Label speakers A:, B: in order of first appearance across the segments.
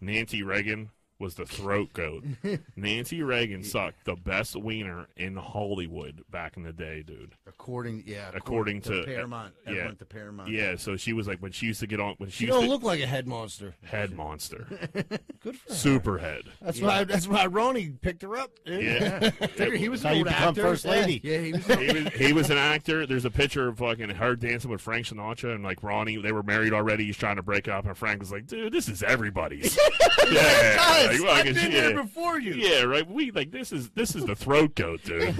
A: Nancy Reagan was the throat goat. Nancy Reagan sucked the best wiener in Hollywood back in the day, dude.
B: According, yeah,
A: According to-
B: Paramount,
A: yeah.
B: everyone at the Paramount.
A: Yeah, so she was like when she used to get on when she,
C: She
A: used
C: don't
A: to
C: look like a head monster.
A: head monster,
C: Good for her.
A: super head.
C: That's why. That's why Ronnie picked her up. Dude.
A: Yeah,
B: Figure he was
C: That's
B: an
C: how Oh, you
B: old
C: become
B: actor.
C: first lady.
B: Yeah, he was.
A: he was, he was an actor. There's a picture of fucking her dancing with Frank Sinatra and like Ronnie. They were married already. He's trying to break up, and Frank was like, "Dude, this is everybody's." yeah, like,
C: Guys,
A: well, I
C: I've
A: can
C: been
A: see
C: there
A: it.
C: before you.
A: Yeah, right. We like this is this is the throat goat, dude.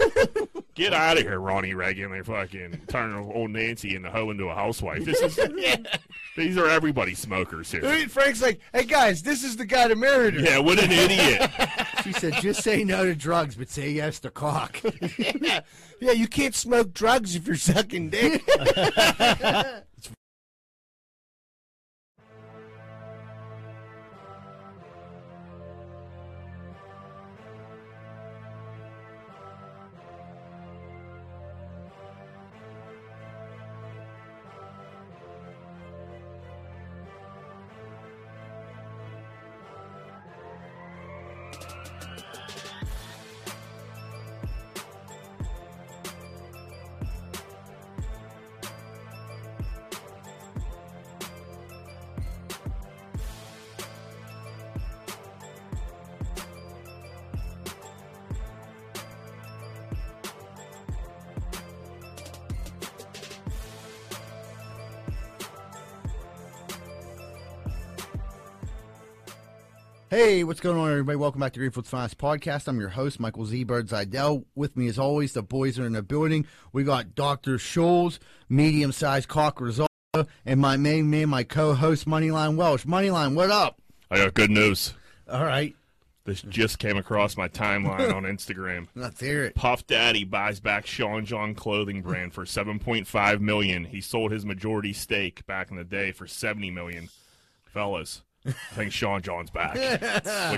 A: Get out of here, Ronnie Reagan. They fucking turn old Nancy and the hoe into a housewife. This is these are everybody smokers here.
C: Dude, Frank's like, hey guys, this is the guy that married her.
A: Yeah, what an idiot.
B: She said, "Just say no to drugs, but say yes to cock."
C: Yeah, yeah you can't smoke drugs if you're sucking dick.
B: hey, what's going on, everybody? Welcome back to Greenfield's Finest Podcast. I'm your host, Michael Z. Bird Zidell. With me, as always, the boys are in the building. We got Doctor Scholes, medium-sized cock risotto, and my main man, my co-host, Moneyline Welsh. Moneyline, what up?
A: I got good news.
B: All right,
A: This just came across my timeline on Instagram.
B: let's hear it.
A: Puff Daddy buys back Sean John clothing brand for 7.5 million. He sold his majority stake back in the day for 70 million. Fellas, I think Sean John's back. Which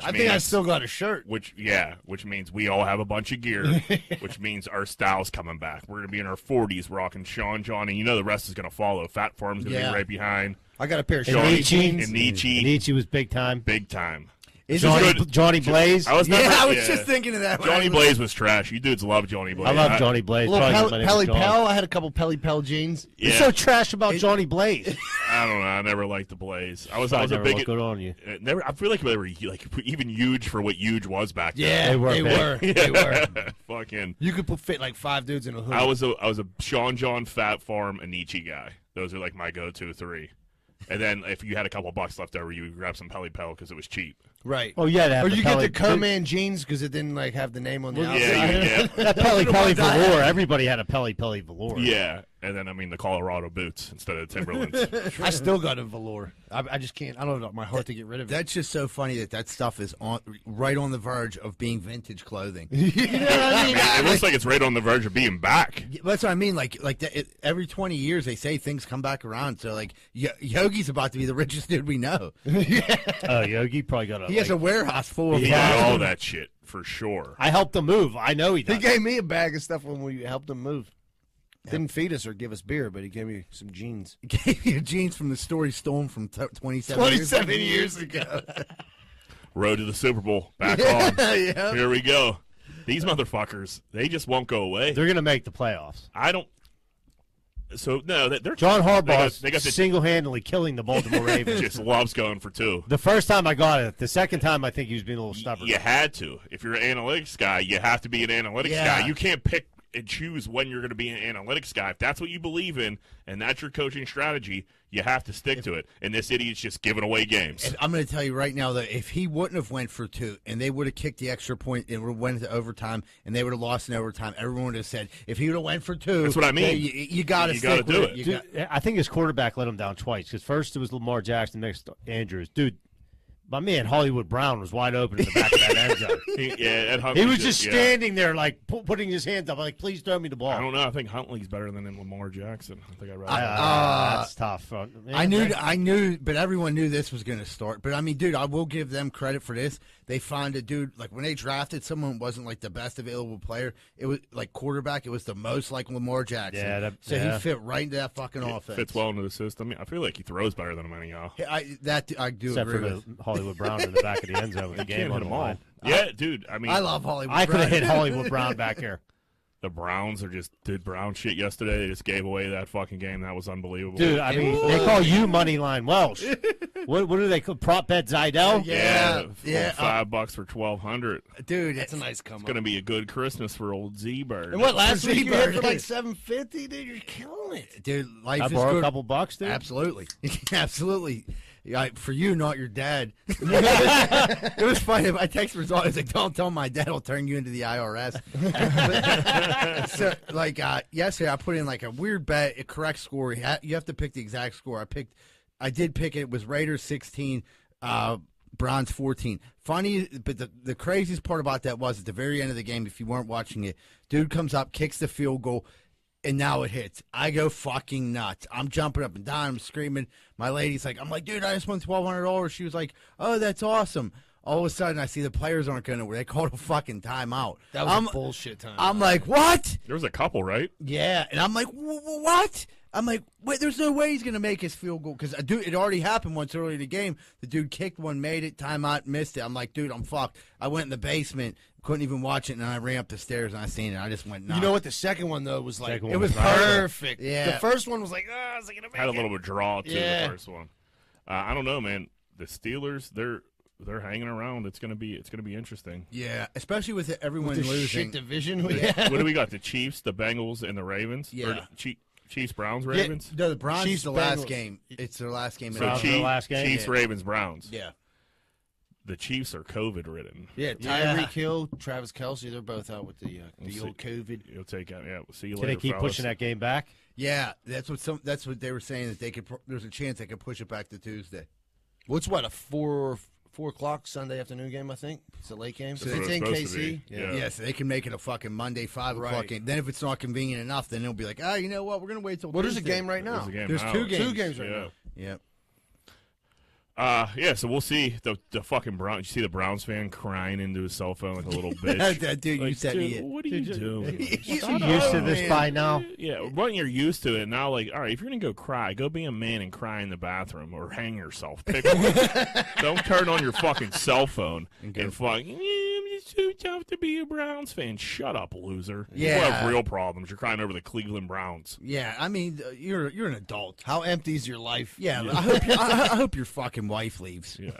C: I think
A: means-
C: I still got a shirt.
A: which yeah, which means we all have a bunch of gear, which means our style's coming back. We're gonna be in our forties rocking Sean John, and you know the rest is gonna follow. Fat Farm's gonna
C: Yeah.
A: be right behind.
C: I got a pair of
A: Sean
C: shorts.
D: Nietzsche.
A: and Nietzsche,
D: Nietzsche was big time.
A: big time.
B: Is
A: John-
D: Johnny,
A: good.
D: Johnny Blaze.
A: I was
B: yeah,
A: never,
B: I was
A: yeah.
B: just thinking of that. when I
A: Johnny
B: was-
A: Blaze was trash. You dudes love Johnny Blaze.
D: I love Johnny Blaze.
C: A little
D: Probably
C: Pel-
D: my name
C: Pelly
D: is John.
C: Pell. I had a couple Pelly Pell jeans.
D: What's
A: Yeah.
D: so trash about Johnny Blaze?
A: I don't know. I never liked the Blaze. I was, I
D: I
A: was a
D: never
A: big.
D: look good on you.
A: uh, Never, I feel like they were like even huge for what huge was back then.
C: Yeah,
D: They were
C: They
D: big.
C: were. They were.
A: fucking.
C: You could put, fit like five dudes in a hood.
A: I was a I was a Sean John Fat Farm Anichi guy. Those are like my go to three. And then if you had a couple bucks left over, you would grab some Pelly Pell because it was cheap.
C: right.
D: Oh yeah, that
C: or you get
D: Pelly-
C: the Co-Man jeans because it didn't like have the name on the
A: Yeah,
B: Oh,
C: outside.
A: you, yeah,
D: That Pelly Pelly
C: ones I had.
D: velour. Everybody had a Pelly Pelly velour.
A: yeah. And then I mean the Colorado boots instead of Timberlands.
C: I still got a velour. I, I just can't. I don't know my heart to get rid of it.
B: That's just so funny that that stuff is on right on the verge of being vintage clothing.
C: you know what I
A: I
C: mean?
A: mean, it looks like it's right on the verge of being back.
B: Yeah, That's what I mean. Like, like that, it, every twenty years they say things come back around. So, like, Yo- Yogi's about to be the richest dude we know.
D: Oh, Yogi probably got a.
B: He has a
D: like-
B: warehouse full of.
A: He got all that shit for sure.
D: I helped him move. I know he
C: He
D: does.
C: gave me a bag of stuff when we helped him move. Didn't feed us or give us beer, but he gave me some jeans.
B: Gave you jeans from the store he stole from t- twenty-seven.
C: years ago.
A: Road to the Super Bowl. Back on.
B: yeah.
A: Here we go. These motherfuckers, they just won't go away.
D: They're gonna make the playoffs.
A: I don't. So no, they- they're
D: John
A: They got-
D: Harbaugh
A: they got the-
D: single-handedly killing the Baltimore Ravens.
A: just loves going for two.
D: The first time I got it. The second time I think he was being a little stubborn.
A: You had to. If you're an analytics guy, you have to be an analytics
B: Yeah.
A: guy. You can't pick and choose when you're going to be an analytics guy. If that's what you believe in and that's your coaching strategy, you have to stick to it. And this idiot's just giving away games.
B: And I'm going to tell you right now that if he wouldn't have went for two and they would have kicked the extra point and would have went to overtime and they would have lost in overtime, everyone would have said if he would have went for two,
A: That's what I mean.
B: then You, got to
A: You gotta do it.
B: You
D: Dude,
B: got-
D: I think his quarterback let him down twice. Because first it was Lamar Jackson, next Andrews. Dude, my man Hollywood Brown was wide open in the back of that end zone.
A: He, yeah, Ed
D: He
A: Huntley's
D: was just
A: yeah.
D: standing there, like pu- putting his hands up, like "Please throw me the ball."
A: I don't know. I think Huntley's better than him, Lamar Jackson. I think I read
D: Uh,
A: that.
D: that's tough. Uh, man,
B: I knew,
D: that-
B: I knew, but everyone knew this was going to start. But I mean, dude, I will give them credit for this. They found a dude like when they drafted someone who wasn't like the best available player. It was like quarterback. It was the most like Lamar Jackson.
D: Yeah, that-
B: so
D: yeah.
B: he fit right into that fucking offense.
A: Fits well into the system. I feel like he throws better than him anyhow.
B: Yeah, I, that I do
D: except for
B: agree
D: the
B: with.
D: Hollywood Brown in the back of the end zone with the game
A: Can't
D: on
A: hit
D: the
A: them all.
D: line.
A: Yeah, dude. I mean,
B: I love Hollywood.
D: I could have
B: Brown.
D: hit Hollywood Brown back here.
A: the Browns are just did Brown shit yesterday. They just gave away that fucking game. That was unbelievable.
D: Dude, I mean, they call you Moneyline Welsh. what, what do they call Prop Bet Zidell?
A: yeah,
B: Yeah,
A: f-
B: yeah,
A: five bucks for twelve hundred.
B: dude. It's
C: That's a nice come up.
A: Gonna be a good Christmas for old Z Bird.
C: And what last
B: Receiver.
C: week you hit for like seven fifty, dude? You're killing it.
B: dude. Life
D: I
B: is
D: borrow
B: good.
D: a couple bucks, dude.
B: Absolutely, absolutely. I, for you, not your dad. it was funny. I text result. It's like, don't tell my dad. I'll turn you into the IRS. But- so, like uh, yesterday, I put in like a weird bet, a correct score. You ha- you have to pick the exact score. I picked. I did pick it. It was Raiders sixteen, uh, Browns fourteen. Funny, but the the craziest part about that was at the very end of the game. If you weren't watching it, dude comes up, kicks the field goal. And now it hits. I go fucking nuts. I'm jumping up and down. I'm screaming. My lady's like, I'm like, dude, I just won twelve hundred dollars. She was like, Oh, that's awesome. All of a sudden, I see the players aren't going to. They called a fucking timeout.
C: That was
B: I'm,
C: bullshit time.
B: I'm like, what?
A: There was a couple, right?
B: Yeah, and I'm like, "Wh- wh- what? I'm like, wait, there's no way he's gonna make his field goal because dude, it already happened once earlier in the game. The dude kicked one, made it, timeout, missed it. I'm like, dude, I'm fucked. I went in the basement, couldn't even watch it, and I ran up the stairs and I seen it. I just went, nah.
C: You know what? The second one though was like
D: Second
C: it
D: one
C: was
D: was
C: perfect.
B: Yeah.
C: The first one was like, oh, is it gonna make
A: Had a
C: it?"
A: little bit of draw to
C: Yeah.
A: the first one. Uh, I don't know, man. The Steelers, they're they're hanging around. It's gonna be it's gonna be interesting.
B: Yeah, especially with everyone
C: the
B: losing.
C: shit division we have.
A: what do we got? The Chiefs, the Bengals, and the Ravens. Or
B: Yeah.
A: the Chi- Chiefs, Browns, Ravens.
B: no, the Browns
C: Chiefs,
B: is the last
C: Bengals.
B: game. It's their last game.
A: So
D: Browns are the
A: Chief-
D: last game?
A: Chiefs,
B: Yeah.
A: Ravens, Browns.
B: yeah,
A: The Chiefs are COVID ridden.
C: Yeah,
D: Yeah.
C: Tyreek Hill, Travis Kelsey, they're both out with the uh, the old COVID.
A: You'll take out. Yeah, we'll see you
D: Can
A: later.
D: they keep
A: fellas.
D: pushing that game back?
B: yeah. That's what some. That's what they were saying that they could. pr- There's a chance they could push it back to Tuesday.
C: What's what a four four o'clock Sunday afternoon game? I think it's a late game.
B: So
A: That's
C: it's
A: what
C: in
A: supposed to
C: KC.
A: be. Yeah.
B: Yeah, so they can make it a fucking Monday five o'clock
C: Right.
B: game. Then if it's not convenient enough, then it'll be like, ah, you know what? We're gonna wait till.
C: Well, there's a
B: Tuesday."
C: game right
A: There's
C: now.
A: a game
B: There's
A: out.
B: two games.
C: Two games right
A: Yeah.
C: now.
B: Yeah,
A: Uh, yeah, so we'll see the the fucking Browns. You see the Browns fan crying into his cell phone like a little bitch.
B: dude, you
A: Like,
B: set
A: dude,
B: me in.
A: What are you doing?
D: You're so used to
C: Oh,
D: this by now.
A: yeah, when you're used to it, now like, all right, if you're gonna go cry, go be a man and cry in the bathroom or hang yourself. Pick one. Don't turn on your fucking cell phone and, fucking. "Yeah, I'm just too tough to be a Browns fan. Shut up, loser. you
B: Yeah.
A: have real problems. You're crying over the Cleveland Browns.
B: Yeah, I mean, uh, you're you're an adult.
C: How empty is your life?
B: Yeah, I hope you- I, I hope your fucking wife leaves.
A: Yeah.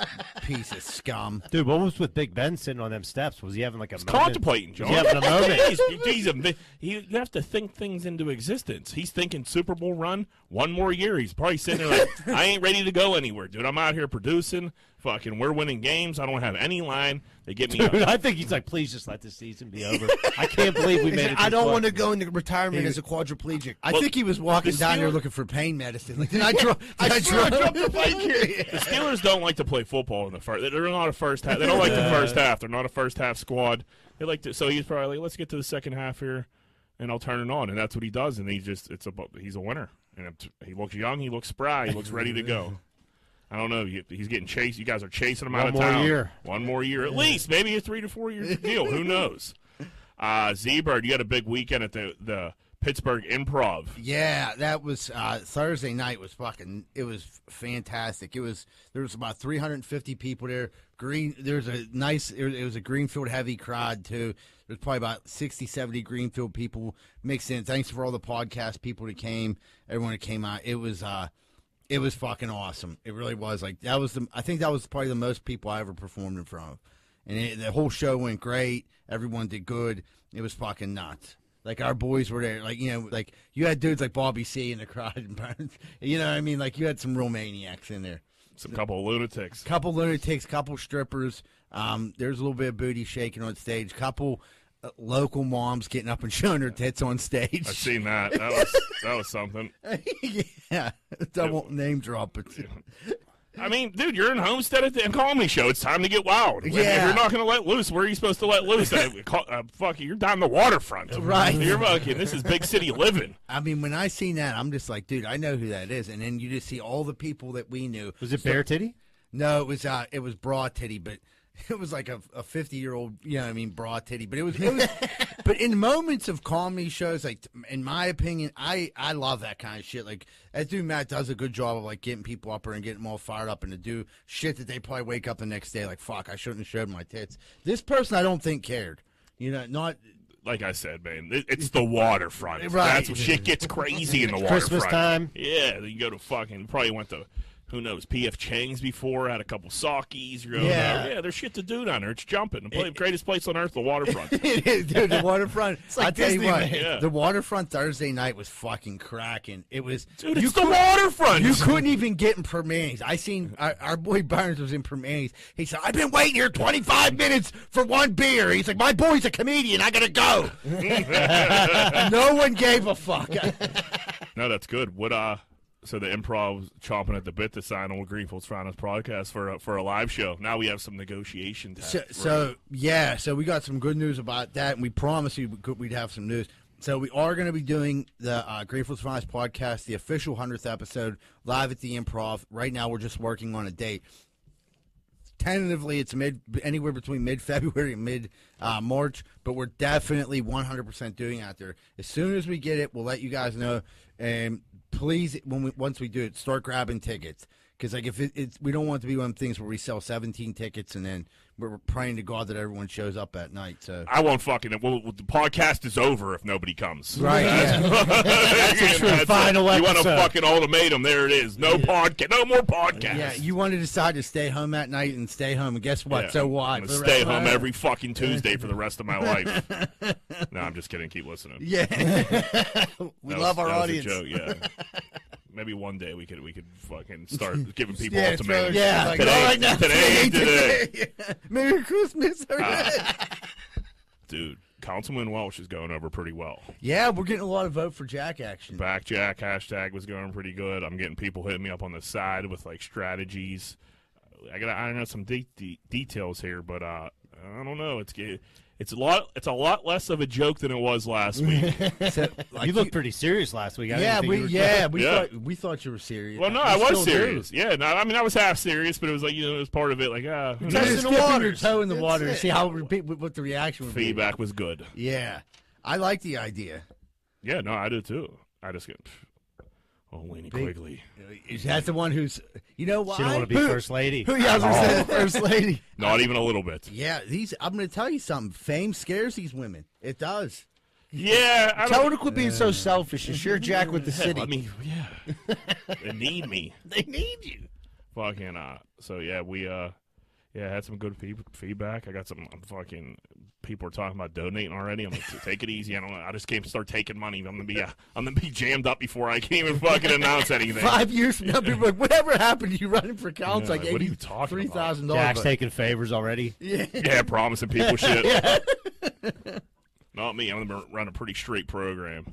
B: Piece of scum.
D: Dude, what was with Big Ben sitting on them steps? Was he having like a moment?
A: Contemplating,
D: Was
A: John.
D: he having a moment?
A: Jeez, geez, a mi- he- you have to think things into existence. He's thinking Super Bowl run, one more year. He's probably sitting there like, I ain't ready to go anywhere, dude. I'm out here producing. Fucking, we're winning games. I don't have any line. They get me. up."
D: Dude, I think he's like, please just let this season be over. I can't believe we made it.
C: I
D: this
C: don't
D: far.
C: want to go into retirement as a quadriplegic.
B: I
A: Well,
B: think he was walking
A: the
B: down there
A: Steelers-
B: looking for pain medicine. Like, did I, dro- did I,
A: swear I
B: dro-
A: dropped the bike here. The Steelers don't like to play football in the first. They're not a first half. They don't like the first half. They're not a first half squad. They like to. So he's probably like, let's get to the second half here, and I'll turn it on. And that's what he does. And he just it's a bu- he's a winner. And it- he looks young. He looks spry. He looks ready to go. I don't know. you- He's getting chased. You guys are chasing him out
D: One
A: of
D: more
A: town.
D: year.
A: One more year at least. Maybe a three to four year deal. Who knows? Uh, Z Bird, you got a big weekend at the the Pittsburgh Improv.
B: Yeah, that was uh, Thursday night. Was fucking. It was fantastic. It was there was about 350 people there. Green. There's a nice. It was- it was a Greenfield heavy crowd too. There's probably about 60, 70 Greenfield people mixed in. Thanks for all the podcast people that came. Everyone that came out. It was. uh It was fucking awesome. It really was. Like that was the. I think that was probably the most people I ever performed in front of. And it, the whole show went great. Everyone did good. It was fucking nuts. Like our boys were there, like you know, like you had dudes like Bobby C in the crowd, and Burns. You know what I mean? Like you had some real maniacs in there.
A: Some couple of lunatics.
B: Couple lunatics, couple strippers. Um, there's a little bit of booty shaking on stage. Couple uh, local moms getting up and showing their tits on stage.
A: I've seen that. That was that was something.
B: yeah, double name drop. It's,
A: I mean, dude, you're in Homestead at the Comedy Show. It's time to get wild. If- If
B: Yeah.
A: you're not going to let loose, where are you supposed to let loose? uh, call- uh, fuck you, you're down the waterfront.
B: Right.
A: You're fucking, this is big city living.
B: I mean, when I seen that, I'm just like, dude, I know who that is. And then you just see all the people that we knew.
D: Was it bare titty?
B: No, it was uh, it was bra titty, but it was like a a fifty year old, you know, what I mean, broad titty. But it was, it was but in moments of comedy shows, like in my opinion, I I love that kind of shit. Like that dude Matt does a good job of like getting people up and getting them all fired up and to do shit that they probably wake up the next day like, fuck, I shouldn't have showed my tits. This person, I don't think cared. You know, not
A: Like I said, man, it- it's the waterfront.
B: Right.
A: That's when shit gets crazy in the waterfront.
D: Christmas time.
A: Yeah, then you go to fucking probably went to who knows PF Chang's before, had a couple sakis. You're going,
B: Yeah.
A: yeah, yeah, there's shit to do down there. It's jumping. The pla- greatest place on earth, the waterfront.
B: It is, dude. The waterfront.
C: like
B: I tell you what,
C: Disneyland.
A: Yeah.
B: the waterfront Thursday night was fucking cracking. It was.
A: Dude,
B: you
A: it's the
B: could-
A: waterfront.
B: You couldn't even get in Permanis. I seen our, our boy Burns was in Permanis. He said, "I've been waiting here 25 minutes for one beer." He's like, "My boy's a comedian. I gotta go." no one gave a fuck.
A: No, that's good. What uh? So the improv was chomping at the bit to sign old Greenfield's Finest podcast for a, for a live show. Now we have some negotiation. Time.
B: So, so yeah, so we got some good news about that, and we promised you we could- we'd have some news. So we are going to be doing the uh, Grateful Smiles podcast, the official hundredth episode, live at the Improv. Right now, we're just working on a date. Tentatively, it's mid anywhere between mid February and mid uh, March, but we're definitely one hundred percent doing it out there. As soon as we get it, we'll let you guys know. And please, when we once we do it, start grabbing tickets. Because like if it, it's, we don't want it to be one of the things where we sell seventeen tickets and then we're praying to God that everyone shows up at night. So
A: I won't fucking. Well, well, the podcast is over if nobody comes.
B: right, yeah.
A: That's
D: true.
A: it.
D: Final
A: You want a
D: episode.
A: fucking ultimatum? There it is. No podcast. No more podcast.
B: yeah, you want to decide to stay home at night and stay home, and guess what? So what?
A: I'm gonna stay home every fucking Tuesday for the rest of my life. no, I'm just kidding. Keep listening.
B: Yeah,
C: We
A: That
C: love
A: was- that
C: our
A: was
C: audience.
A: a joke, yeah. Maybe one day we could we could fucking start giving people
C: Yeah,
A: ultimatums.
C: throw-
B: yeah.
C: Like,
A: Today,
C: all
A: today, ain't today. Ah.
B: Merry Christmas.
A: dude, Councilman Welsh is going over pretty well.
B: yeah, we're getting a lot of vote for Jack action.
A: Back Jack hashtag was going pretty good. I'm getting people hitting me up on the side with like strategies. I gotta iron out some de- de- details here, but uh, I don't know. It's ge- it's a lot. It's a lot less of a joke than it was last week.
B: So, like,
D: you looked pretty serious last week. I didn't
B: yeah,
D: think
B: we
D: you were-
B: yeah we
A: Yeah.
B: thought we thought you were serious.
A: well, no,
B: We
A: I was
B: still do.
A: serious. Yeah, no, I mean, I was half serious, but it was like you know, it was part of it. Like, ah, who
B: Just
A: knows?
C: Testing the
B: dipping your
C: waters.
B: toe in the
C: That's
B: water to
C: it.
B: see how repeat what what the reaction would be.
A: feedback was good.
B: Yeah, I like the idea.
A: Yeah, no, I did too. I just get. pff, Oh, Lainey Quigley.
B: Is that the one who's you know why?
D: She don't want to be
B: Who-
D: first lady.
B: who y'all are saying first lady?
A: Not even a little bit.
B: Yeah, these. I'm going to tell you something. Fame scares these women. It does.
A: Yeah, I
C: Tell
A: don't.
C: her to quit being so selfish and share Jack with the city.
A: I mean, yeah, they need me.
C: they need you.
A: fucking uh so yeah we uh yeah had some good feed- feedback i got some um, fucking people are talking about donating already i'm like take it easy i don't know i just can't start taking money i'm gonna be uh, i'm gonna be jammed up before i can even fucking announce anything
B: Five years from now, people are like, whatever happened to you running for council?
A: Yeah,
B: like,
A: like, what are you talking about?
B: $3,000.
D: Jack's
B: vote.
D: taking favors already.
A: yeah promising people shit not me i'm gonna run a pretty straight program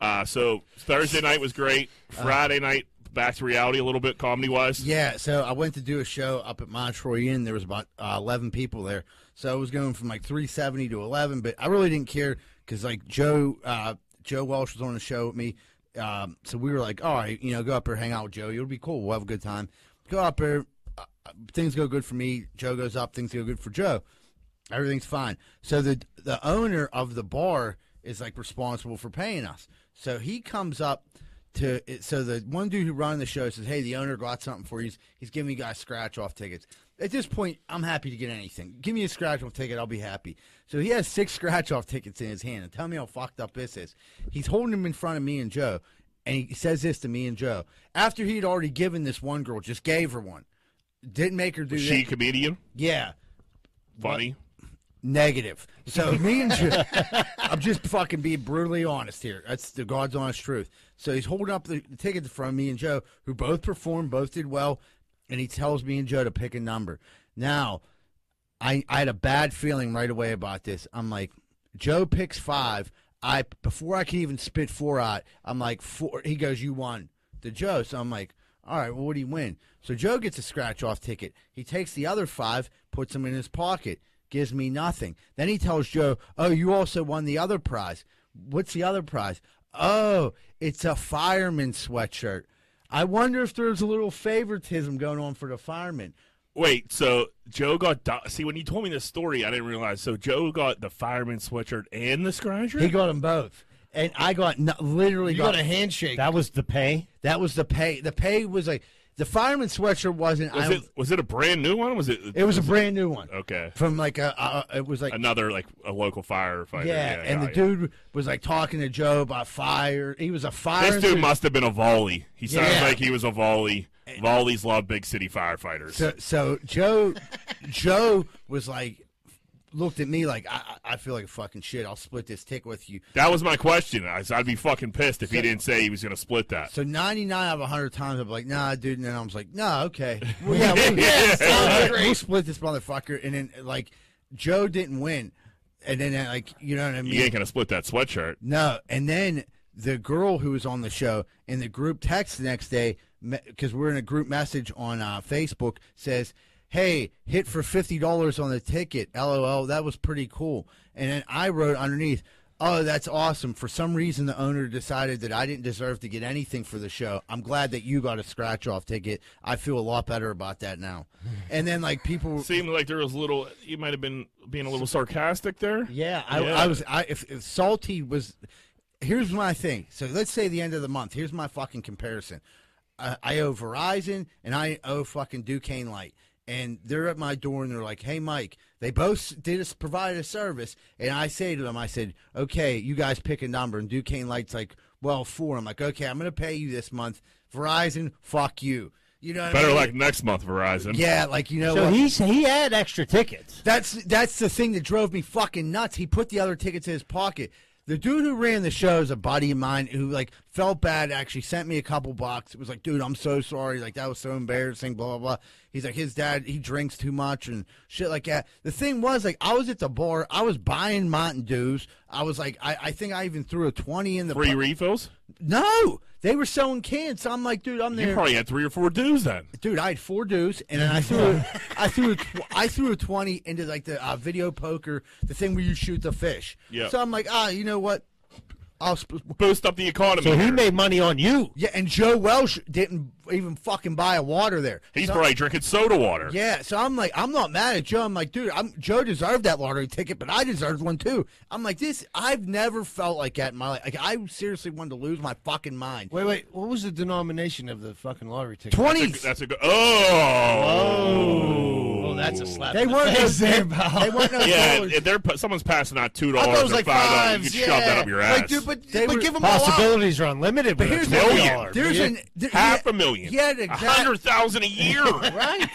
A: uh so thursday night was great friday night back to reality a little bit comedy wise
B: Uh, Yeah, so I went to do a show up at Montroy Inn. There was about uh, eleven people there, so I was going from like three seventy to eleven. But I really didn't care because like Joe uh, Joe Welsh was on the show with me, um, so we were like, all right, you know, go up there, hang out with Joe. It'll be cool. We'll have a good time. Go up there. Uh, uh, things go good for me. Joe goes up. Things go good for Joe. Everything's fine. So the the owner of the bar is like responsible for paying us. So he comes up to it, so the one dude who run the show says, "Hey, the owner got something for you. He's, he's giving you guys scratch off tickets." At this point, I'm happy to get anything. Give me a scratch off ticket, I'll be happy. So he has six scratch off tickets in his hand, and tell me how fucked up this is. He's holding them in front of me and Joe, and he says this to me and Joe after he had already given this one girl, just gave her one, didn't make her do
A: she
B: that.
A: comedian
B: Yeah,
A: funny
B: Negative. So me and Joe, I'm just fucking being brutally honest here. That's the God's honest truth. So he's holding up the, the ticket from me and Joe, who both performed, both did well, and he tells me and Joe to pick a number. Now, I I had a bad feeling right away about this. I'm like, Joe picks five. I before I can even spit four out, I'm like four. He goes, you won to Joe. So I'm like, all right, well, what do you win? So Joe gets a scratch off ticket. He takes the other five, puts them in his pocket, gives me nothing. Then he tells Joe, oh, you also won the other prize. What's the other prize? Oh, it's a fireman sweatshirt. I wonder if there's a little favoritism going on for the firemen.
A: Wait, so Joe got do- see when you told me this story, I didn't realize. So Joe got the fireman sweatshirt and the scratcher.
B: He got them both, and I got no, literally
C: You
B: got,
C: got a handshake.
D: That was the pay.
B: that was the pay. The pay was like the fireman sweatshirt wasn't.
A: was
B: I,
A: it was it a brand new one? Was it, Oh.
B: it was a brand new one
A: okay?
B: from like a. a it was like
A: Another like a local firefighter.
B: yeah,
A: Yeah,
B: and the
A: got ya.
B: dude was like talking to Joe about fire. He was a fire.
A: This dude must have been a volley. He sounds
B: Yeah.
A: like he was a volley. Volleys love big city firefighters.
B: So, so Joe, Joe was like, looked at me like, I, I I feel like fucking shit. I'll split this tick with you.
A: that was my question. I, I'd be fucking pissed if he didn't say he was going to split that.
B: So ninety nine out of hundred times, I'm like, nah, dude. And then I'm like, nah, okay, well,
A: Yeah,
B: yeah, we,
A: yeah,
B: will we'll split this motherfucker. And then like, Joe didn't win. And then uh, like, you know what I mean?
A: You ain't going to split that sweatshirt.
B: No, and then the girl who was on the show in the group text the next day, because we're in a group message on uh, Facebook, says, "Hey, hit for fifty dollars on the ticket." LOL, that was pretty cool. And then I wrote underneath, "Oh, that's awesome." For some reason, the owner decided that I didn't deserve to get anything for the show. I'm glad that you got a scratch off ticket. I feel a lot better about that now. and then like people.
A: Seemed like there was a little. You might have been being a little sarcastic there.
B: Yeah, I,
A: Yeah.
B: I was. I if, if salty was, here's my thing. So let's say the end of the month. Here's my fucking comparison. I, I owe Verizon and I owe fucking Duquesne Light, and they're at my door and they're like, "Hey, Mike, they both did us provide a service," and I say to them, "I said, okay, you guys pick a number," and Duquesne Light's like, "Well, four. I'm like, "Okay, I'm gonna pay you this month." Verizon, fuck you. You know, what I
A: Better
B: mean?
A: like next month, Verizon.
B: yeah, like you know
D: So
B: what?
D: he he had extra tickets.
B: That's that's the thing that drove me fucking nuts. He put the other tickets in his pocket. The dude who ran the show is a buddy of mine who like felt bad. Actually, sent me a couple bucks. It was like, dude, I'm so sorry. Like that was so embarrassing. Blah blah blah. He's like, his dad he drinks too much and shit like that. The thing was like, I was at the bar. I was buying Mountain Dews. I was like, I, I think I even threw a twenty in the
A: Three refills.
B: no. They were selling cans. So I'm like, dude, I'm there
A: You probably had three or four dues then.
B: dude, I had four dudes, and then I threw, a, I threw, a tw- I threw a twenty into like the uh, video poker, the thing where you shoot the fish.
A: Yeah.
B: So I'm like, ah, you know what? I'll. Sp-
A: Boost up the economy.
D: So he
A: here.
D: made money on you.
B: yeah, and Joe Welsh didn't even fucking buy a water there.
A: He's
B: So-
A: probably drinking soda water.
B: Yeah, so I'm like, I'm not mad at Joe. I'm like, dude, I'm Joe deserved that lottery ticket, but I deserved one too. I'm like, this, I've never felt like that in my life. Like, I seriously wanted to lose my fucking mind.
C: wait, wait. What was the denomination of the fucking lottery ticket?
B: Twenties.
A: That's a good. Oh.
D: Oh, that's a slap.
B: They weren't those. They,
C: there, pal.
B: weren't those.
A: Yeah,
B: dollars.
A: if they're someone's passing out two
C: I
A: dollars
C: thought it was
A: or
C: like
A: five dollars,
C: fives.
A: you could
C: yeah.
A: shove that up your ass.
C: Like, dude, but,
B: They
C: but
B: were-
C: give them a lot.
D: Possibilities are unlimited. With
B: But here's
D: a
B: the
A: million.
D: twenty
A: dollar.
B: There's an there,
A: half
B: yeah,
A: a million.
B: Yeah, exact-
A: hundred thousand a year.
B: right?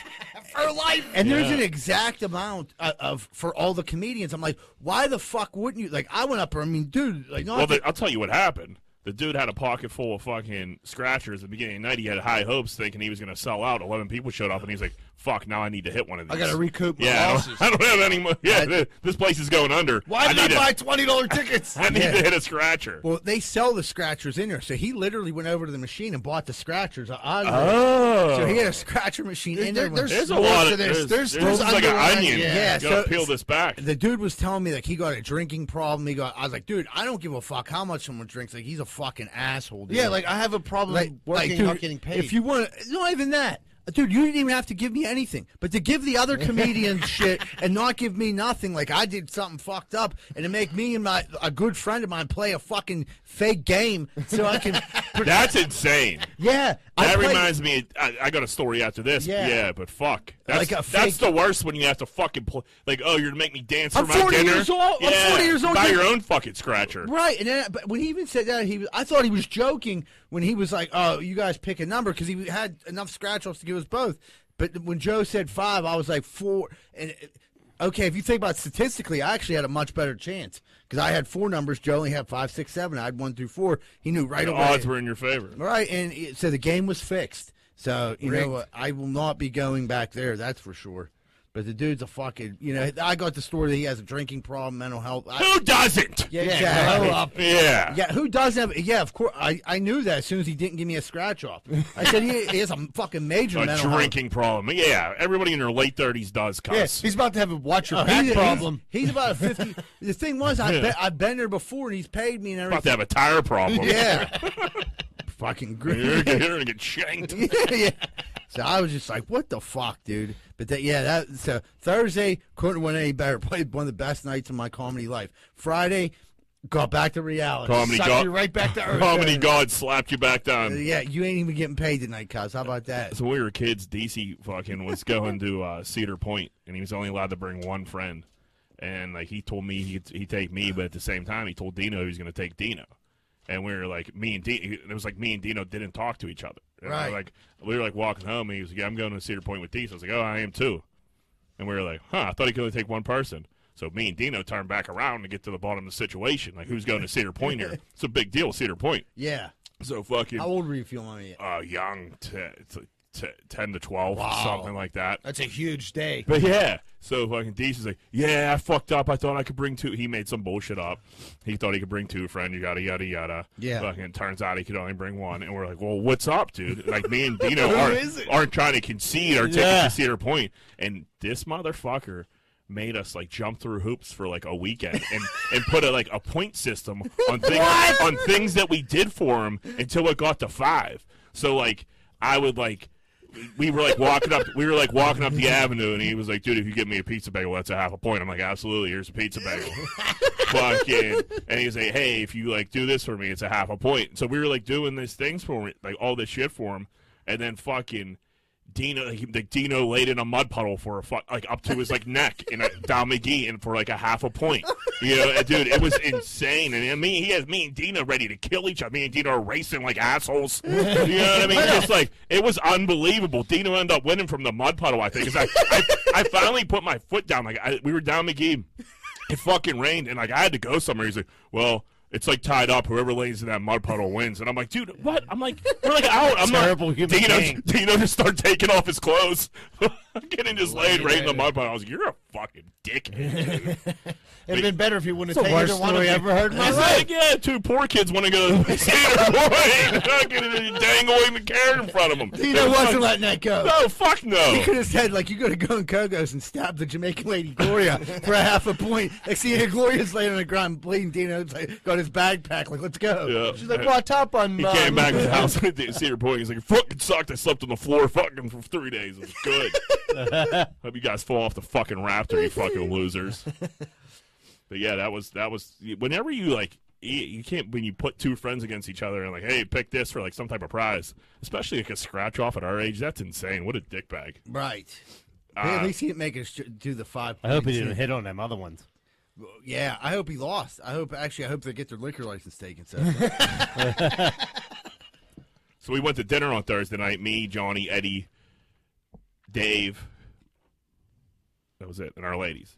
C: For life.
B: And there's an exact amount of, of for all the comedians. I'm like, why the fuck wouldn't you? Like, I went up there. I mean, dude, like, not
A: well, the, I'll tell you what happened. The dude had a pocket full of fucking scratchers at the beginning of the night. He had high hopes, thinking he was going to sell out. Eleven people showed up, and he's like, "Fuck! Now I need to hit one of
C: I
A: these."
C: gotta recoup my
A: yeah, I don't-
C: losses.
A: I don't, have any money. Yeah, th- this place is going under.
C: Why did I,
A: need to-
C: buy twenty dollar tickets?
A: I need
B: Yeah.
A: to hit a scratcher.
B: well, they sell the scratchers in there, so he literally went over to the machine and bought the scratchers. I,
A: oh,
B: so he had a scratcher machine in there.
C: There- there's-
A: there's a
C: more
A: lot
C: to
A: of
C: this.
A: There's,
C: There's-
A: this
C: there's
A: is like an
C: underlying-
A: onion.
C: yeah.
B: Yeah,
A: you gotta
B: so
A: peel
B: it's-
A: this back.
B: the dude was telling me like he got a drinking problem. He got. I was like, dude, I don't give a fuck how much someone drinks. Like, he's a fucking asshole. Dude.
C: Yeah, like I have a problem working, not getting paid.
B: If you want, not even that, dude. You didn't even have to give me anything, but to give the other comedians shit and not give me nothing, like I did something fucked up, and to make me and my a good friend of mine play a fucking fake game so I can,
A: That's insane.
B: yeah. I
A: That
B: played-
A: reminds me, I, I got a story after this.
B: Yeah.
A: Yeah, but fuck, that's,
B: Like a
A: that's
B: fake-
A: the worst when you have to fucking play. Like, oh, you're gonna make me dance
B: I'm
A: for my
B: 40
A: dinner.
B: years old. I'm
A: Yeah,
B: 40 years old,
A: Buy
B: dude.
A: your own fucking scratcher.
B: Right, and then, but when he even said that, he was, I thought he was joking when he was like, "Oh, you guys pick a number," because he had enough scratch offs to give us both. But when Joe said five, I was like four. And uh, okay, if you think about it statistically, I actually had a much better chance because I had four numbers. Joe only had five, six, seven. I had one through four. He knew right
A: The
B: away.
A: odds were in your favor.
B: right, and it, so the game was fixed. So you know, what? I will not be going back there. That's for sure. But the dude's a fucking. You know, I got the story that he has a drinking problem, mental health. I,
A: Who doesn't?
B: yeah,
C: grow up.
A: Yeah.
B: yeah, who does have? Yeah, of course. I, I knew that as soon as he didn't give me a scratch off. I said he, he has a fucking major
A: A
B: mental
A: drinking problem. Yeah, everybody in their late thirties does
C: yeah,
A: cuss.
C: he's about to have a watch your
D: Uh,
B: health.
C: back
B: He's-
C: problem.
B: He's, he's about a fifty. the thing was, I bet I've been there before, and he's paid me and
A: about to have
B: everything.
A: a tire problem.
B: Yeah, fucking great.
A: You're, gonna- you're gonna get shanked.
B: yeah. So I was just like, "What the fuck, dude?" But that, yeah, that so Thursday couldn't win any better. Played one of the best nights of my comedy life. Friday got back to reality.
A: Comedy
B: Sucked
A: God-
B: you right back to earth.
A: Comedy God slapped you back
B: Uh,
A: down.
B: Yeah, you ain't even getting paid tonight, cuz. How about that?
A: So when we were kids, DC fucking was going to uh, Cedar Point, and he was only allowed to bring one friend. And like he told me he'd, he'd take me, but at the same time he told Dino he was going to take Dino. And we were like, me and Dino, it was like me and Dino didn't talk to each other. And we were
B: Right.
A: like we were like walking home, and he was like, "Yeah, I'm going to Cedar Point with DC." I was like, "Oh, I am too." And we were like, "Huh? I thought he could only take one person." So me and Dino turned back around to get to the bottom of the situation. Like, who's going to Cedar Point here? It's a big deal, Cedar Point.
B: Yeah.
A: So fucking
B: How old were you feeling on it?
A: uh, young, t- t- t- 10 to 12,
B: Wow.
A: something like that.
C: That's a huge day.
A: But yeah, so fucking Deez is like, yeah, I fucked up. I thought I could bring two. He made some bullshit up. He thought he could bring two, friend, yada, yada, yada.
B: Yeah.
A: Fucking turns out he could only bring one. And we're like, well, what's up, dude? Like, me and Dino
C: is
A: aren't,
C: it?
A: aren't trying to concede our ticket
D: Yeah.
A: to Cedar Point. And this motherfucker made us like jump through hoops for like a weekend and, and put a like a point system on things on things that we did for him until it got to five. So like I would like we were like walking up we were like walking up the avenue and he was like, dude, if you give me a pizza bagel, that's a half a point. I'm like, absolutely, here's a pizza bagel. Fucking and he was like, Hey, if you like do this for me, it's a half a point. So we were like doing these things for him, like all this shit for him, and then fucking Dino, like, he- like Dino laid in a mud puddle for a fuck, like up to his like neck in a Dom McGee, and for like a half a point. You know, and, dude, it was insane. And I mean, he has me and Dino ready to kill each other. Me and Dino are racing like assholes. You know what I mean? It's like it was unbelievable. Dino ended up winning from the mud puddle. I think 'cause I, I, I finally put my foot down. Like I, we were Dom McGee. It fucking rained, and like I had to go somewhere. He's like, well. It's like tied up. Whoever lays in that mud puddle wins. And I'm like, dude, what? I'm like, we're like out. I'm not.
D: Terrible human
A: Dino,
D: being.
A: Dino just started taking off his clothes, getting just laid right in the mud puddle. I was like, "You're a fucking dickhead." dude."
C: It'd been better if you wouldn't have
D: the
C: taken
D: worst
C: either one
D: story
C: of
D: I
C: you.
D: ever heard in my
A: I was
D: life.
A: like, "Yeah, two poor kids want to go to Cedar Point, fucking uh, and dangle him the carrot in front of them."
B: Dino wasn't letting that go.
A: No, fuck
B: He
A: no.
B: could have said, like, you go to Gun Kogos and stab the Jamaican lady Gloria for a half a point. Like, see, Gloria's laying on the ground bleeding. Dino's like, got his backpack. Like, let's go.
A: Yeah.
C: She's like, well, top on.
A: He
C: uh,
A: came back to the house at Cedar Point. He's like, "It "Fucking sucked. I slept on the floor, fucking for three days. It was good." Hope you guys fall off the fucking raptor, you fucking losers. But yeah, that was that was whenever you like you, you can't when you put two friends against each other and like, hey, pick this for like some type of prize, especially like a scratch off at our age. That's insane. What a dickbag.
B: Right. Hey, at
A: Ah.
B: least he didn't make us do the five.
D: I hope he
B: points.
D: didn't hit on them other ones.
B: Yeah, I hope he lost. I hope actually, I hope they get their liquor license taken. So
A: So we went to dinner on Thursday night. Me, Johnny, Eddie, Dave. That was it, and our ladies.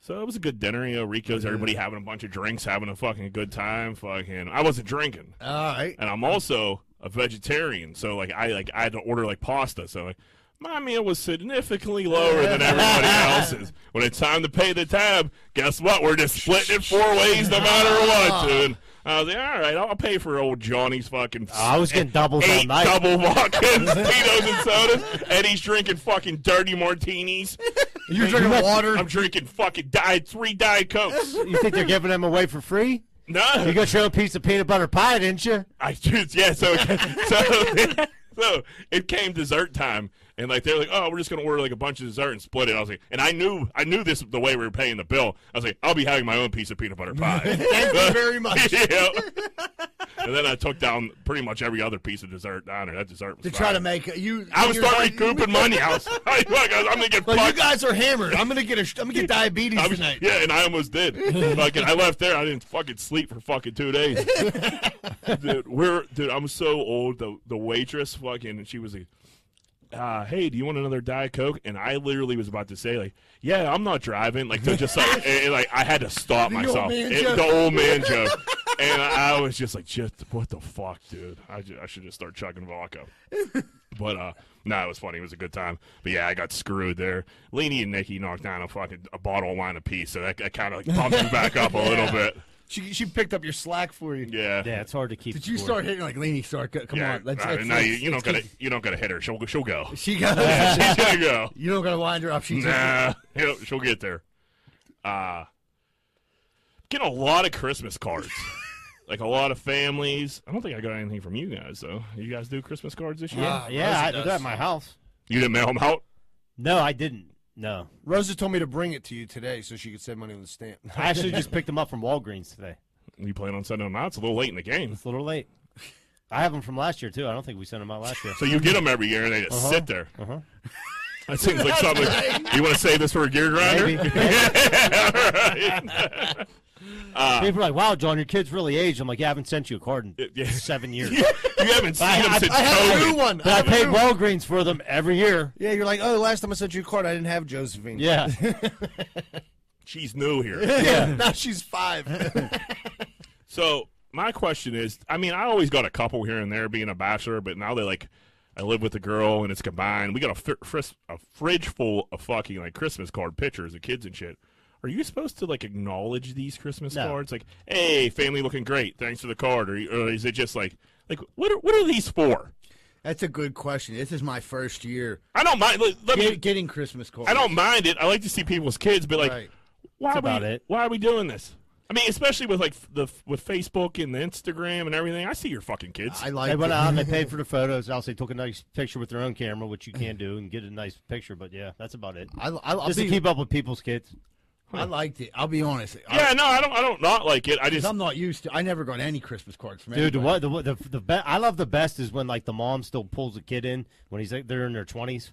A: So it was a good dinner. You know, Rico's everybody having a bunch of drinks, having a fucking good time. Fucking, I wasn't drinking,
B: all right,
A: and I'm also a vegetarian. So like, I like I had to order like pasta. So like, my meal was significantly lower than everybody else's. When it's time to pay the tab, guess what? We're just splitting it four ways, no matter what, dude. I was like, all right, I'll pay for old Johnny's fucking.
D: I was getting doubles all
A: Eight
D: night.
A: double vodkas, Tito's and sodas, and he's drinking fucking dirty martinis.
D: You're drinking water.
A: I'm drinking fucking diet three diet cokes.
D: You think they're giving them away for free?
A: No,
D: You got your own piece of peanut butter pie, didn't you?
A: I just yeah. So so so it came dessert time, and like they're like, oh, we're just gonna order like a bunch of dessert and split it. I was like, and I knew I knew this the way we were paying the bill. I was like, I'll be having my own piece of peanut butter pie. Thank
B: you very much.
A: yeah. And then I took down pretty much every other piece of dessert down there. That dessert was
B: to try
A: fine.
B: to make you.
A: I was
B: you're
A: starting
B: like-
A: recouping money. I was like, look, I- I'm gonna get
C: Look, you
A: fucked.
C: guys are hammered. I'm gonna get a. I'm gonna get diabetes
A: I was-
C: tonight.
A: yeah, and I almost did. fucking, I left there. I didn't fucking sleep for fucking two days. dude, we're dude. I'm so old. The the waitress fucking. She was like, uh, "Hey, do you want another diet coke?" And I literally was about to say like, "Yeah, I'm not driving." Like to just like, and, and, like I had to stop
B: The old
A: myself.
B: man
A: It-
B: joke.
A: the old man joke. And I, I was just like, just what the fuck, dude? I, ju- I should just start chugging vodka. But uh no, it was funny. It was a good time. But yeah, I got screwed there. Lenny and Nikki knocked down a fucking a bottle of wine apiece, so that, that kind of like bumped me back up a little bit.
C: She she picked up your slack for you.
A: Yeah.
D: Yeah, it's hard to keep.
B: Did you
D: score.
B: start hitting like Lainey Stark? Come
A: Yeah,
B: on, let's.
A: I-
B: let's-
A: no, you,
B: let's-
A: you don't
B: let's
A: gotta.
B: keep-
A: You don't gotta hit her. She'll she'll go.
B: She got.
A: She's gonna go.
B: You don't gotta wind her up. She's
A: Nah, Yep, she'll get there. Uh, get a lot of Christmas cards. like a lot of families. I don't think I got anything from you guys though. You guys do Christmas cards this year?
D: Yeah,
E: Ah,
D: yeah, I,
E: Rosie
D: they're
E: does.
D: at my house.
A: You didn't mail them out.
D: No, I didn't. No,
C: Rosa told me to bring it to you today so she could send money on the stamp.
D: I actually just picked them up from Walgreens today.
A: You plan on sending them out? It's a little late in the game,
D: It's a little late. I have them from last year too. I don't think we sent them out last year.
A: so you get them every year and they just
D: Uh-huh.
A: sit there.
D: Uh-huh.
A: That seems like something. You want to save this for a gear grinder?
D: Maybe.
A: Yeah, right. Uh,
D: People are like, "Wow, John, your kid's really aged." I'm like, "Yeah, I haven't sent you a card in
A: yeah.
D: seven years."
A: you haven't seen
D: I-
A: them
D: I-
A: since
D: I
A: COVID.
D: haven't-
C: one.
D: But I pay Walgreens for them every year.
C: Yeah, you're like, oh, last time I sent you a card, I didn't have Josephine.
D: Yeah,
A: She's new here.
D: yeah.
C: now she's five.
A: So my question is, I mean, I always got a couple here and there being a bachelor, but now they like, I live with a girl and it's combined. We got a, fr- fris- a fridge full of fucking like Christmas card pictures of kids and shit. Are you supposed to like acknowledge these Christmas
D: No.
A: cards? Like, hey, family looking great, thanks for the card, or, or is it just like, like what are what are these for?
B: That's a good question. This is my first year
A: I don't mind. Let, let
B: get,
A: me.
B: getting Christmas cards.
A: I don't mind it. I like to see people's kids, but like,
B: Right.
A: why are
D: about
A: we
D: it.
A: why are we doing this? I mean, especially with like f- the f- with Facebook and the Instagram and everything. I see your fucking kids.
B: I like.
D: They went
B: it.
D: out and they paid for the photos. Obviously, took a nice picture with their own camera, which you can do, and get a nice picture. But yeah, that's about it.
B: I, I, I'll
D: Just to
B: be,
D: keep up with people's kids.
B: I liked it. I'll be honest. I-
A: Yeah, no, I don't. I don't not like it. I just
B: 'cause I'm not used to. I never got any Christmas cards from
D: Dude, the
B: anybody.
D: what the the, the be- I love the best is when like the mom still pulls the kid in when he's like they're in their twenties.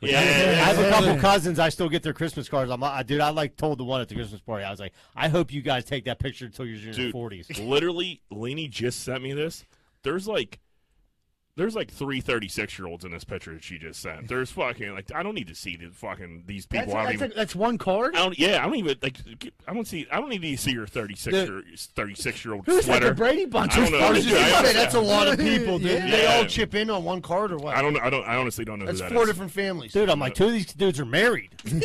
A: yeah.
D: I have a couple cousins. I still get their Christmas cards. I'm like, dude, I like told the one at the Christmas party. I was like, I hope you guys take that picture until you're in your
A: Dude.
D: forties.
A: Literally, Lenny just sent me this. There's like, there's like three 36 year olds in this picture that she just sent. There's fucking like I don't need to see the fucking these people. I
B: That's,
A: don't
B: that's,
A: even.
B: a- that's one card.
A: I don't. Yeah, I don't even like. get- I don't see. I don't need to see your 36
C: The-
A: year 36 year old
B: Who's that?
A: sweater.
B: The Brady Bunch.
A: I don't know.
B: I was
A: Dude,
B: just gonna
A: I
B: say,
A: don't-
B: that's a lot of people, dude.
C: Did they all chip in on one card or what?
A: I don't. know- I don't. I honestly don't know
C: That's
A: who that
C: four
A: is.
C: different families.
D: Dude, I'm like, two of these dudes are married.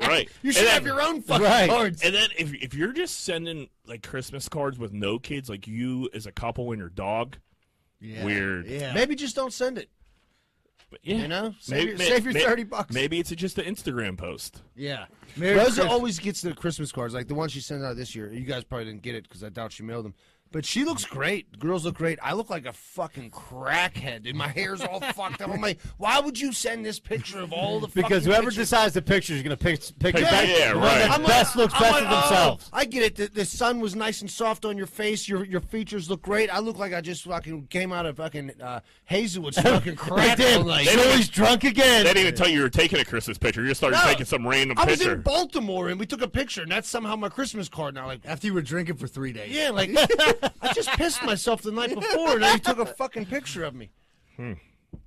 A: Right.
C: you should have your own fucking
D: Right.
C: cards.
A: And then if if you're just sending like Christmas cards with no kids, like you as a couple and your dog,
B: Yeah.
A: weird.
B: Yeah.
C: Maybe just don't send it.
A: But yeah.
C: You know, save your, save your
A: may-
C: thirty bucks.
A: Maybe it's just an Instagram post.
B: Yeah. Merry
C: Rosa
B: Christmas.
C: always gets the Christmas cards, like the one she sent out this year. You guys probably didn't get it because I doubt she mailed them. But she looks great. The girls look great. I look like a fucking crackhead, dude. My hair's all fucked up. I'm like, why would you send this picture of all the
D: Because
C: fucking
D: whoever
C: pictures?
D: decides the picture is going to pick, pick
A: Yeah,
D: back,
A: yeah,
D: the one that
A: right.
C: I'm like-
D: best looks
C: I'm
D: best
C: like,
D: of
C: oh,
D: themselves.
C: I get it. The, the sun was nice and soft on your face. Your your features look great. I look like I just fucking came out of fucking uh, Hazelwood's fucking crack.
D: Damn,
C: one night.
D: Joey's drunk again.
A: They didn't even tell you you were taking a Christmas picture. You just started
C: No.
A: taking some random
C: I was
A: picture.
C: in Baltimore and we took a picture, and that's somehow my Christmas card. Now, like,
B: After you were drinking for three days.
C: yeah, like I just pissed myself the night before, and they took a fucking picture of me.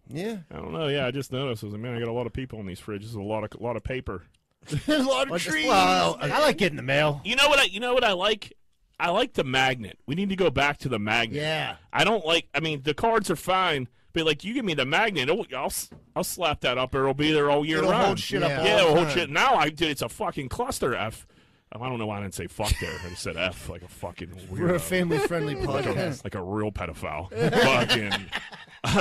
C: Yeah,
A: I don't know. Yeah, I just noticed. I was like, man, I got a lot of people in these fridges. A lot of lot of paper.
C: there's a lot of
B: Well, just-
C: trees.
B: well, uh,
D: I like getting the mail.
A: You know what? I you know what I like. I like the magnet. We need to go back to the magnet.
B: Yeah.
A: I don't like. I mean, the cards are fine, but like, you give me the magnet, it'll- I'll s- I'll slap that up. It'll be there all year
C: It'll
A: round.
C: hold shit up.
B: Yeah.
C: all
A: Yeah,
C: the
A: well,
C: time.
A: whole shit. Now I did. It's a fucking cluster F. Um, I don't know why I didn't say fuck there. I just said F like a fucking weirdo.
C: We're a family-friendly
A: like, a,
C: podcast.
A: like a real pedophile. fucking.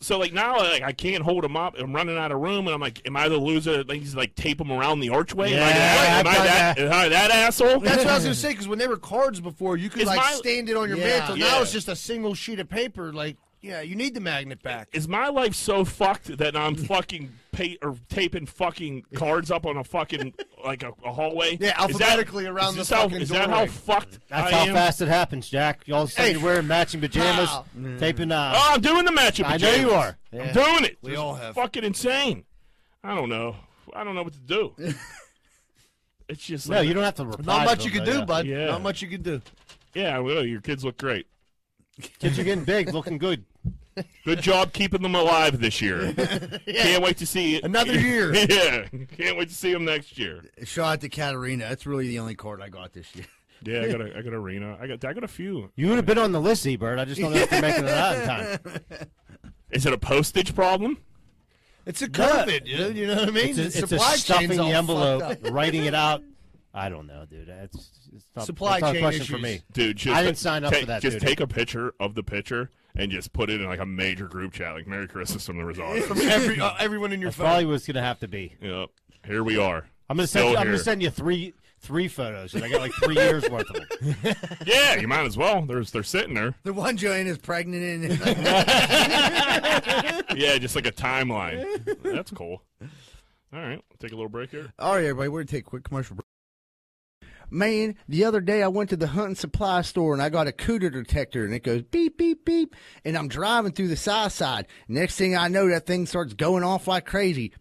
A: so like now like, I can't hold him up. I'm running out of room, and I'm like, am I the loser? Like he's like tape him around the archway. am I,
D: Yeah,
A: am I
D: I've done
A: that,
D: that.
A: am I that asshole?
C: That's what I was gonna say. Because when they were cards before, you could
A: Is
C: like
A: my-
C: stand it on your
B: Yeah.
C: mantle. Now
A: Yeah.
C: it's just a single sheet of paper. Like, yeah, you need the magnet back.
A: Is my life so fucked that I'm fucking pay or taping fucking cards up on a fucking like a, a hallway?
C: Yeah,
A: Is
C: alphabetically around
A: is
C: the
A: this how-
C: fucking
A: Is that how
C: doorway.
A: fucked
D: That's
A: I
D: how
A: am?
D: fast it happens, Jack. You all of a sudden
C: Hey,
D: you're wearing matching pajamas,
C: pow.
D: taping. Uh,
A: Oh, I'm doing the matchup.
D: I know you are.
A: I'm doing it.
C: We
A: It's
C: all have.
A: Fucking insane. I don't know. I don't know what to do. it's just
D: No,
A: like,
D: you don't have to reply.
C: Not
D: to
C: much
D: them, uh,
C: you can
D: though,
C: do,
D: yeah.
C: bud.
A: Yeah.
C: Not much you can do.
A: yeah. Well, your kids look great.
D: Kids are getting big, looking good.
A: Good job keeping them alive this year. Can't wait to see
C: Another year.
A: yeah. Can't wait to see them next year.
B: Shout out to Katarina. That's really the only card I got this year.
A: Yeah, I got a, I got arena. I got I got a few.
D: You would have been on the list, Ebert. I just don't know if they're making it out in time.
A: Is it a postage problem?
C: It's a COVID, dude. You know what I
D: It's,
C: mean?
D: a,
C: The
D: it's a
C: supply chain's
D: stuffing
C: all
D: the
C: fucked
D: envelope,
C: up.
D: writing it out. I don't know, dude. It's, it's not,
C: Supply
D: it's not
C: chain
D: a question for
C: issues.
D: me.
A: Dude, just
D: I didn't sign up
A: take-
D: for that,
A: Just
D: dude.
A: take a picture of the picture and just put it in like a major group chat, like "Merry Christmas" from the Rosado.
C: Every, uh, everyone in your
D: That's
C: phone.
D: probably was going to have to be.
A: yep. Here we are.
D: I'm going to send.
A: Still
D: You, I'm going
A: here.
D: to send you three three photos, and I got like three years worth of them.
A: Yeah, you might as well. They're they're sitting there.
B: The one Joanne is pregnant in. is like,
A: Yeah, just like a timeline. That's cool. All right, take a little break here.
B: All right, everybody, we're gonna take a quick commercial break. Man, the other day I went to the hunting supply store and I got a cooter detector and it goes beep, beep, beep. And I'm driving through the side side. Next thing I know, that thing starts going off like crazy.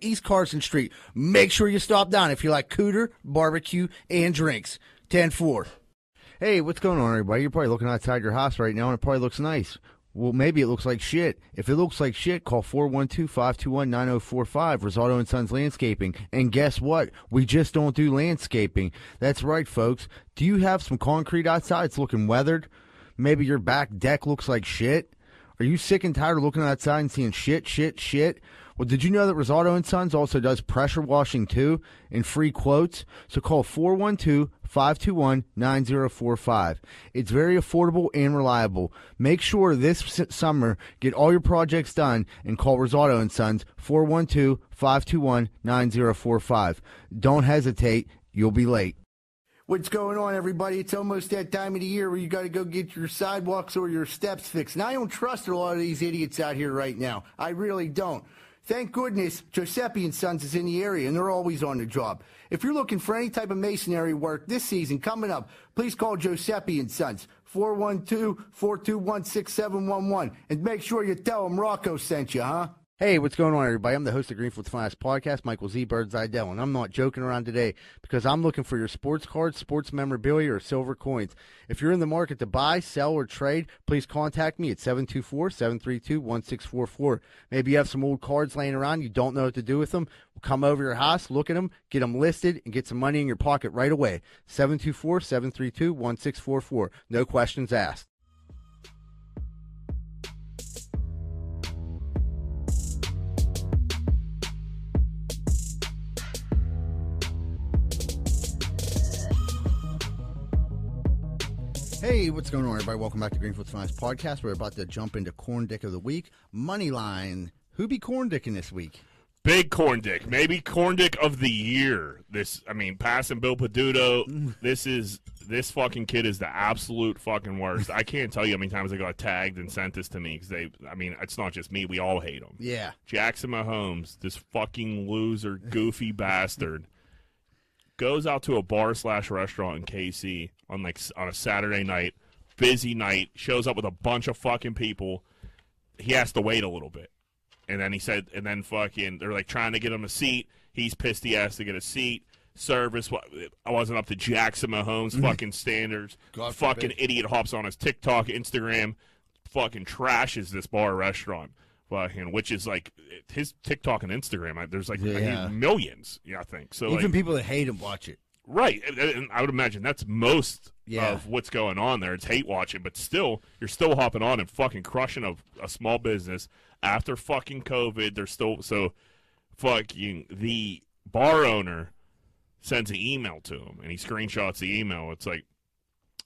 B: East Carson Street. Make sure you stop down if you like cooter, barbecue, and drinks. 10 4. Hey, what's going on, everybody? You're probably looking outside your house right now, and it probably looks nice. Well, maybe it looks like shit. If it looks like shit, call 412-521-9045, Rosato and Sons Landscaping. And guess what? We just don't do landscaping. That's right, folks. Do you have some concrete outside? It's looking weathered. Maybe your back deck looks like shit. Are you sick and tired of looking outside and seeing shit, shit, shit? Well, did you know that Rosato and Sons also does pressure washing too and free quotes? So call 412-521-9045. It's very affordable and reliable. Make sure this s- summer get all your projects done and call Rosato and Sons 412-521-9045. Don't hesitate, you'll be late. What's going on, everybody? It's almost that time of the year where you got to go get your sidewalks or your steps fixed. And I don't trust a lot of these idiots out here right now. I really don't. Thank goodness Giuseppe and Sons is in the area and they're always on the job. If you're looking for any type of masonry work this season coming up, please call Giuseppe and Sons 412-421-6711 and make sure you tell them Rocco sent you, huh? Hey, what's going on, everybody? I'm the host of Greenfield's Finest Podcast, Michael Z. Bird Zidell, and I'm not joking around today because I'm looking for your sports cards, sports memorabilia, or silver coins. If you're in the market to buy, sell, or trade, please contact me at 724-732-1644. Maybe you have some old cards laying around, you don't know what to do with them. Come over to your house, look at them, get them listed, and get some money in your pocket right away. 724-732-1644. No questions asked. Hey, what's going on, everybody? Welcome back to Greenfield's Finest Podcast. We're about to jump into Corn Dick of the Week. Money line. Who be Corn Dicking this week?
A: Big corn dick, maybe corn dick of the year. This, I mean, passing Bill Peduto. This is this fucking kid is the absolute fucking worst. I can't tell you how many times I got tagged and sent this to me because they. I mean, it's not just me. We all hate him.
B: Yeah.
A: Jackson Mahomes, this fucking loser, goofy bastard, goes out to a bar slash restaurant in KC on like s- on a Saturday night, busy night, shows up with a bunch of fucking people. He has to wait a little bit, and then he said, and then fucking they're like trying to get him a seat. He's pissed he has to get a seat. Service, wa- I wasn't up to Jackson Mahomes fucking standards.
C: God
A: fucking
C: forbid.
A: idiot hops on his TikTok, Instagram, fucking trashes this bar restaurant. Fucking, which is like his TikTok and Instagram. I- There's like I think,
B: Yeah.
A: millions, yeah, I think. So
B: Even
A: like,
B: people that hate him watch it.
A: right, and, and I would imagine that's most
B: Yeah.
A: of what's going on there. It's hate watching, but still, you're still hopping on and fucking crushing a, a small business after fucking COVID. They're still so fucking the bar owner sends an email to him and he screenshots the email. It's like,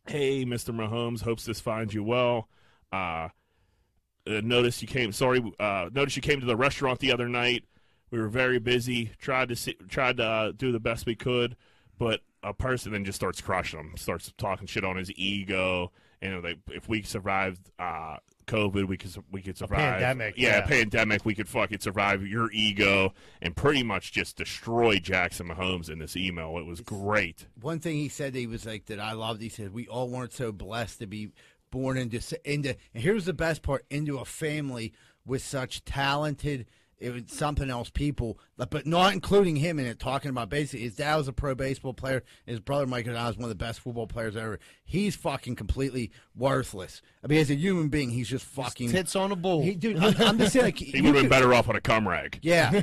A: hey, Mr. Mahomes, hopes this finds you well. Uh, uh, notice you came. Sorry, uh, notice you came to the restaurant the other night. We were very busy. Tried to see, tried to uh, do the best we could, but a person then just starts crushing him. Starts talking shit on his ego. And like, if we survived uh, COVID, we could su- we could survive
D: pandemic,
A: Yeah,
D: yeah.
A: a pandemic. We could fucking survive your ego and pretty much just destroy Jackson Mahomes in this email. It was great.
B: One thing he said that he was like that I loved. He said we all weren't so blessed to be born into s- into. And here's the best part: into a family with such talented It was something else people, but but not including him in it, talking about basically his dad was a pro baseball player. His brother Michael Dodd was one of the best football players ever. He's fucking completely worthless. I mean, as a human being, he's just fucking.
C: Tits on a bull.
B: He, dude, I'm, I'm just saying, like,
A: He would have been better off on a cum rag.
B: yeah.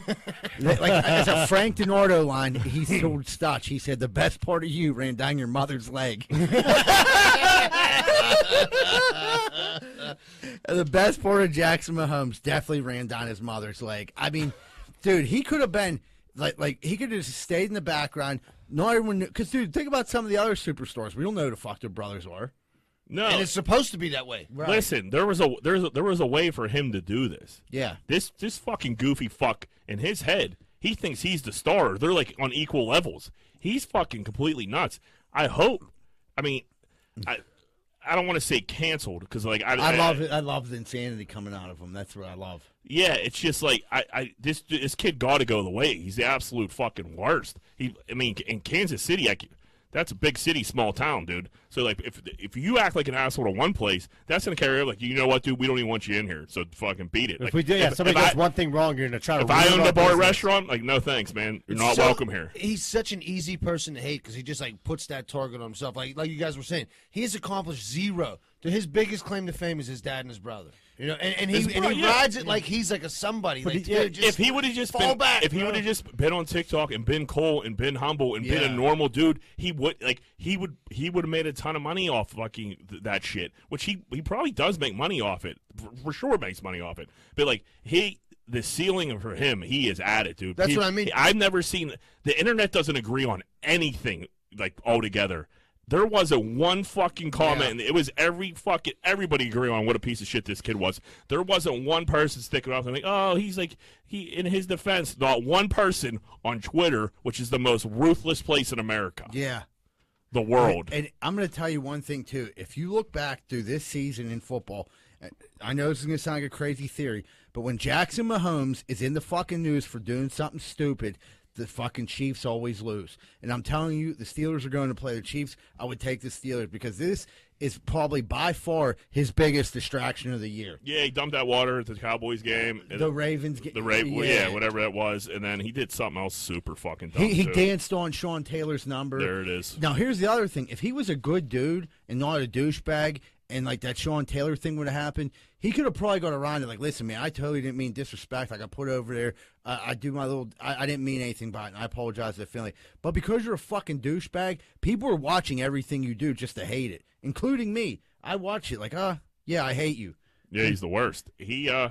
B: like, like, as a Frank DiNardo line, he told Stotch, he said, the best part of you ran down your mother's leg. the best part of Jackson Mahomes definitely ran down his mother's leg. I mean, dude, he could have been like like he could have just stayed in the background. Not everyone knew. Because, dude, think about some of the other superstars. We don't know who the fuck their brothers are.
A: No,
C: and it's supposed to be that way.
A: listen, there was a there's a, there was a way for him to do this.
B: Yeah.
A: This this fucking goofy fuck in his head, he thinks he's the star. They're like on equal levels. He's fucking completely nuts. I hope. I mean, I I don't want to say canceled because like I,
B: I love it. I love the insanity coming out of him. That's what I love.
A: Yeah, it's just like I, I this this kid got to go the way. He's the absolute fucking worst. He, I mean, in Kansas City, I, c- that's a big city, small town, dude. So like, if if you act like an asshole to one place, that's gonna carry over. Like, you know what, dude? We don't even want you in here. So fucking beat it.
D: If
A: Like,
D: we do, yeah, somebody
A: if
D: does
A: I,
D: one thing wrong, you're gonna try to.
A: if I
D: ruin
A: owned
D: our
A: a bar
D: business.
A: restaurant, like, no thanks, man. You're not
C: So-
A: welcome here.
C: He's such an easy person to hate because he just like puts that target on himself. Like like you guys were saying, he has accomplished zero. To his biggest claim to fame is his dad and his brother. You know, and, and he
A: His
C: and
A: bro-
C: he
A: yeah.
C: rides it like he's like a somebody. Like,
D: he- yeah,
C: dude, just
A: if he would have just
C: fall
A: been,
C: back,
A: if he
C: bro.
A: would have just been on TikTok and been cool and been humble and been
B: Yeah.
A: a normal dude, he would like he would he would have made a ton of money off fucking th- that shit. Which he he probably does make money off it for, for sure makes money off it. But like he. The ceiling for him, he is at it, dude.
C: That's
A: He-
C: what I mean.
A: I've never seen the internet doesn't agree on anything like altogether. There wasn't one fucking comment, and it was every fucking everybody agree on what a piece of shit this kid was. There wasn't one person sticking up and like, oh, he's like he in his defense. Not one person on Twitter, which is the most ruthless place in America,
B: Yeah.
A: the world.
B: And I'm going to tell you one thing too. If you look back through this season in football, uh, I know this is going to sound like a crazy theory, but when Jackson Mahomes is in the fucking news for doing something stupid, the fucking Chiefs always lose. And I'm telling you, the Steelers are going to play the Chiefs. I would take the Steelers because this is probably by far his biggest distraction of the year.
A: Yeah, he dumped that water at the Cowboys game.
B: The Ravens, get,
A: the rape, yeah. whatever that was, and then he did something else super fucking dumb.
B: He, he
A: too.
B: danced on Sean Taylor's number.
A: There it is.
B: Now here's the other thing: if he was a good dude and not a douchebag, and like that Sean Taylor thing would have happened, he could have probably got around it. Like, listen, man, I totally didn't mean disrespect. Like, I put it over there. I, I do my little. I, I didn't mean anything by it. And I apologize to the family. But because you're a fucking douchebag, people are watching everything you do just to hate it, including me. I watch it like, uh, yeah, I hate you.
A: Yeah, he's the worst. He, uh,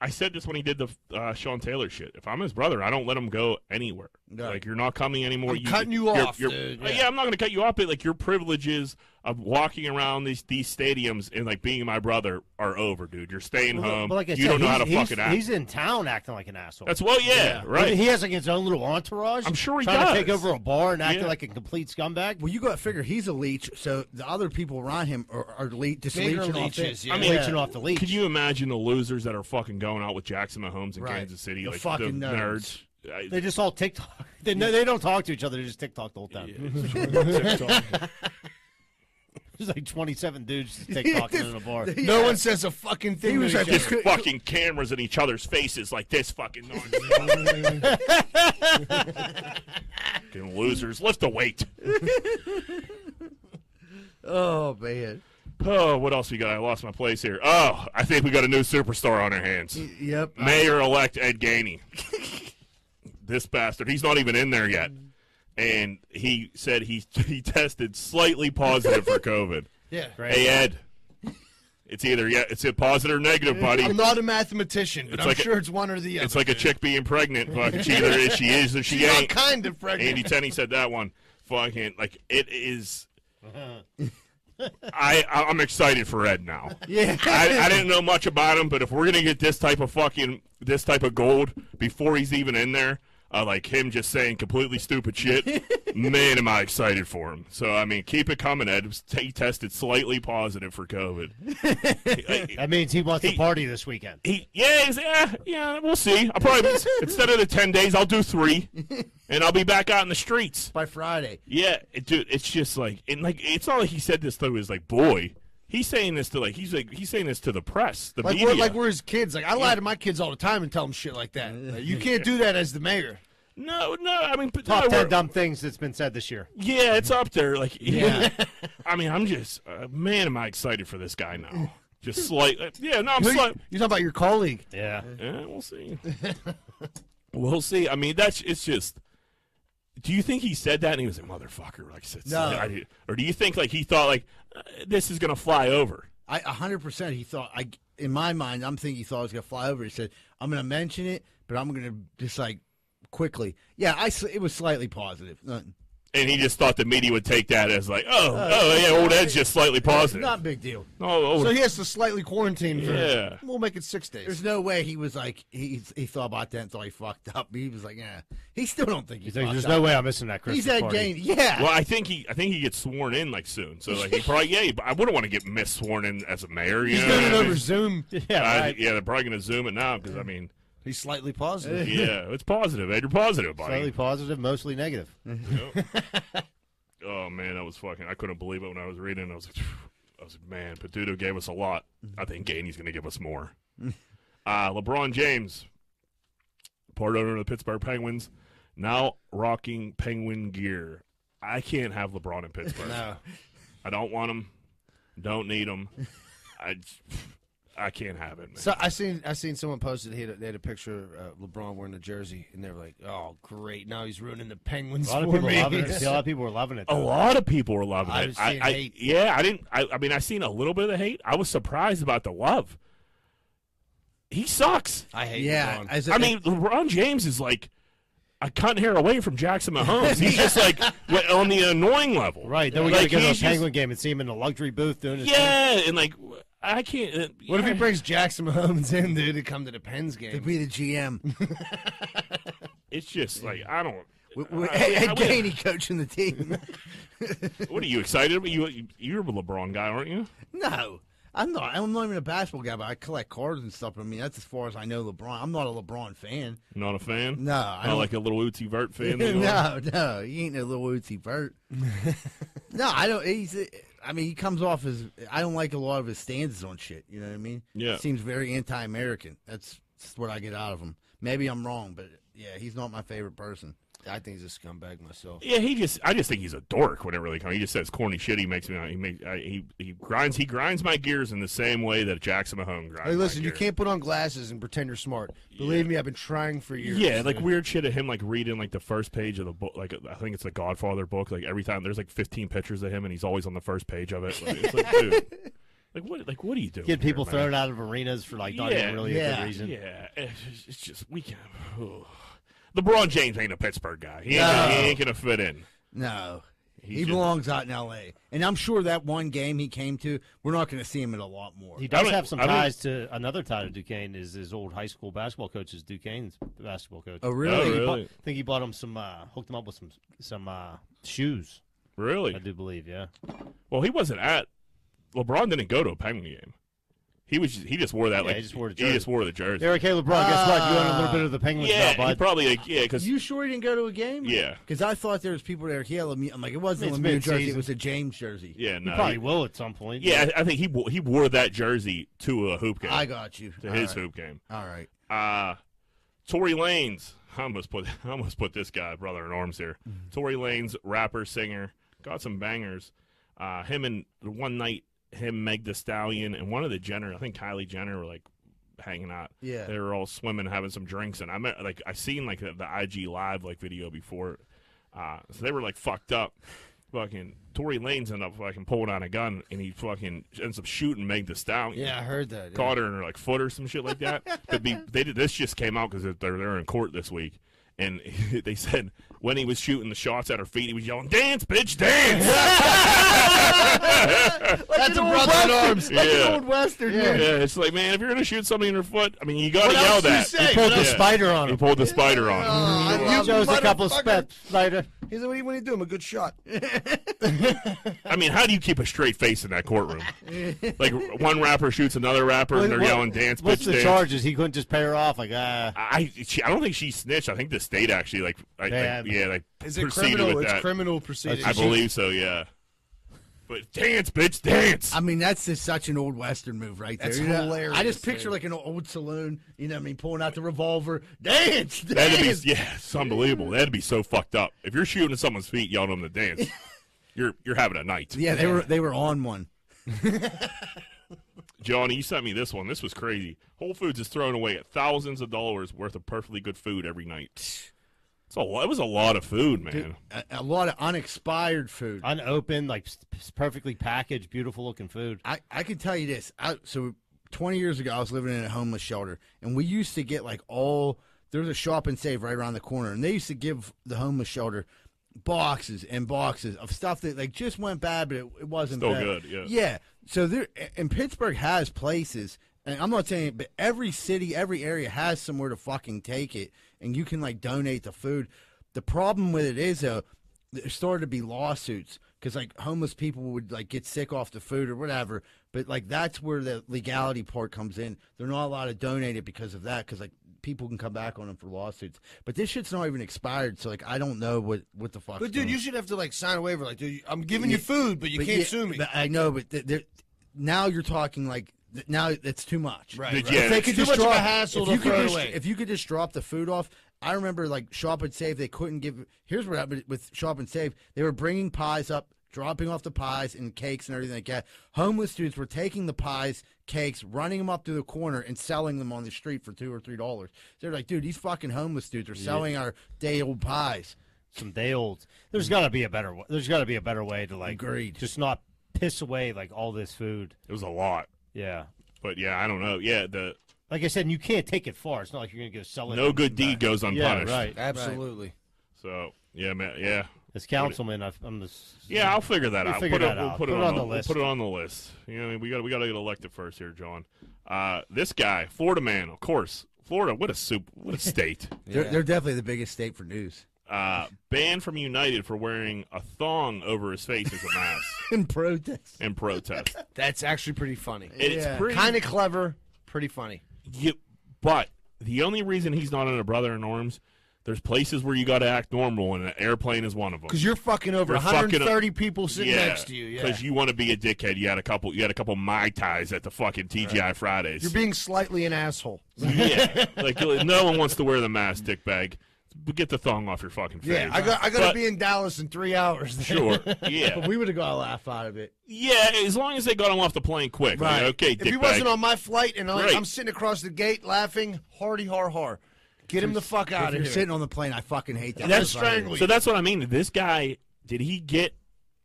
A: I said this when he did the uh, Sean Taylor shit. If I'm his brother, I don't let him go anywhere.
B: No.
A: Like you're not coming anymore.
C: I'm cutting you
A: you're-
C: off,
A: you're-
C: dude.
A: Uh,
C: Yeah.
A: Yeah. I'm not going to cut you off, but like your privileges of walking around these these stadiums and like being my brother are over, dude. You're staying
D: Well,
A: home.
D: but like I
A: you
D: said,
A: don't know
D: he's-
A: how to
D: he's-
A: fucking act.
D: He's in town acting like an asshole.
A: That's well, yeah, right.
D: He has like his own little entourage.
A: I'm sure he
D: trying
A: does.
D: to take over a bar and acting
A: Yeah.
D: like a complete scumbag.
B: Well, you got to figure he's a leech, so the other people around him are, are le- just
C: Bigger
B: leeching off it.
C: leeches, yeah.
A: I mean,
D: Leeching off the leash.
A: Could you imagine the losers that are fucking going out with Jackson Mahomes in
B: Right.
A: Kansas City?
B: The
A: like
B: fucking
A: the
B: nerds.
A: nerds. I-
D: They just all TikTok. They no, they don't talk to each other. They just TikTok the whole time. There's like 27 dudes just TikToking in a bar.
C: no one says a fucking thing.
B: He was
C: to
B: like
C: each other.
A: just fucking cameras in each other's faces like this fucking nonsense. fucking losers lift the weight
B: Oh man.
A: oh what else we got i lost my place here oh i think we got a new superstar on our hands
C: Mm.
B: Yep.
A: mayor-elect ed gainey this bastard he's not even in there yet and he said he he tested slightly positive for covid
C: yeah.
A: hey ed it's either yeah it's a positive or negative buddy
C: I'm not a mathematician, but I'm
A: like a-
C: sure it's one or the other.
A: it's like a chick being pregnant fucking she either is she is or she
C: Not
A: ain't
C: kind of pregnant.
A: Andy Tenney said that one. Fucking like it is. I I- I'm excited for Ed now.
B: Yeah.
A: I, I didn't know much about him, but if we're gonna get this type of fucking this type of gold before he's even in there, uh, like him just saying completely stupid shit, man, am I excited for him. So I mean, keep it coming, Ed. He tested slightly positive for COVID. He-
D: That means he wants to
A: He-
D: party this weekend.
A: he, yeah, he's- yeah, yeah. We'll see. I'll probably instead of the ten days, I'll do three, and I'll be back out in the streets.
B: by Friday.
A: Yeah, it, dude, it's just like and like it's not like he said this though. His like boy, He's saying this to like he's like he's saying this to the press, the
C: Like
A: media.
C: we're, like we're his kids. Like I lie to my kids all the time and tell them shit like that. Like, you can't do that as the mayor.
A: no, no. I mean, but
D: Top
A: no,
D: ten
A: we're-
D: dumb things that's been said this year.
A: Yeah, it's up there. Like, yeah. I mean, I'm just uh, man, am I excited for this guy now? Just slight. uh, yeah, no, I'm
C: Who you-
A: slight.
C: you talking about your colleague?
D: Yeah.
A: Eh, we'll see. we'll see. I mean, that's it's just. Do you think he said that and he was a motherfucker? Like, said,
B: No.
A: I did- or do you think like he thought like uh, this is gonna fly over?
B: I a hundred percent. He thought I in my mind. I'm thinking he thought I was gonna fly over. He said, "I'm gonna mention it, but I'm gonna just like quickly." Yeah, I. sl- It was slightly positive. Not,
A: And he just thought the media would take that as like, oh,
C: Uh,
A: oh yeah, old Ed's just slightly positive.
B: not big deal.
A: oh, old
C: So he has to slightly quarantine. For,
A: Yeah.
C: we'll make it six days.
B: There's no way he was like he he thought about that and thought he fucked up. He was like, yeah. He still don't think he
D: He's like,
B: fucked
D: there's no
B: up.
D: way I'm missing that Christmas
B: He's that
D: party.
B: game. Yeah.
A: Well, I think he, I think he gets sworn in like soon. So like he probably, yeah, he- I wouldn't want to get missworn in as a mayor. You
C: He's
A: know
C: doing
A: what
C: it
A: I
C: over
A: mean?
C: Zoom.
D: Yeah,
A: I-
D: right.
A: yeah, they're probably gonna zoom it now because I mean,
C: He's slightly
B: Uh,
C: positive.
A: yeah, it's positive. Ed, you're positive,
D: Slightly
A: buddy.
D: positive, mostly negative.
A: Oh man, that was fucking. I couldn't believe it when I was reading. I was like, I was like, man, Peduto gave us a lot. I think Ganey's gonna give us more. Uh, LeBron James, part owner of the Pittsburgh Penguins, now rocking Penguin gear. I can't have LeBron in Pittsburgh.
C: No.
A: I don't want them. Don't need them. I, I can't have it, man.
C: So I seen I seen someone posted he had a, they had a picture of uh, LeBron wearing a jersey and they were like, oh great, now he's ruining the Penguins
D: A lot of
C: for
D: people
C: me.
D: loving it. See, A lot of people were loving it.
A: a
D: though.
A: lot of people were loving
C: I've
A: it.
C: seen
A: I,
C: hate.
A: Yeah, I didn't. I, I mean, I seen a little bit of the hate. I was surprised about the love. He sucks.
C: I hate
B: yeah.
C: LeBron.
B: As a-
A: I mean, LeBron James is like a cunt hair away from Jackson Mahomes. He's just like w- on the annoying level,
D: Right. Then we
A: Like,
D: got to go
A: he's
D: to a Penguin game and see him in the luxury booth doing his
A: Just, yeah, and like I can't. Uh,
C: What if he
A: yeah.
C: brings Jackson Mahomes in, dude, to come to the Pens
B: to
C: game?
B: be the GM,
A: It's just like I don't.
B: with, with
A: I- I-
B: Ed Gainey coaching the team.
A: what are you excited? about? You you're a LeBron guy, aren't you?
B: No, I'm not. I'm not even a basketball guy, but I collect cards and stuff. I mean, that's as far as I know. LeBron. I'm not a LeBron fan.
A: Not a fan.
B: No, I
A: Not
B: don't-
A: like a little Uti Vert fan. that you are?
B: no, no, he ain't no little Uzi Vert. no, I don't. He's. I mean, he comes off as. I don't like a lot of his stances on shit. You know what I mean?
A: Yeah.
B: Seems very anti-American. That's, that's what I get out of him. Maybe I'm wrong, but yeah, he's not my favorite person.
C: I think he's a scumbag myself.
A: Yeah, he just. I just think he's a dork when it really comes. He just says corny shit. He makes me. He makes. I, he he grinds. He grinds my gears in the same way that Jackson Mahone grinds.
C: Hey, listen,
A: my
C: you
A: gears.
C: can't put on glasses and pretend you're smart. Believe me, I've been trying for years.
A: Yeah, like weird shit of him like reading like the first page of the book. Like I think it's the Godfather book. Like every time there's like 15 pictures of him, and he's always on the first page of it. Like, it's like, dude, like what? Like what are you doing?
D: Get people
A: here, man?
D: thrown out of arenas for like not
A: Yeah,
D: even really a
B: yeah,
D: good reason.
A: Yeah, it's just, it's just we can. Oh. LeBron James ain't a Pittsburgh guy. He ain't, gonna- he
B: No.
A: ain't gonna fit in.
B: No.
A: He
B: he
A: should-
B: belongs out in L.A., and I'm sure that one game he came to, we're not going to see him in a lot more.
D: He
A: I
D: does
A: don't-
D: have some
A: I don't-
D: ties to another tie to Duquesne. Is his old high school basketball coach is Duquesne's basketball coach.
B: oh,
A: Oh,
B: really?
D: He bought-
A: really?
D: I think he bought him some, uh, hooked him up with some some uh, shoes. I
A: Really?
D: do believe, yeah.
A: Well, he wasn't at. LeBron didn't go to a Penguin game. He was. Just, he just wore that.
D: Yeah,
A: like
D: he just wore the
A: He
D: jersey.
A: just wore the jersey.
D: They're okay, LeBron. Guess what? You own a
B: Ah.
D: little bit of the Penguins
A: yeah,
D: now, bud.
A: he probably. Like, yeah, because
B: You sure he didn't go to a game?
A: Yeah.
B: Because I thought there was people there. He had a Lemieux. I'm like, it wasn't
D: It's
B: a Lemieux jersey. It
D: mid-season.
B: was a James jersey.
A: yeah,
D: He
A: no,
D: probably
A: he-
D: will at some point.
A: yeah, I, I think he wo- he wore that jersey to a hoop game.
B: I got you.
A: to
B: All
A: his
B: right.
A: hoop game.
B: All right.
A: Uh Tory Lanez. I almost put I almost put this guy brother in arms here. Tory Lanez, rapper, singer, got some bangers. Uh, him and one night, him, Meg The Stallion, and one of the Jenner, I think Kylie Jenner, were like hanging out.
B: Yeah.
A: they were all swimming, having some drinks, and I met like I seen like the, the IG live like video before. Uh, so they were like fucked up. Fucking Tory Lanez ended up fucking pulling out a gun, and he fucking ends up shooting Meg The Stallion
C: Yeah, I heard that. yeah.
A: caught her in her like foot or some shit like that. but be, they did this just came out because they're they're in court this week, and they said when he was shooting the shots at her feet, he was yelling, "Dance, bitch, dance!"
B: That's a brother in arms.
A: Like an Yeah. old
B: western.
A: yeah, it's like man, if you're gonna shoot something in her foot, I mean, you gotta
C: What
A: yell
C: else do you
A: that.
C: say?
D: He pulled
A: Yeah.
D: the spider on
A: He
D: him.
A: pulled the spider on. him.
C: Uh,
D: He chose a couple of
C: motherfucker.
D: steps later.
C: He's like, what do you, what do you do? I'm a good shot.
A: I mean, how do you keep a straight face in that courtroom? like one rapper shoots another rapper, and they're
D: What-
A: yelling, "Dance,
D: What's
A: bitch,
D: the
A: dance."
D: charges? He couldn't just pay her off. Like, ah,
A: I she, I don't think she snitched. I think the state actually like, like, like
D: Damn.
A: yeah like
C: Is it
A: proceeded
C: criminal?
A: with
C: It's
A: that.
C: criminal proceedings.
A: I believe so, yeah. but dance, bitch, dance.
B: I mean, that's just such an old Western move right there.
C: That's
B: you know?
C: hilarious,
B: I just picture
C: dude.
B: like an old saloon, you know what I mean, pulling out the revolver. Dance,
A: That'd be
B: dance.
A: yeah, it's unbelievable. That'd be so fucked up. If you're shooting at someone's feet, yelling at them to dance, you're you're having a night.
B: Yeah, they were they were on one.
A: Johnny, you sent me this one. This was crazy. Whole Foods is throwing away thousands of dollars worth of perfectly good food every night. It's a lo- it was a lot of food, man.
B: A, a lot of unexpired food.
D: Unopened, like s- s- perfectly packaged, beautiful looking food.
B: I, I can tell you this. I, so 20 years ago, I was living in a homeless shelter, and we used to get like all there was a shop and save right around the corner, and they used to give the homeless shelter boxes and boxes of stuff that like just went bad, but it, it wasn't
A: Still
B: bad.
A: good, yeah.
B: Yeah. So there, and Pittsburgh has places. And I'm not saying, but every city, every area has somewhere to fucking take it, and you can like donate the food. The problem with it is though, there started to be lawsuits because like homeless people would like get sick off the food or whatever. But like that's where the legality part comes in. They're not allowed to donate it because of that because like people can come back on them for lawsuits. But this shit's not even expired, so like I don't know what what the fuck.
C: But dude, you should have to like sign a waiver. Like, dude, I'm giving you food, but you
B: But
C: can't
B: yeah,
C: sue me.
B: but I know, but th- there- now you're talking like th- now it's too much.
C: Right,
A: Did
C: right.
A: you-
B: If
A: Yeah,
B: they
A: it's
B: could
C: too
B: just
C: much of a
B: drop,
C: hassle
B: if
C: to
B: you could
C: throw it
B: just,
C: away.
B: If you could just drop the food off, I remember like Shop and Save. They couldn't give. Here's what happened with Shop and Save. They were bringing pies up, dropping off the pies and cakes and everything like that. Homeless dudes were taking the pies, cakes, running them up to the corner and selling them on the street for two or three dollars. They're like, dude, these fucking homeless dudes are selling our day old pies.
D: Some day old. There's
A: Mm-hmm.
D: got to be a better. wa- There's got to be a better way to like
B: Agreed.
D: just not piss away like all this food.
A: It was a lot,
D: Yeah.
A: but yeah, I don't know. Yeah, the
D: Like I said, you can't take it far. It's not like you're gonna go sell it.
A: no good deed goes
D: Yeah,
A: unpunished.
D: right.
C: Absolutely.
A: So yeah, man, yeah,
D: As councilman, I've, I'm this.
A: yeah. I'll figure that
D: We'll
A: out.
D: figure
A: put it,
D: that
A: we'll
D: out.
A: Put, it on, the, we'll
D: list.
A: Put it on the list. You know, what I mean? we got we got to get elected first here, John. Uh, this guy, Florida man, of course. Florida, what a soup, what a state.
B: They're, they're definitely the biggest state for news.
A: Uh, banned from United for wearing a thong over his face as a mask.
B: In protest.
A: and protest.
C: That's actually pretty funny.
A: And It's
B: Yeah.
A: pretty,
C: Kind of clever, pretty funny.
A: you, but the only reason he's not in a brother in arms, there's places where you got to act normal, and an airplane is one of them.
C: Because you're fucking over
A: You're fucking
C: 130 people sitting next to you. Yeah.
A: because you want to be a dickhead. You had a couple, you had a couple mai tais at the fucking TGI Fridays.
C: You're being slightly an asshole.
A: yeah, like no one wants to wear the mask, dickbag. But get the thong off your fucking face.
C: Yeah, I got I got to
A: But-
C: be in Dallas in three hours.
A: sure. Yeah,
B: But we would have got a laugh out of it.
A: yeah. As long as they got him off the plane quick. Like,
C: Right.
A: okay,
C: If he
A: dickbag.
C: wasn't on my flight and I'm,
A: Right.
C: I'm sitting across the gate laughing, hardy har har, get him the fuck
B: If
C: out of
B: you're
C: here.
B: sitting on the plane, I fucking hate that.
C: That's
B: That's right.
C: strangle
A: So that's what I mean. This guy, did he get?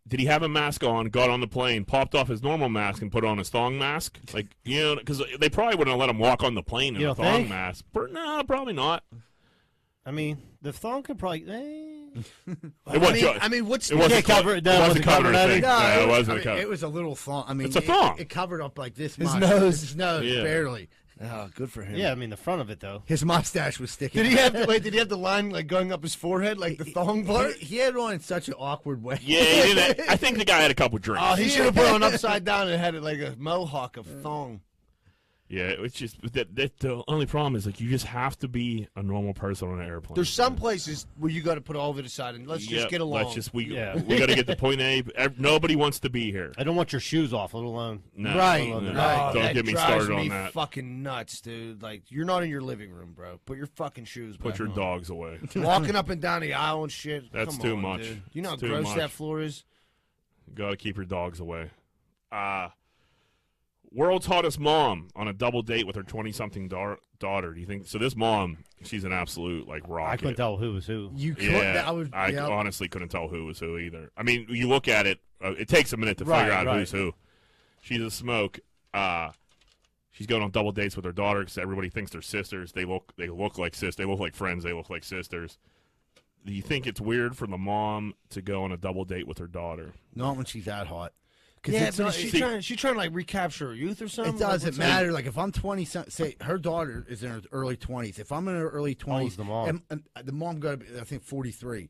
A: Did he have a mask on? Got on the plane, popped off his normal mask, and put on his thong mask? Like you know, because they probably wouldn't have let him walk on the plane in
D: You
A: a
D: don't
A: thong
D: think?
A: mask. But no, probably not.
D: I mean, the thong could probably. eh.
A: It
C: I
A: wasn't.
C: mean,
A: covered-
C: I mean, what's
A: it wasn't
D: can't cover it. No,
A: It
D: it
A: wasn't
D: wasn't
A: covered.
D: covered,
A: I
D: I
A: think.
D: think.
A: No, it
B: was-
A: wasn't
B: I mean,
A: covered.
B: it was a little thong. I mean,
A: It's a
B: it-
A: thong.
B: It, covered up like this.
C: His
B: much.
C: nose.
B: his nose,
A: Yeah.
B: barely.
C: Oh, good for him.
D: Yeah, I mean the front of it though.
B: His mustache was sticking.
C: Did he
B: out.
C: have the, wait? Did he have the line like going up his forehead, like the thong part?
B: He, he had it on in such an awkward way.
A: yeah, he didn't- I think the guy had a couple drinks.
C: Oh, he should have put it on upside down and had it like a mohawk of thong.
A: yeah, it's just that, that. The only problem is like you just have to be a normal person on an airplane.
C: There's some places where you got to put all of it aside and let's
A: Yep,
C: just get along.
A: Let's just we
D: Yeah.
A: we got to get to point A. Ev- Nobody wants to be here.
D: I don't want your shoes off, let alone.
A: No,
B: Right,
A: no,
B: right.
C: Oh,
A: Don't
C: that
A: get me
C: drives
A: started on
C: me
A: that.
C: Fucking nuts, dude. Like you're not in your living room, bro. Put your fucking shoes.
A: Put
C: back
A: your
C: on.
A: dogs away.
C: Walking up and down the aisle and shit.
A: That's
C: Come
A: too
C: on,
A: much.
C: Dude. You know how
A: It's too
C: gross
A: much.
C: that floor is.
A: Got to keep your dogs away. Uh world's hottest mom on a double date with her twenty-something da- daughter. Do you think so? This mom, she's an absolute like rocket.
D: I couldn't tell who was who.
B: You could.
A: Yeah,
B: I would.
A: I
B: yeah.
A: honestly couldn't tell who was who either. I mean, you look at it; uh, it takes a minute to
D: Right,
A: figure out
D: right.
A: who's who. She's a smoke. Uh, she's going on double dates with her daughter because everybody thinks they're sisters. They look they look like sis. They look like friends. They look like sisters. Do you think it's weird for the mom to go on a double date with her daughter?
B: Not when she's that hot. 'Cause
C: Yeah,
B: it's
C: but
B: not-
C: is she
A: See-
C: trying? She trying to like recapture her youth or something?
B: it
C: Like,
B: doesn't
C: what's up?
B: matter. Like if I'm 20, some- say her daughter is in her early 20s. If I'm in her early 20s,
D: the mom?
B: And, and the mom got to be, I think, 43.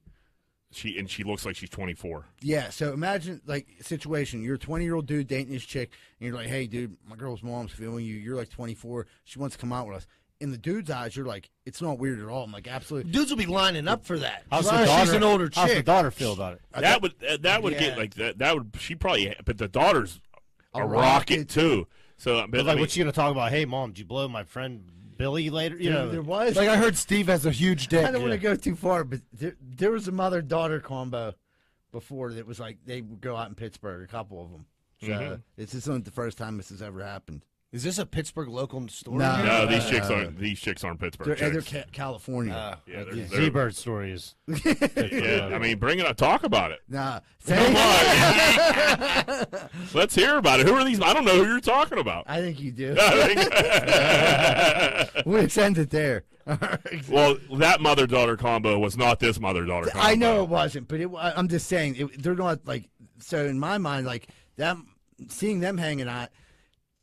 A: She and she looks like she's twenty four.
B: Yeah, so imagine like situation. You're a 20 year old dude dating this chick, and you're like, "Hey, dude, my girl's mom's feeling you. You're like 24. She wants to come out with us." in the dude's eyes, you're like, it's not weird at all. I'm like, absolutely.
C: Dudes will be lining up for that.
D: How's the
C: As long as
D: daughter?
C: she's an older
D: How's the
C: chick.
D: daughter feel about it?
A: that would uh, that would
C: Yeah.
A: get like that. That would she probably, but the daughter's a,
B: A
A: rocket,
B: rocket.
A: too. So, but,
D: Like,
A: I mean,
D: what's she gonna talk about? Hey, mom, did you blow my friend Billy later? You know,
B: there was.
C: Like I heard Steve has a huge dick.
B: I don't want to go too far, but there, there was a mother daughter combo before that was like they would go out in Pittsburgh, a couple of them. So
A: Mhm.
B: this isn't the first time this has ever happened.
C: Is this a Pittsburgh local story?
B: No.
C: here?
A: no, these
B: Uh,
A: chicks aren't. These chicks aren't Pittsburgh.
B: They're, and they're
A: chicks.
B: ca- California.
C: Uh,
A: Yeah, they're-
D: yeah,
A: they're-
D: Z-Bird story is.
A: yeah, I mean, bring it up. Talk about it.
B: nah,
A: Come
B: thank-
A: on. Let's hear about it. Who are these? I don't know who you're talking about.
B: I think you do.
A: I think-
B: We'll send it there.
A: well, that mother daughter combo was not this mother daughter combo.
B: I know it wasn't, but it, I- I'm just saying it, they're not like. So in my mind, like them seeing them hanging out.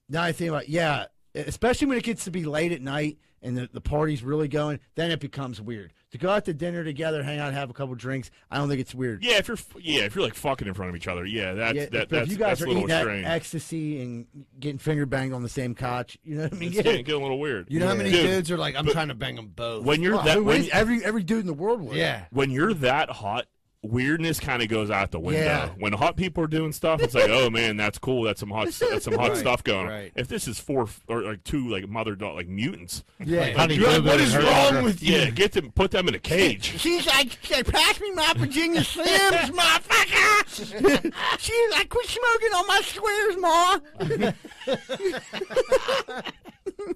B: Now I think about yeah, e, especially when it gets to be late at night and the, the party's really going, then it becomes weird to go out to dinner together, hang out, have a couple drinks. I don't think it's weird.
A: Yeah, if you're f- yeah, if you're like fucking in front of each other, yeah, that's
B: Yeah,
A: that,
B: but
A: that's
B: if you guys
A: that's
B: are
A: a little
B: eating that
A: strange.
B: ecstasy and getting finger banged on the same couch, you know what I mean?
A: it's getting, getting a little weird.
C: You know how many
A: Dude,
C: dudes are like, I'm trying to bang them both.
A: when you're
B: Well,
A: that
B: who
A: when,
B: is- every every dude in the world would.
C: yeah.
A: when you're that hot, weirdness kind of goes out the window.
B: Yeah.
A: When hot people are doing stuff, it's like, oh man, that's cool. That's some hot. stu- That's some hot
C: Right,
A: stuff going on.
C: right.
A: If this is four f- or like two like mother daughter like mutants,
B: yeah.
D: Honey,
A: you're like,
D: Boo Boo
A: what
D: and
A: is
D: her
A: wrong
D: daughter.
A: with you? Yeah, get them, put them in a cage.
B: She's like, "Hey, pass me my Virginia Slims, motherfucker. She's like, quit smoking on my squares, ma.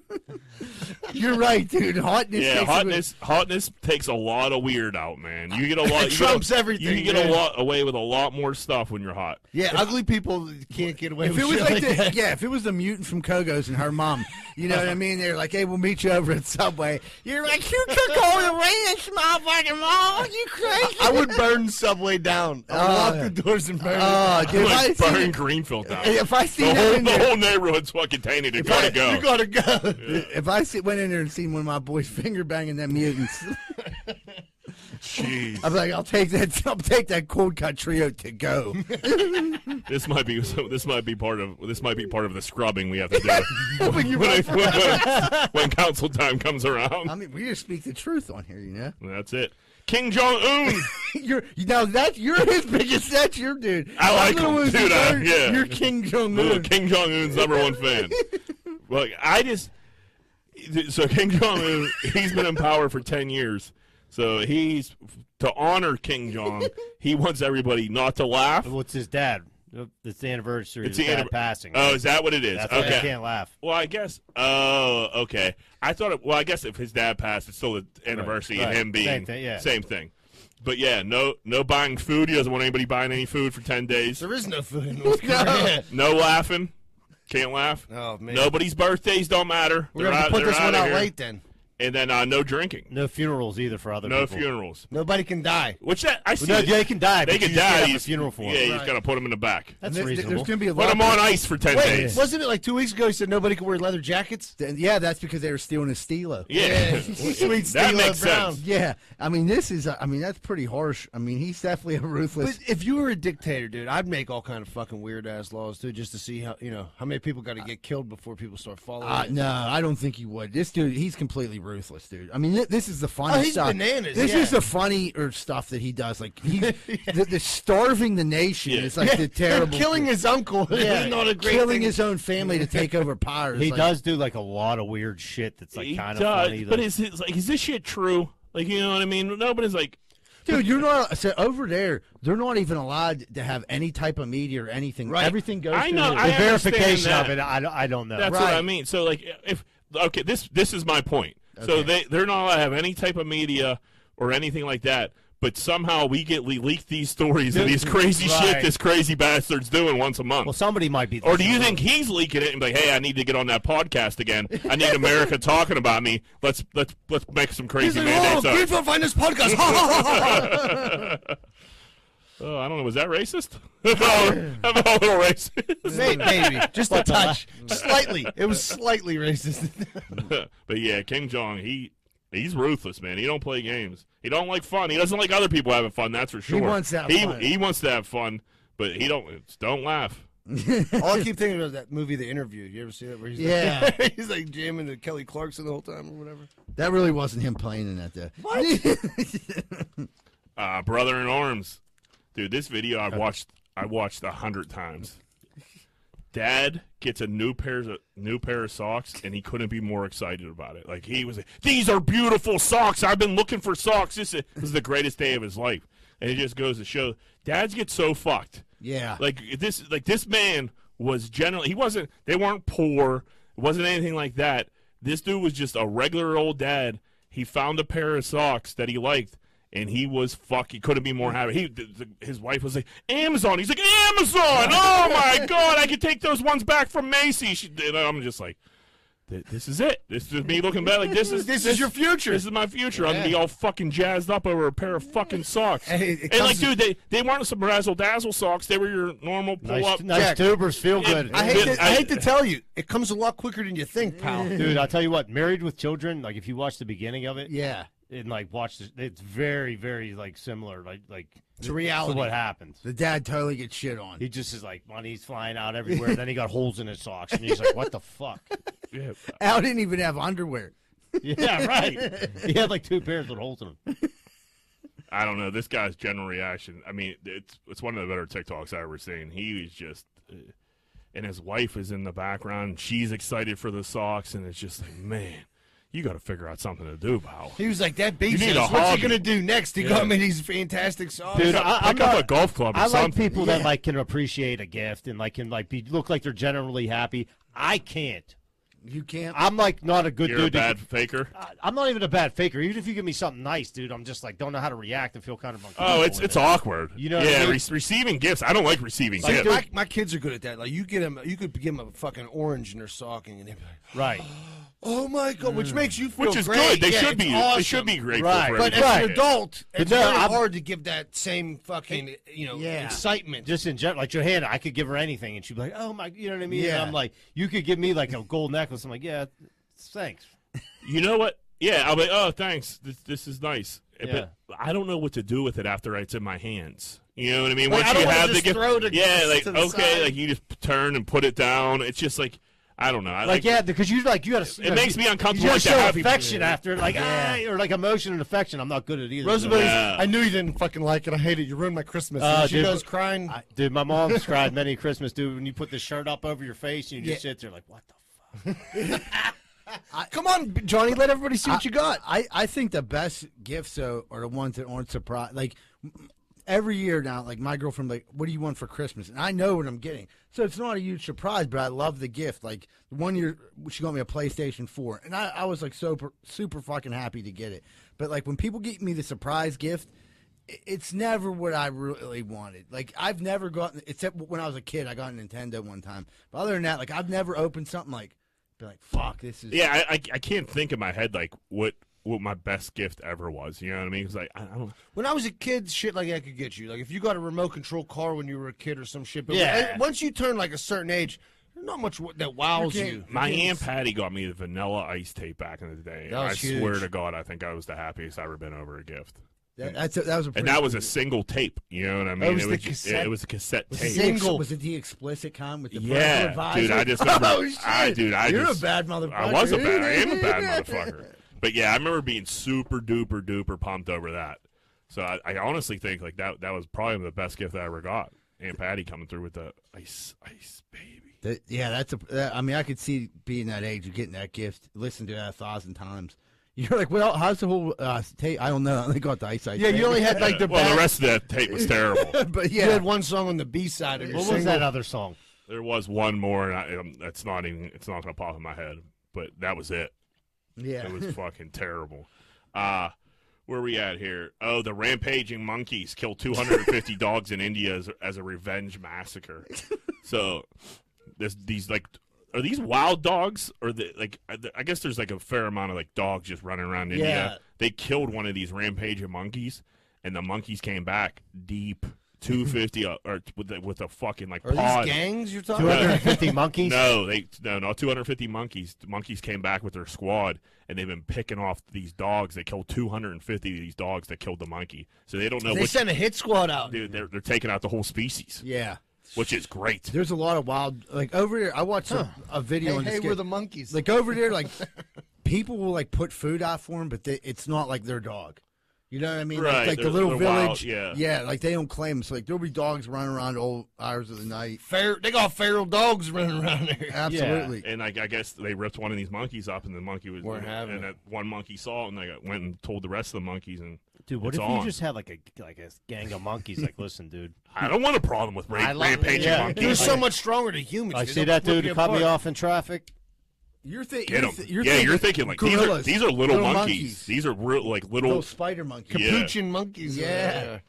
B: You're right, dude. Hotness.
A: Yeah,
B: takes a bit-
A: hotness hotness takes a lot of weird out, man. You get a lot. you
C: Trumps
A: get a-
C: everything,
A: You get
C: man.
A: a lot away with a lot more stuff when you're hot.
C: Yeah, ugly people can't get away
B: If
C: with
B: it was
C: shit
B: like the, yeah, if it was the mutant from Kogo's and her mom, you know what I mean? They're like, hey, we'll meet you over at Subway. You're like, you took all the ranch, motherfucking mom. You crazy?
C: I would burn Subway down. I would
B: Oh,
C: lock the doors and burn
B: Oh,
A: You
B: dude, if I
A: like
B: see,
A: burn Greenfield down.
B: if I see
A: the
B: that
A: whole,
B: in
A: the
B: there,
A: whole neighborhood's fucking tainted. It gotta
C: it.
A: go.
C: You gotta go.
B: If I sit, went in there and seen one of my boys finger banging them mutants,
A: Jeez.
B: I'm like, I'll take that. I'll take that cold cut trio to go.
A: This might be so this might be part of this might be part of the scrubbing we have to do when, I- when- when council time comes around.
B: I mean, we just speak the truth on here, you know.
A: That's it. King Jong Un.
B: You're you- now that you're his biggest. That's your dude.
A: I like
B: I'm gonna
A: him,
B: lose
A: dude,
B: the
A: I-
B: third.
A: yeah.
B: You're King Jong
A: Ooh,
B: Un.
A: King Jong Un's number one fan. Look, I just so King Jong Un, he's been in power for ten years. So he's to honor King Jong, he wants everybody not to laugh.
D: What's his dad? It's the anniversary.
A: It's
D: of his
A: the
D: dad
A: annivers-
D: passing.
A: Oh, is that what it is?
D: That's why
A: okay.
D: I can't laugh.
A: Well, I guess. Oh, okay. I thought. It, well, I guess if his dad passed, it's still the anniversary
D: right.
A: of him being
D: Same thing, yeah.
A: same thing. But yeah, no, no buying food. He doesn't want anybody buying any food for ten days.
C: there is no food in North Korea.
A: No laughing. Can't laugh.
C: Oh, man.
A: Nobody's birthdays don't matter.
C: We're
A: They're
C: gonna have to
A: out-
C: put
A: they're
C: this one
A: outta
C: out
A: here.
C: late then.
A: And then uh, no drinking,
D: No funerals either for other
A: no
D: people.
A: funerals.
C: Nobody can die.
A: Which that I see.
D: No, they can die.
A: They
D: but
A: could
D: you just
A: die.
D: Get up a
A: he's-
D: funeral for
A: yeah,
D: them.
A: he's gonna put him in the back.
D: That's
B: There-
D: reasonable.
B: There's gonna be a
A: Put
B: lot.
A: him on ice for ten
C: Wait,
A: days.
C: wasn't it like two weeks ago he said nobody could wear leather jackets?
B: of- yeah, that's because they were stealing his stilo.
A: Yeah,
C: Sweet
A: that
C: Steve
A: makes
C: Brown.
A: sense.
B: Yeah, I mean, this is. I mean, that's pretty harsh. I mean, he's definitely a ruthless.
C: But if you were a dictator, dude, I'd make all kind of fucking weird ass laws too, just to see how you know how many people got to get killed before people start following.
B: Uh,
C: it.
B: no, I don't think he would. This dude, he's completely ruthless, dude. I mean, th- this is the funny
C: Oh, he's
B: stuff.
C: bananas,
B: This
C: yeah.
B: is the funnier stuff that he does. Like he, the, the starving the nation.
A: Yeah.
B: It's like the terrible
C: killing his uncle.
B: yeah,
C: is not a great
B: killing
C: thing.
B: his own family to take over power. It's
D: He
B: like-
D: does do like a lot of weird shit that's like
A: He
D: kind of
A: does,
D: funny.
A: but
D: like-
A: is it, like is this shit true? Like you know what I mean? Nobody's like
B: dude. You're not so over there. They're not even allowed to have any type of media or anything.
C: Right.
B: Everything goes.
A: I
B: through
A: know-
B: his-
A: I
D: the verification
A: understand
D: of it, I, don't- I don't know.
A: that's what
B: Right.
A: I mean. So like if okay, this this is my point. So they they're not allowed to have any type of media or anything like that. But somehow we get we leak these stories and these crazy shit
D: Right.
A: this crazy bastard's doing once a month.
D: Well, somebody might be.
A: or do you think he's leaking it and be like, hey, I need to get on that podcast again. I need America talking about me. Let's let's letess make some
C: He's
A: crazy
C: like,
A: mandates
C: oh,
A: up."
C: Greenfield find this podcast. Ha, ha, ha, ha, ha.
A: Oh, I don't know. Was that racist? I'm a little racist.
C: May- Maybe uh, just a touch, slightly. It was slightly racist.
A: but yeah, Kim Jong, he he's ruthless, man. He don't play games. He don't like fun. He doesn't like other people having fun. That's for sure.
B: wants to have
A: he,
B: fun.
A: He wants to have fun, but he don't don't laugh.
C: All I keep thinking about is that movie, The Interview. You ever see that? Where he's
B: Yeah.
C: like, he's like jamming to Kelly Clarkson the whole time or whatever.
B: That really wasn't him playing in that, though. What?
A: Uh, brother in arms, dude. This video I've watched. I watched a hundred times. Dad gets a new pair of new pair of socks, and he couldn't be more excited about it. Like he was, like, these are beautiful socks. I've been looking for socks. This is, this is the greatest day of his life, and it just goes to show dads get so fucked.
B: yeah.
A: Like this, like this man was generally he wasn't. They weren't poor. It wasn't anything like that. This dude was just a regular old dad. He found a pair of socks that he liked, and he was fuck. He couldn't be more happy. He, th- th- his wife was like Amazon. He's like Amazon. Oh my god, I could take those ones back from Macy. She, and I'm just like. th- This is it. This is me looking back. Like this is
C: This is your future.
A: This is my future. I'm gonna be
C: Yeah.
A: all fucking jazzed up over a pair of fucking socks.
C: Hey, it
A: and
C: comes
A: like,
C: to-
A: dude, they they weren't some razzle dazzle socks. They were your normal pull
D: Nice,
A: up.
D: nice
C: Jack.
D: tubers feel good.
C: I hate, to, I,
A: I-
C: hate to tell you, it comes a lot quicker than you think, pal.
D: Dude, I'll tell you what, Married with Children, like if you watch the beginning of it
B: yeah.
D: and like watch the, it's very, very like similar, like like
C: To
D: to
C: reality.
D: what happens.
B: The dad totally gets shit on.
D: He just is like money's flying out everywhere. then he got holes in his socks, and he's like, "What the fuck?"
A: Yeah.
B: Al didn't even have underwear.
D: yeah, right. He had like two pairs with holes in them.
A: I don't know. This guy's general reaction. I mean, it's it's one of the better TikToks I've ever seen. He was just, uh, and his wife is in the background. She's excited for the socks, and it's just like, man, you got to figure out something to do, pal.
C: He was like, that
A: You
C: beats
A: need
C: us.
A: a
C: What's
A: hobby."
C: he going to do next? He
A: Yeah.
C: got me these fantastic songs.
D: Dude,
A: Pick up-
D: I- I'm
A: pick up
D: not-
A: a golf club or
D: I like
A: something.
D: people that like can appreciate a gift and like can like be look like they're generally happy. I can't.
B: You can't.
D: I'm like not a good
A: You're a
D: dude. to-
A: bad faker.
D: I- I'm not even a bad faker. Even if you give me something nice, dude, I'm just like don't know how to react and feel kind of uncomfortable.
A: Oh, it's
D: with
A: it's
D: it.
A: awkward.
D: You know what I
A: yeah,
D: mean?
A: re- receiving gifts. I don't like receiving
D: Like,
A: gifts.
D: dude,
C: my, my kids are good at that. Like you get them, you could give them a fucking orange and they're socking, and they're like,
D: right.
C: "Oh my god," which makes you feel
A: which is
C: great.
A: good. They
C: Yeah,
A: should
C: it's
A: be. They
C: awesome.
A: should be grateful.
D: Right.
A: For
C: But
A: everything.
C: as an adult,
D: But
C: it's
D: no,
C: very
D: I'm-
C: hard to give that same fucking you know
B: Yeah.
C: excitement.
D: Just in general, like Johanna, I could give her anything, and she'd be like, "Oh my," you know what I mean?
B: Yeah.
D: And I'm like, "You could give me like a gold necklace." I'm like, "Yeah, thanks."
A: you know what? Yeah, I'll be. Oh, thanks. This this is nice.
D: Yeah.
A: But I don't know what to do with it after it's in my hands. You know what I mean?
C: Like, I don't
A: you
C: wanna just throw it
A: yeah, like
C: to the
A: okay,
C: side.
A: like you just turn and put it down. It's just like I don't know. I,
D: Like, yeah, because you like you got to.
A: it makes me
D: You
A: uncomfortable.
D: gotta
A: like, to
D: show
A: have-
D: affection after, like ah, or like emotion and affection. I'm not good at either.
C: Roosevelt,
A: Yeah.
C: I knew you didn't fucking like it. I hate it. You ruined my Christmas.
D: Uh,
C: And she
D: dude,
C: goes crying.
D: I- dude, my mom's cried many Christmas, dude. When you put the shirt up over your face and you just
B: Yeah.
D: sit there like, what the fuck?
C: Come on, Johnny, let everybody see what you got.
B: I, I think the best gifts though are the ones that aren't surprised. Like m- every year now, like my girlfriend, like, what do you want for Christmas? And I know what I'm getting, so it's not a huge surprise. But I love the gift. Like one year, she got me a PlayStation Four, and I, I was like super super fucking happy to get it. But like when people get me the surprise gift. i- It's never what I really wanted. Like I've never gotten, except when I was a kid, I got a Nintendo one time. But other than that, like I've never opened something like, be like, fuck, this is
A: yeah, I, I I can't think in my head like what what my best gift ever was. You know what I mean? Because like I, I don't.
C: When I was a kid, shit like that could get you. Like if you got a remote control car when you were a kid or some shit. But
D: Yeah.
C: when- once you turn like a certain age, there's not much wa- that wows
B: You
C: you.
B: can't-
A: My aunt Patty got me the vanilla ice tape back in the day. and
C: That was
A: I swear
C: huge.
A: to God, I think I was the happiest I ever been over a gift.
B: That, that's a, that was a
A: And
B: pretty-
A: that was a single tape. You know what I mean?
C: was
A: it,
C: the
A: was, ju-
C: cassette-
A: it was a cassette
B: Was
A: tape.
B: it the ex-
C: Single.
B: was it the explicit con with the parental
A: Yeah,
B: advisor?
A: dude, I just remember.
B: oh, shit.
A: I, dude, I
B: You're
A: just,
B: a bad motherfucker.
A: I was a bad. I am a bad motherfucker. But yeah, I remember being super duper duper pumped over that. So I, I honestly think like that that was probably the best gift I ever got. Aunt Patty coming through with the ice ice baby.
B: That- yeah, that's a. That, I mean, I could see being that age of getting that gift. Listen to that a thousand times. You're like, well, how's the whole uh, tape? I don't know. I only got the ice ice.
C: yeah, you
B: baby.
C: only had like the,
A: well,
C: back-
A: the rest of that tape was terrible.
B: but
C: You
B: yeah,
C: had one song on the B side of your
D: What
C: single.
D: was that other song?
A: there was one more, and I, um, that's not even it's not gonna pop in my head. But that was it.
B: yeah.
A: It was fucking terrible. Uh where we at here? Oh, the rampaging monkeys killed 250 dogs in India as, as a revenge massacre. so, this these like are these wild dogs or the like? I I guess there's like a fair amount of like dogs just running around India.
B: Yeah.
A: They killed one of these rampaging monkeys, and the monkeys came back deep 250 uh, or with a, with a fucking like
C: Are
A: paw.
C: these gangs you're talking about?
D: 250 monkeys.
A: No, they no, not 250 monkeys. The monkeys came back with their squad, and they've been picking off these dogs. They killed 250 of these dogs that killed the monkey. So they don't know
C: They
A: which
C: sent a hit squad out.
A: dude. They're, they're taking out the whole species.
B: yeah.
A: which is great.
B: There's a lot of wild like over there. I watched a, a video on this. kid-
C: monkeys.
B: like over there, like people will like put food out for them, but they, it's not like their dog. You know what I mean? Like-
A: Right,
B: Like, the
A: they're-
B: little
A: they're
B: village.
A: wild, yeah.
B: Yeah. Like they don't claim. 'em, So like there'll be dogs running around all hours of the night.
C: Fer- they got feral dogs running around there.
B: Absolutely.
A: And like I guess they ripped one of these monkeys up, and the monkey was
C: Weren't
A: and,
C: having
A: that one monkey saw it, and they got, went and told the rest of the monkeys. And
D: Dude, what
A: It's
D: if
A: on.
D: you just had like a like a gang of monkeys? Like, listen, dude,
A: I don't want a problem with ra-
D: I like-
A: rampaging
D: yeah.
A: monkeys.
C: They're so much stronger than humans.
D: I
C: They
D: see
C: don't
D: that
C: flip
D: dude who
C: you
D: cut me
C: apart.
D: off in traffic.
B: You're, thi-
A: Get
B: you're,
A: 'em.
B: thi- you're
A: yeah,
B: thinking
A: you're thinking like
B: gorillas,
A: these are these are little,
B: little
A: monkeys.
B: monkeys.
A: These are real like
B: little
A: little.
B: spider monkey.
A: Yeah.
C: Capuchin monkeys.
B: Yeah.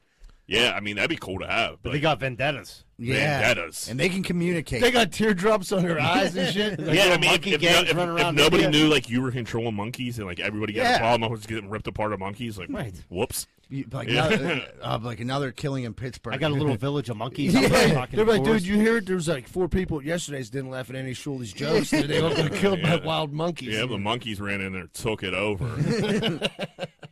A: Yeah, I mean that'd be cool to have.
D: But they got vendettas.
A: Vendettas.
B: And they can communicate.
C: They got teardrops on their eyes and shit.
A: yeah, I
D: little
A: mean, if,
D: monkey
A: if, no-
D: gangs
A: if-
D: running
A: if
D: around
A: nobody
D: India.
A: knew like you were controlling monkeys and like everybody got
D: Yeah.
A: a problem, I was getting ripped apart of monkeys. Like,
D: Right.
A: whoops.
B: You- like,
A: Yeah.
B: another, uh, like another killing in Pittsburgh.
D: I got a little village of monkeys.
C: Yeah.
D: out there fucking
C: They're like, dude,
D: forest.
C: you hear it? There's like four people at yesterday's didn't laugh at any Shuli's jokes. they all got killed by
A: Yeah.
C: wild monkeys.
A: Yeah, the monkeys ran in there, took it over.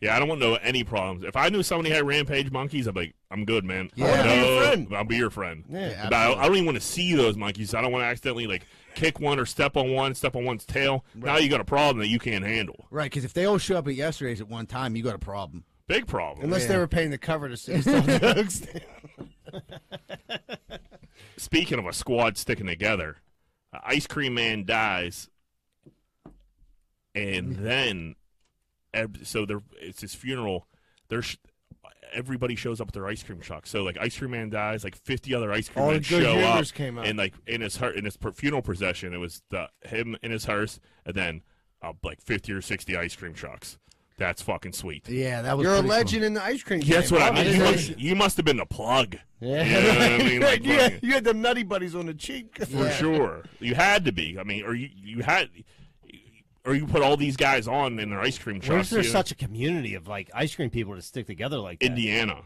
A: yeah, I don't want to know any problems. If I knew somebody had rampage monkeys, I'd be like, I'm good, man.
B: Yeah. I wanna
C: be your
A: No,
C: friend.
A: I'll be your friend.
C: Yeah,
A: But I, I don't even want to see those monkeys. I don't want to accidentally like kick one or step on one, step on one's tail. Now you got a problem that you can't handle.
B: right, because if they all show up at yesterday's at one time, you got a problem.
A: Big problem.
C: Unless they were paying the cover to say stuff jokes.
A: Speaking of a squad sticking together, uh, Ice Cream Man dies, and
C: Mm-hmm.
A: then ev- so there it's his funeral. There's sh- everybody shows up at their ice cream truck. So like Ice Cream Man dies, like fifty other ice cream
C: All
A: men
C: the good
A: show up,
C: humors came out.
A: and like in his her- in his per- funeral procession, it was the him in his hearse, and then uh, like fifty or sixty ice cream trucks. That's fucking sweet.
B: Yeah, that was.
C: You're a
B: pretty cool.
C: legend in the ice cream.
A: Guess
C: game.
A: what I mean?
C: didn't
A: You
C: know
A: must,
C: that.
A: you must have been the plug.
C: Yeah.
A: You know what I mean? Like,
C: you,
A: fucking-
C: had, you had the nutty buddies on the cheek.
A: for sure. You had to be. I mean, or you you had, or you put all these guys on in their ice cream
D: Where's
A: trucks.
D: there
A: you know?
D: such a community of like ice cream people to stick together like that?
A: Indiana.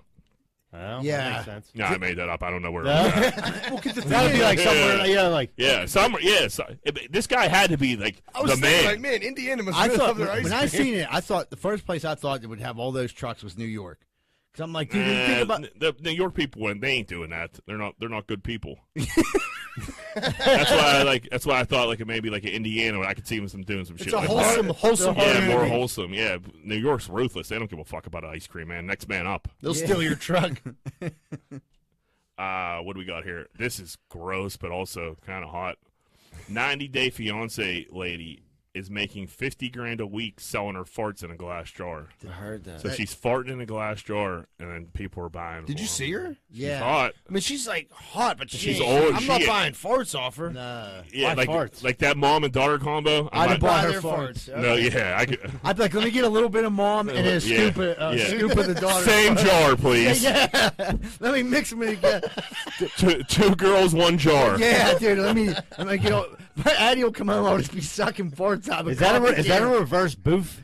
D: Well, that
B: Yeah.
D: makes sense.
A: No, I made that up. I don't know where.
D: No?
A: it was at.
D: That'd be like
A: Yeah.
D: somewhere, yeah, like
A: Yeah, some. Yeah, so, this guy had to be like
C: I was
A: the
C: thinking,
A: man.
C: like, man, Indiana must
B: I
C: really
B: thought
C: love their
B: when,
C: ice
B: when
C: cream.
B: I seen it, I thought the first place I thought that would have all those trucks was New York. Because I'm like, dude, you
A: Nah,
B: think about
A: n- the New York people when they ain't doing that. They're not. They're not good people. that's why I like. That's why I thought like maybe like in Indiana. I could see them some doing some shit.
C: It's a
A: like
C: wholesome,
A: that.
C: wholesome.
A: Yeah, more
C: community.
A: wholesome. Yeah, New York's ruthless. They don't give a fuck about ice cream, man. Next man up.
C: They'll steal your truck.
A: uh, what do we got here? This is gross, but also kind of hot. 90 Day Fiance lady is making 50 grand a week selling her farts in a glass jar.
C: I heard that.
A: So she's farting in a glass jar, and then people are buying.
C: Did you
A: for
C: see her?
A: She's
B: Yeah.
A: hot.
C: I mean, she's like hot, but she
A: She's
C: ain't-
A: old,
C: I'm
A: she
C: not
A: ain't-
C: buying farts off her.
B: uh,
A: Yeah,
D: Why
A: like
D: farts?
A: like that mom and daughter combo. I
B: I'd
A: might-
B: have bought
C: Buy
B: her
C: their
B: farts.
C: farts.
A: No, yeah, I could.
B: I'd be like, let me get a little bit of mom and then a
A: Yeah,
B: scoop of, uh,
A: yeah.
B: scoop of the daughter.
A: Same jar, please.
B: Yeah, let me mix them together.
A: Two, two girls, one jar.
B: Yeah, dude, let me. I'm like, you know, my Addy will come home. I'll just be sucking farts out of a
D: is that a,
B: coffee
D: re- is that a
B: can.
D: reverse boof?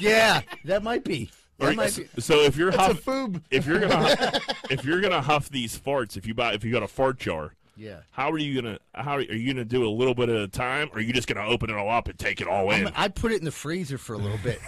B: Yeah, that might be. That
A: All right,
B: might
A: s-
B: be.
A: so if you're
C: It's a
A: huff,
C: foob.
A: if you're gonna if you're gonna huff these farts, if you buy if you got a fart jar,
B: Yeah.
A: How are you gonna? How are are you gonna do a little bit at a time, or are you just gonna open it all up and take it all in?
B: I'd put it in the freezer for a little bit.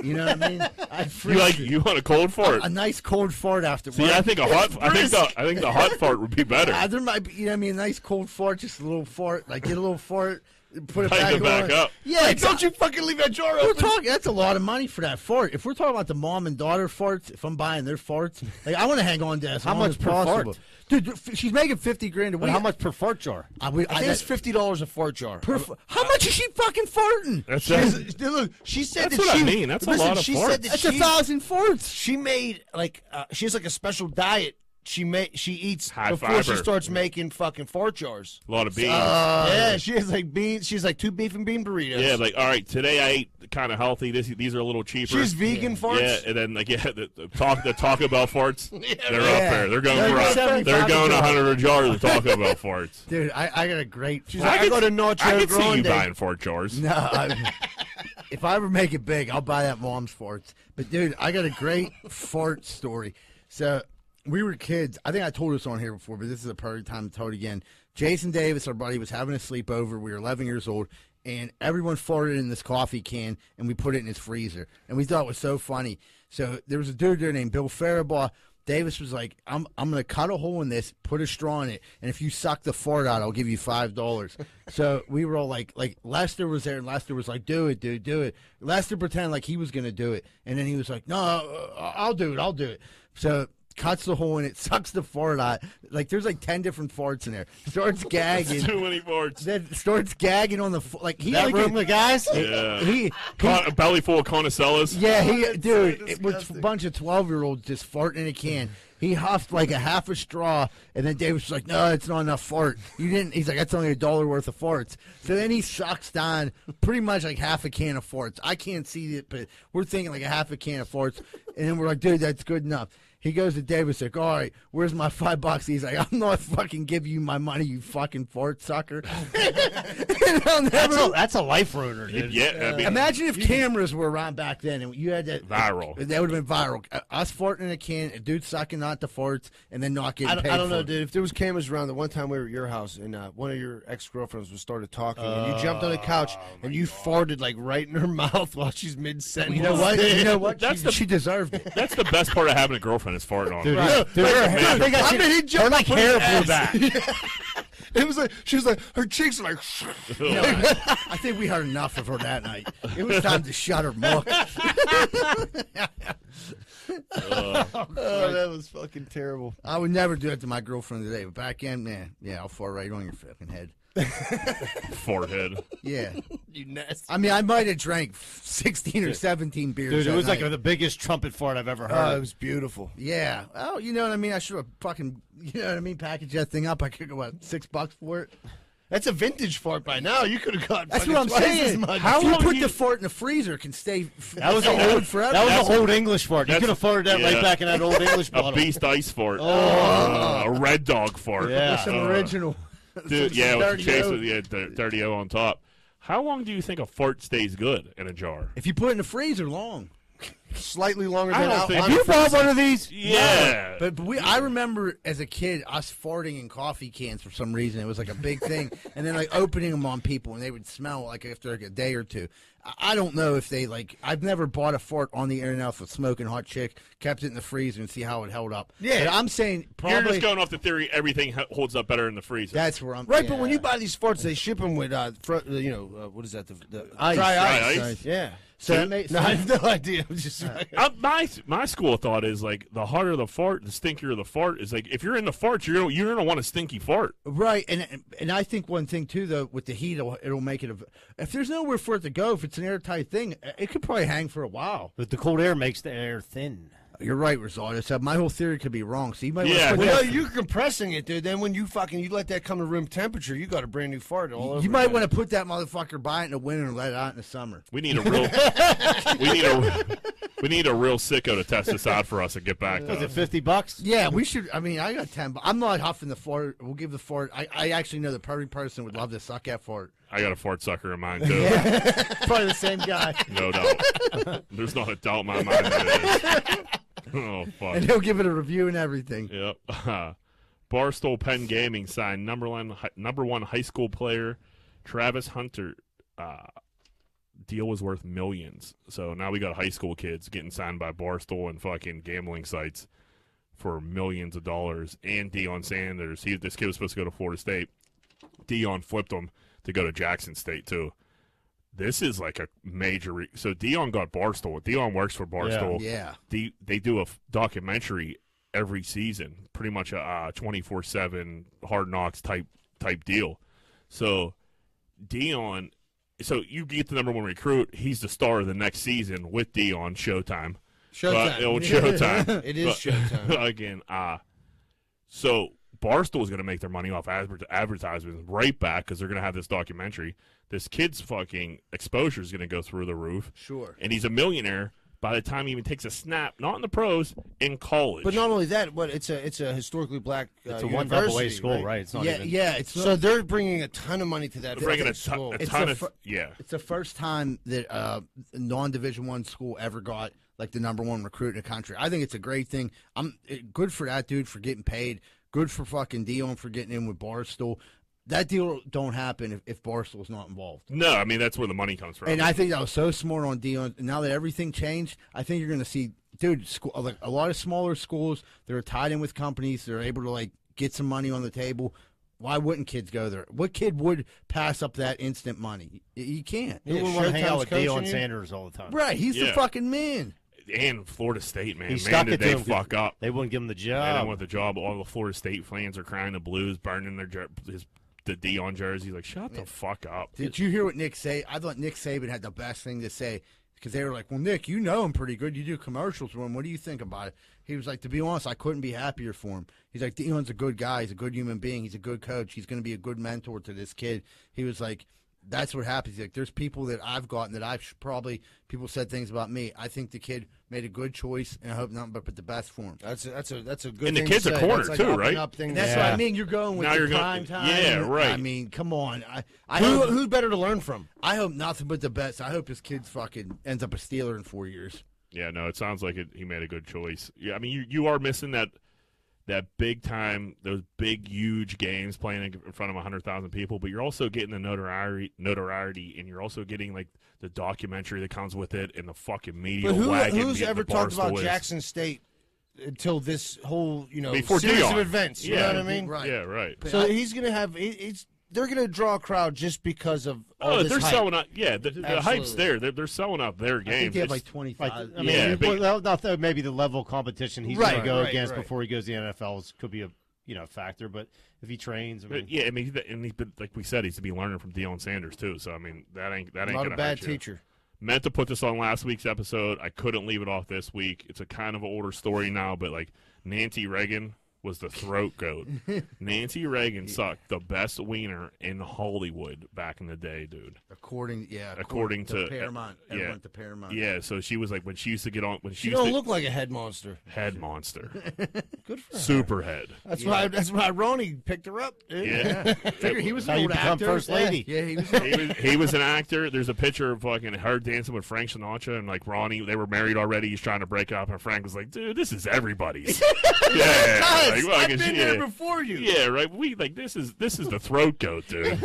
B: You know what I mean? I'd freeze
A: you like
B: it.
A: you want a cold fart?
B: a nice cold fart after
A: See,
B: work.
A: I think a hot. I think the I think the hot fart would be better.
B: Uh, there might be, you know, what I mean, a nice cold fart, just a little fart, like get a little fart, put it
A: Pipe
B: back,
A: it back
B: on.
A: up.
B: Yeah,
C: Hey,
B: it's-
C: don't you fucking leave that jar
B: We're
C: open.
B: talking. That's a lot of money for that fart. If we're talking about the mom and daughter farts, if I'm buying their farts, like I want to hang on to that as
D: How
B: long
D: much
B: as
D: per
B: possible.
D: fart?
B: Dude, f- she's making fifty grand a
D: But
B: week.
D: how much per fart jar?
B: I, would,
C: I
B: I,
C: think
B: that-
C: it's fifty dollars a fart jar.
B: per, f- how much is she fucking farting?
A: That's
C: She
A: that-
C: is- look, she said
A: That's
C: that
A: what I
C: she,
A: mean. That's a
C: listen,
A: lot of
C: she
A: farts.
C: Said that
B: That's
C: she,
B: a thousand farts.
C: She made like uh, she has like a special diet. She may she eats
A: High
C: before she
A: fiber.
C: starts making fucking fart jars.
A: a lot of beans.
C: uh, yeah, she has like beans. She's like two beef and bean burritos.
A: yeah, like all right, today I ate kind of healthy. This these are a little cheaper.
C: she's vegan farts.
A: Yeah, and then like yeah, the, the talk the Taco Bell farts. they're up
B: Yeah.
A: there. They're going
B: They're
A: for a,
B: 75
A: they're
B: a
A: going
B: jar.
A: hundred a jar. The Taco Bell farts.
B: Dude, I, I got a great.
C: She's
B: fart.
C: like, I,
A: could-
C: got a nacho
A: I could see
C: grande.
A: you buying fart jars.
B: No, I, if I ever make it big, I'll buy that mom's farts. But dude, I got a great fart story. So we were kids. I think I told this on here before, but this is a perfect time to tell it again. Jason Davis, our buddy, was having a sleepover. We were 11 years old, and everyone farted in this coffee can, and we put it in his freezer, and we thought it was so funny. So there was a dude there named Bill Faribault Davis was like, "I'm I'm gonna cut a hole in this, put a straw in it, and if you suck the fart out, I'll give you five dollars." so we were all like, like Lester was there, and Lester was like, "Do it, dude, do it." Lester pretended like he was gonna do it, and then he was like, "No, uh, I'll do it, I'll do it." So cuts the hole in it, sucks the fart out. Like there's like ten different farts in there. Starts gagging.
A: Too many farts.
B: Then starts gagging on the fo- like he
D: That
B: like
D: room, the guys.
A: Yeah.
B: he
A: Con- a belly full of connoisseurs.
B: yeah, he dude, it was a bunch of twelve year olds just farting in a can. He huffed like a half a straw, and then Davis was like, "No, it's not enough fart. You didn't." He's like, "That's only a dollar worth of farts." So then he sucks down pretty much like half a can of farts. I can't see it, but we're thinking like a half a can of farts, and then we're like, "Dude, that's good enough." He goes to Davis like, "All right, where's my five bucks?" He's like, "I'm not fucking giving you my money, you fucking fart sucker." And I'll
D: That's
B: never-
D: a, that's a life ruiner, dude.
A: Yeah, I mean,
B: Imagine if cameras were around back then and you had that
A: Viral.
B: That would have been viral. Uh, Us farting in a can, a dude sucking out the farts, and then not getting
C: I don't,
B: paid
C: I don't
B: for
C: know,
B: it.
C: dude. If there was cameras around, the one time we were at your house and uh, one of your ex girlfriends was started talking, and you jumped on the couch
A: Oh
C: and you farted like right in her mouth while she's mid sentence.
B: You know what? You know what?
A: That's
B: she,
A: the-
B: she deserved it.
A: that's the best part of having a girlfriend is farting on.
D: Dude,
A: her.
D: dude, dude, her-
A: man.
D: they got
C: I
D: shit-
C: mean, he
D: her
C: jumped
D: like
C: up in
D: hair
C: his
D: blew
C: ass.
D: back.
C: It was like she was like her cheeks are like.
B: I think we heard enough of her that night. It was time to shut her mouth.
C: Oh, that was fucking terrible.
B: I would never do that to my girlfriend today, but back then, man, yeah, I'll fart right on your fucking head.
A: Farthead.
B: Yeah.
C: You nasty.
B: I mean, I might have drank 16 or 17 beers.
D: Dude, it
B: that
D: was like
B: night.
D: the biggest trumpet fart I've ever
C: Oh, it
D: heard.
C: was beautiful.
B: Yeah. Oh, you know what I mean? I should have fucking, you know what I mean? Packaged that thing up. I could go, what, six bucks for it?
C: That's a vintage fart by now. You could have gotten.
B: That's
C: fucking
B: what I'm
C: twice as
B: saying.
C: much.
B: How you
A: long
B: put
A: you-
B: the fart in the freezer can stay. f-
D: That was
B: stay
D: an old,
B: good forever.
D: that was
A: That's-
D: an old English fart. You
A: that's-
D: could have farted that
A: yeah.
D: right back in that old English
A: A
D: bottle.
A: beast ice fart. Uh, a red dog fart.
D: Yeah.
B: That's some
A: Uh,
B: original.
A: Dude,
B: some
A: yeah, with the
B: dirty
A: chase
B: oat.
A: with yeah, the dirty O on top. How long do you think a fart stays good in a jar?
B: If you put it in the freezer long,
C: Slightly longer
A: I
C: than
A: don't
C: out.
A: think-
C: I'm
D: You
C: fr-
D: bought one of these?
A: Yeah.
B: but, but we, I remember as a kid us farting in coffee cans for some reason. It was like a big thing, and then like opening them on people, and they would smell like after like a day or two. I- I don't know if they like. I've never bought a fart on the internet with smoking hot chick, kept it in the freezer, and see how it held up.
C: Yeah.
B: but I'm saying
A: You're
B: probably
A: just going off the theory everything h- holds up better in the freezer.
B: that's where I'm
C: Right, but when
B: yeah.
C: you buy these farts, they ship them with uh, fr- uh, you know, uh, what is that? The, the
D: Ice.
C: dry
D: Dry
C: ice.
A: ice.
C: Yeah.
B: so that makes
C: No, I have no idea. I'm just
A: Uh, my my school of thought is like the harder the fart, the stinkier the fart is. Like if you're in the fart, you're gonna, you're gonna want a stinky fart.
B: Right, and and I think one thing too, though, with the heat, it'll, it'll make it. A, if there's nowhere for it to go, if it's an airtight thing, it could probably hang for a while.
D: But the cold air makes the air thin.
B: You're right, Rosario. So my whole theory could be wrong. So you might. wanna
A: Yeah,
B: put
A: well,
C: Well,
B: that-
C: no, you're compressing it, dude. Then when you fucking you let that come to room temperature, you got a brand new fart all over.
B: you might want to put that motherfucker by it in the winter and let it out in the summer.
A: We need a real we need a we need a real sicko to test this out for us and get back
D: Was
A: to
D: it
A: us.
D: 50 bucks?
B: Yeah, we should. I mean, I got ten, but I'm not huffing the fort. We'll give the fort. I, I actually know the perfect person would love to suck at fort.
A: I got a fart sucker in mind too.
B: Probably the same guy,
A: No doubt. There's not a doubt in my mind that it is. Oh
B: and
A: fuck.
B: he'll give it a review and everything.
A: Yep. Barstool Penn Gaming signed number one hi- number one high school player Travis Hunter. Uh, deal was worth millions. So now we got high school kids getting signed by Barstool and fucking gambling sites for millions of dollars. And Deion Sanders, he this kid was supposed to go to Florida State. Dion flipped him to go to Jackson State too. This is like a major. Re- so Dion got Barstool. Dion works for Barstool.
B: Yeah.
A: They, they do a f- documentary every season, pretty much a twenty four seven hard knocks type type deal. So Dion, so you get the number one recruit. He's the star of the next season with Dion Showtime. But, oh, Showtime.
C: It is
A: But-
C: Showtime.
A: again. Uh, so Barstool is going to make their money off adver- advertisements right back because they're going to have this documentary. This kid's fucking exposure is going to go through the roof.
B: Sure.
A: And he's a millionaire by the time he even takes a snap, not in the pros, in college.
C: But not only that, but it's a it's a historically black. Uh,
D: It's a one double A
C: university,
D: school, right? It's not
B: yeah,
D: even.
B: yeah. It's
C: So they're bringing a ton of money to that
A: They're bringing
C: fucking
A: a ton,
C: school.
A: a
B: It's
A: ton
B: a
A: of
B: fir-
A: yeah.
B: It's the first time that uh, non-division one school ever got like the number one recruit in the country. I think it's a great thing. I'm it, good for that dude for getting paid. Good for fucking Dion for getting in with Barstool. That deal don't happen if, if Barstool's not involved.
A: No, I mean that's where the money comes from.
B: And I think that was so smart on Dion. Now that everything changed, I think you're going to see dude, school, like a lot of smaller schools, they're tied in with companies. They're able to like get some money on the table. Why wouldn't kids go there? What kid would pass up that instant money? Y- You can't.
D: Who would want to hang
C: Showtime's
D: out with Deion
C: coaching you?
D: Sanders all the time?
B: Right? He's the
A: Yeah.
B: fucking man.
A: And Florida State, man,
D: He
A: man,
D: stuck
A: did
D: it
A: they
D: to him.
A: fuck up?
D: They wouldn't give him the
A: They didn't
D: job.
A: want the job. All the Florida State fans are crying the blues, burning their jer- his, the Dion jersey. Like, shut the fuck up.
B: Did you hear what Nick say? I thought Nick Saban had the best thing to say because they were like, "Well, Nick, you know him pretty good. You do commercials for him. What do you think about it?" He was like, "To be honest, I couldn't be happier for him." He's like, "Dion's a good guy. He's a good human being. He's a good coach. He's going to be a good mentor to this kid." He was like, "That's what happens." He's like, "There's people that I've gotten that I've sh- probably people said things about me. I think the kid made a good choice, and I hope nothing but, but the best for him."
C: That's a, that's a that's a good.
A: And the
C: thing
A: kids
C: to
A: are
C: say.
A: cornered,
C: That's like
A: too,
C: an up and
A: right?
C: Up thing
B: And
C: to
B: that's
C: say.
B: what
D: Yeah.
B: I mean. You're going with
A: Now
B: the
A: you're gonna-
B: prime time.
A: yeah, right.
B: I mean, come on. I, I
C: Who,
B: hope-
C: who better to learn from?
B: I hope nothing but the best. I hope his kid's fucking ends up a Steeler in four years.
A: Yeah, no, it sounds like it, he made a good choice. Yeah, I mean, you, you are missing that that big time, those big huge games playing in in front of hundred thousand people, but you're also getting the notoriety, notoriety, and you're also getting like the documentary that comes with it and the fucking media
C: But who,
A: wagon.
C: who's
A: that
C: ever
A: the
C: talked about
A: Barstool is.
C: Jackson State until this whole you know
A: Before
C: series
A: Deion.
C: of events? You
A: Yeah.
C: know what I mean?
B: Right.
A: Yeah, right.
C: So he's gonna have. He, he's they're gonna draw a crowd just because of all
A: Oh,
C: this
A: they're
C: hype.
A: selling out. Yeah, the, the hype's
C: Absolutely.
A: there. They're, they're selling out their
B: I think
A: games.
B: they have
A: It's-
B: like twenty
C: Uh,
D: Like,
B: five.
D: I mean,
A: Yeah,
D: you-
A: big-
D: well, not the- maybe the level of competition he's
C: Right,
D: going to go
C: right,
D: against
C: right.
D: before he goes to the NFL is- could be a you know factor. But if he trains, I mean,
A: But uh, yeah, I mean, he's- and he's been, like we said, he's to be learning from Deion Sanders too. So I mean, that ain't that ain't
C: Not
A: gonna
C: a bad
A: hurt you.
C: teacher.
A: Meant to put this on last week's episode. I couldn't leave it off this week. It's a kind of an older story now, but like Nancy Reagan was the throat goat. Nancy Reagan sucked the best wiener in Hollywood back in the day, dude.
B: according yeah,
A: According to-
B: Paramount.
A: yeah.
B: Everyone to Paramount.
A: Yeah, so she was like when she used to get on when she,
C: You
A: used
C: don't
A: to
C: look like a head monster.
A: head monster,
C: Good for her.
A: super head.
C: That's why. That's why Ronnie picked her up. Dude.
A: Yeah,
B: Figure he was
D: How
B: an
D: you
B: old
D: become
B: actor.
D: first lady.
B: Yeah, yeah, he was.
A: he was, he was an actor. There's a picture of fucking her dancing with Frank Sinatra and like Ronnie. They were married already. He's trying to break up, and Frank was like, "Dude, this is everybody's." yeah, like, like,
C: I've been
A: yeah.
C: there before you.
A: Yeah, right. We like this is this is the throat goat, dude.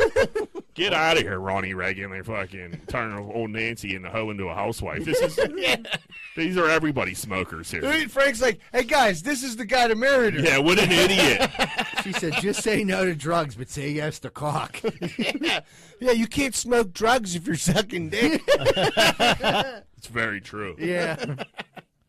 A: Get out of here, Ronnie Reagan. They fucking turn old Nancy and the hoe into a housewife. This is these are everybody smokers here.
C: Dude, Frank's like, hey guys, this is the guy that married her.
A: Yeah, what an idiot.
B: she said, "Just say no to drugs, but say yes to cock."
C: Yeah, yeah you can't smoke drugs if you're sucking dick.
A: It's very true.
B: yeah,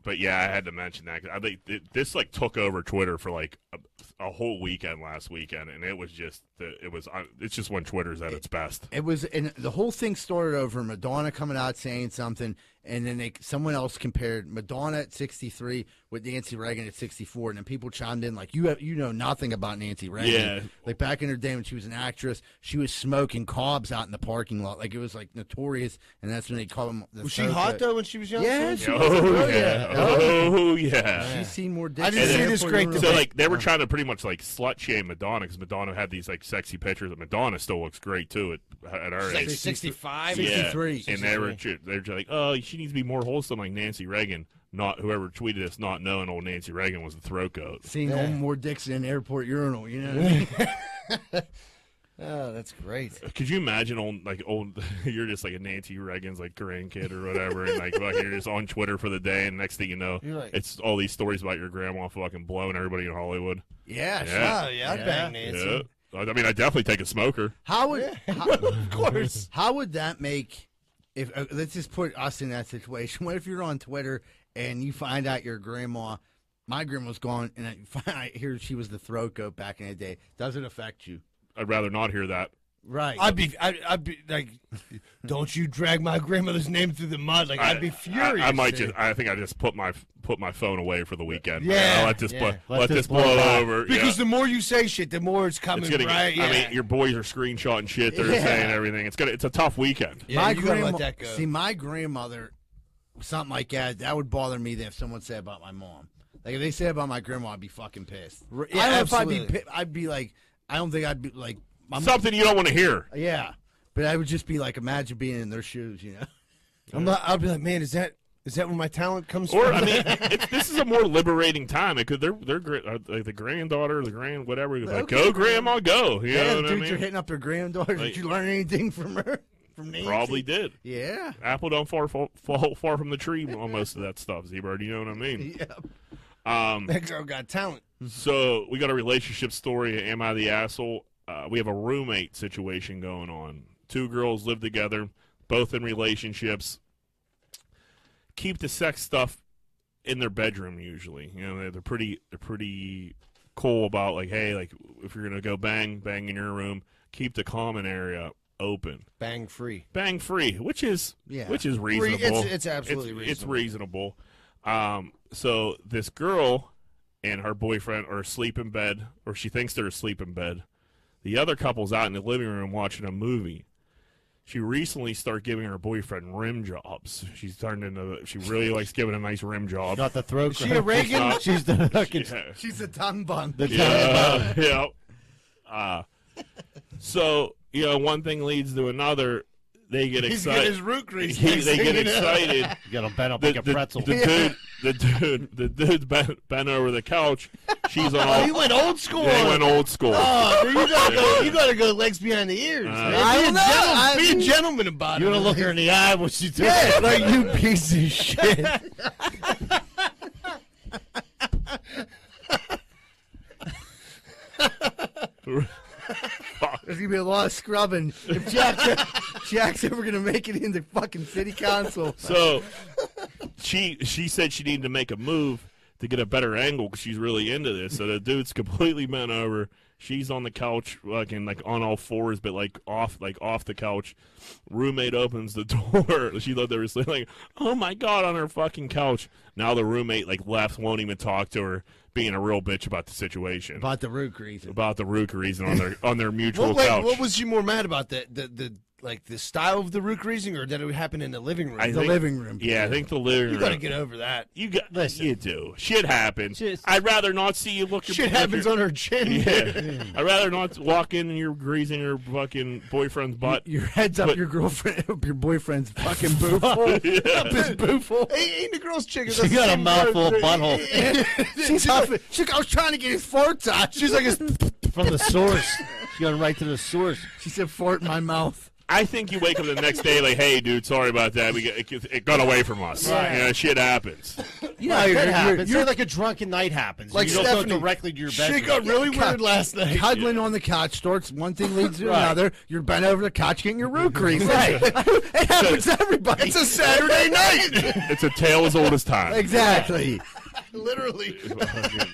A: But yeah, I had to mention that. 'cause I think th- this like took over Twitter for like a, a whole weekend last weekend, and it was just the, it was uh, it's just when Twitter's at its best.
B: it was, and the whole thing started over Madonna coming out saying something, and then they someone else compared Madonna at sixty three with Nancy Reagan at sixty four, and then people chimed in like, "You have, you know nothing about Nancy Reagan."
A: Yeah.
B: Like back in her day when she was an actress, she was smoking cobs out in the parking lot. Like it was like notorious, and that's when they call them. The
C: was she hot though when she was young?
B: Yeah,
C: too?
B: she was.
A: Oh
B: Oh,
A: yeah,
B: yeah.
A: oh yeah.
B: She's seen more. Dick
C: I didn't
B: than
A: see
B: an
C: this
B: airport
C: great
B: owner.
A: So like they were trying to pretty much like slut shame Madonna because Madonna had these like sexy pictures. and Madonna still looks great too at, at her
C: She's like
A: age.
C: 65.
A: Yeah.
B: 63.
A: and they were ju- they were just like, oh, she needs to be more wholesome like Nancy Reagan. Not whoever tweeted this, not knowing old Nancy Reagan was the throat goat.
B: seeing
C: Yeah.
B: more dicks in an airport urinal. You know, what I mean?
C: Oh, that's great.
A: Could you imagine old like old? You're just like a Nancy Reagan's like grandkid or whatever, and like fucking you're just on Twitter for the day, and next thing you know,
C: You're like-
A: it's all these stories about your grandma fucking blowing everybody in Hollywood. Yeah.
B: yeah. sure.
C: Oh, yeah, I'd bang Nancy.
A: Yeah. I I mean, I definitely take a smoker.
B: How would how,
C: Of course.
B: how would that make? If uh, let's just put us in that situation. What if you're on Twitter and you find out your grandma, my grandma's gone, and I find I hear she was the throat goat back in the day. Does it affect you?
A: I'd rather not hear that.
B: Right.
C: I'd be, I'd, I'd be like, don't you drag my grandmother's name through the mud? Like, I'd be furious.
A: I, I might
C: dude.
A: just. I think I just put my put my phone away for the weekend.
C: Yeah,
A: I let this
C: yeah.
A: blow- let,
D: Let
A: this
D: this
A: blow,
D: blow by.
A: over. yeah.
C: because the more you say shit, the more it's coming.
A: it's gonna.
C: right?
A: get, I mean, your boys are screenshotting shit. They're
B: Yeah.
A: saying everything. It's gonna. It's a tough weekend.
C: Yeah, you gotta let that go.
B: See, my grandmother, something like that. That would bother me if someone said about my mom. Like if they said about my grandma, I'd be fucking pissed.
C: yeah,
B: I don't know if I'd be.
C: absolutely.
B: pi- I'd be like, I don't think I'd be like. I'm,
A: Something you don't want to hear.
B: yeah, but I would just be like, imagine being in their shoes, you know.
C: I'm not, I'll be like, man, is that is that where my talent comes
A: Or
C: from?
A: I mean, it, this is a more liberating time. Because they're they're gra- uh, like the granddaughter, the grand whatever. Like,
B: Okay.
A: go, grandma, go. You
B: Yeah,
A: know what
B: dudes
A: I
B: are
A: mean?
B: hitting up their granddaughters.
A: Like-
B: Did you learn anything from her? from Nancy?
A: Probably did.
B: Yeah.
A: Apple don't fall, fall, fall far from the tree on most of that stuff, Z-Bird. You know what I mean?
B: Yep.
A: Um,
C: That girl got talent.
A: so we got a relationship story. Am I the asshole? Uh, we have a roommate situation going on. Two girls live together, both in relationships. Keep the sex stuff in their bedroom usually. You know, they're, they're pretty they're pretty cool about like, hey, like if you're gonna go bang bang in your room, keep the common area open,
C: Bang free.
A: bang free, which is
B: Yeah.
A: which is
C: Free-
A: reasonable
C: It's, it's absolutely
A: it's, It's
C: reasonable.
A: reasonable. Um, so this girl and her boyfriend are asleep in bed, or she thinks they're asleep in bed. The other couple's out in the living room watching a movie. She recently started giving her boyfriend rim jobs. She's turned into she really likes giving a nice rim job.
D: Not the throat.
C: she a Reagan?
D: She's the fucking.
A: Yeah.
B: She's a tongue bun.
D: The
A: Yeah. yeah. Uh, so you know, one thing leads to another. They get
C: He's got his
A: excited.
C: root grease.
A: He- they get
C: Singing it.
A: excited
D: Get him bent up like a pretzel.
A: the dude, the dude, the dude's bent, bent over the couch. She's on.
C: Oh,
A: All,
C: you went old school.
A: they went old school.
C: Oh, dude, you gotta go. You gotta go legs behind the ears.
A: Uh,
C: man.
B: I
C: be, a
B: don't know. I-
C: gentle, be a gentleman about
D: you
C: it.
D: want to look her in the eye when she's doing
C: Yeah,
D: it?
C: like you piece of shit.
B: There's gonna be a lot of scrubbing if Jack's, Jack's ever gonna make it into fucking city council.
A: So she she said she needed to make a move to get a better angle because she's really into this. So the dude's completely bent over. She's on the couch, fucking like on all fours, but like off, like off the couch. Roommate opens the door. She thought they were sleeping. Like, oh my god, on her fucking couch. Now the roommate like left, won't even talk to her, being a real bitch about the situation.
B: About the root reason.
A: about the rookeries and on their on their mutual
C: What, wait,
A: couch.
C: what was you more mad about? The, the the like the style of the root greasing, or that it happened in the living room?
A: I
B: The
A: think-
B: living room.
A: yeah, I think the living
C: you gotta
A: room-
C: get over that.
A: you got
D: Listen.
A: you do shit happens.
D: Just-
A: I'd rather not see you look.
C: Shit happens on her chin.
A: Yeah. I'd rather not walk in and you're greasing your fucking boyfriend's butt.
B: Your head's up
A: But-
B: your girlfriend, up your boyfriend's fucking boob hole. Up his boob hole.
C: Hey, ain't the girl's chicken?
D: She got a mouthful of butthole
B: She's huffing. She's like, I was trying to get his farts out. She's like, "It's-"
D: from the source. She got right to the source.
B: she said, fart in my mouth.
A: I think you wake up the next day like, hey, dude, sorry about that. We got, it, it got away from us. You know, shit happens.
B: You
D: Yeah,
B: that
D: it happens.
B: happens.
D: Say
B: You're
D: like a drunken night happens.
B: Like
D: you don't go
B: Stephanie.
D: directly to your bedroom.
C: She got really weird last night.
B: cuddling on the couch. Starts one thing leads to
D: Right.
B: another. You're bent over the couch getting your root crease. Right. it happens to everybody.
C: It's a Saturday night.
A: It's a tale as old as time.
B: exactly.
C: Literally.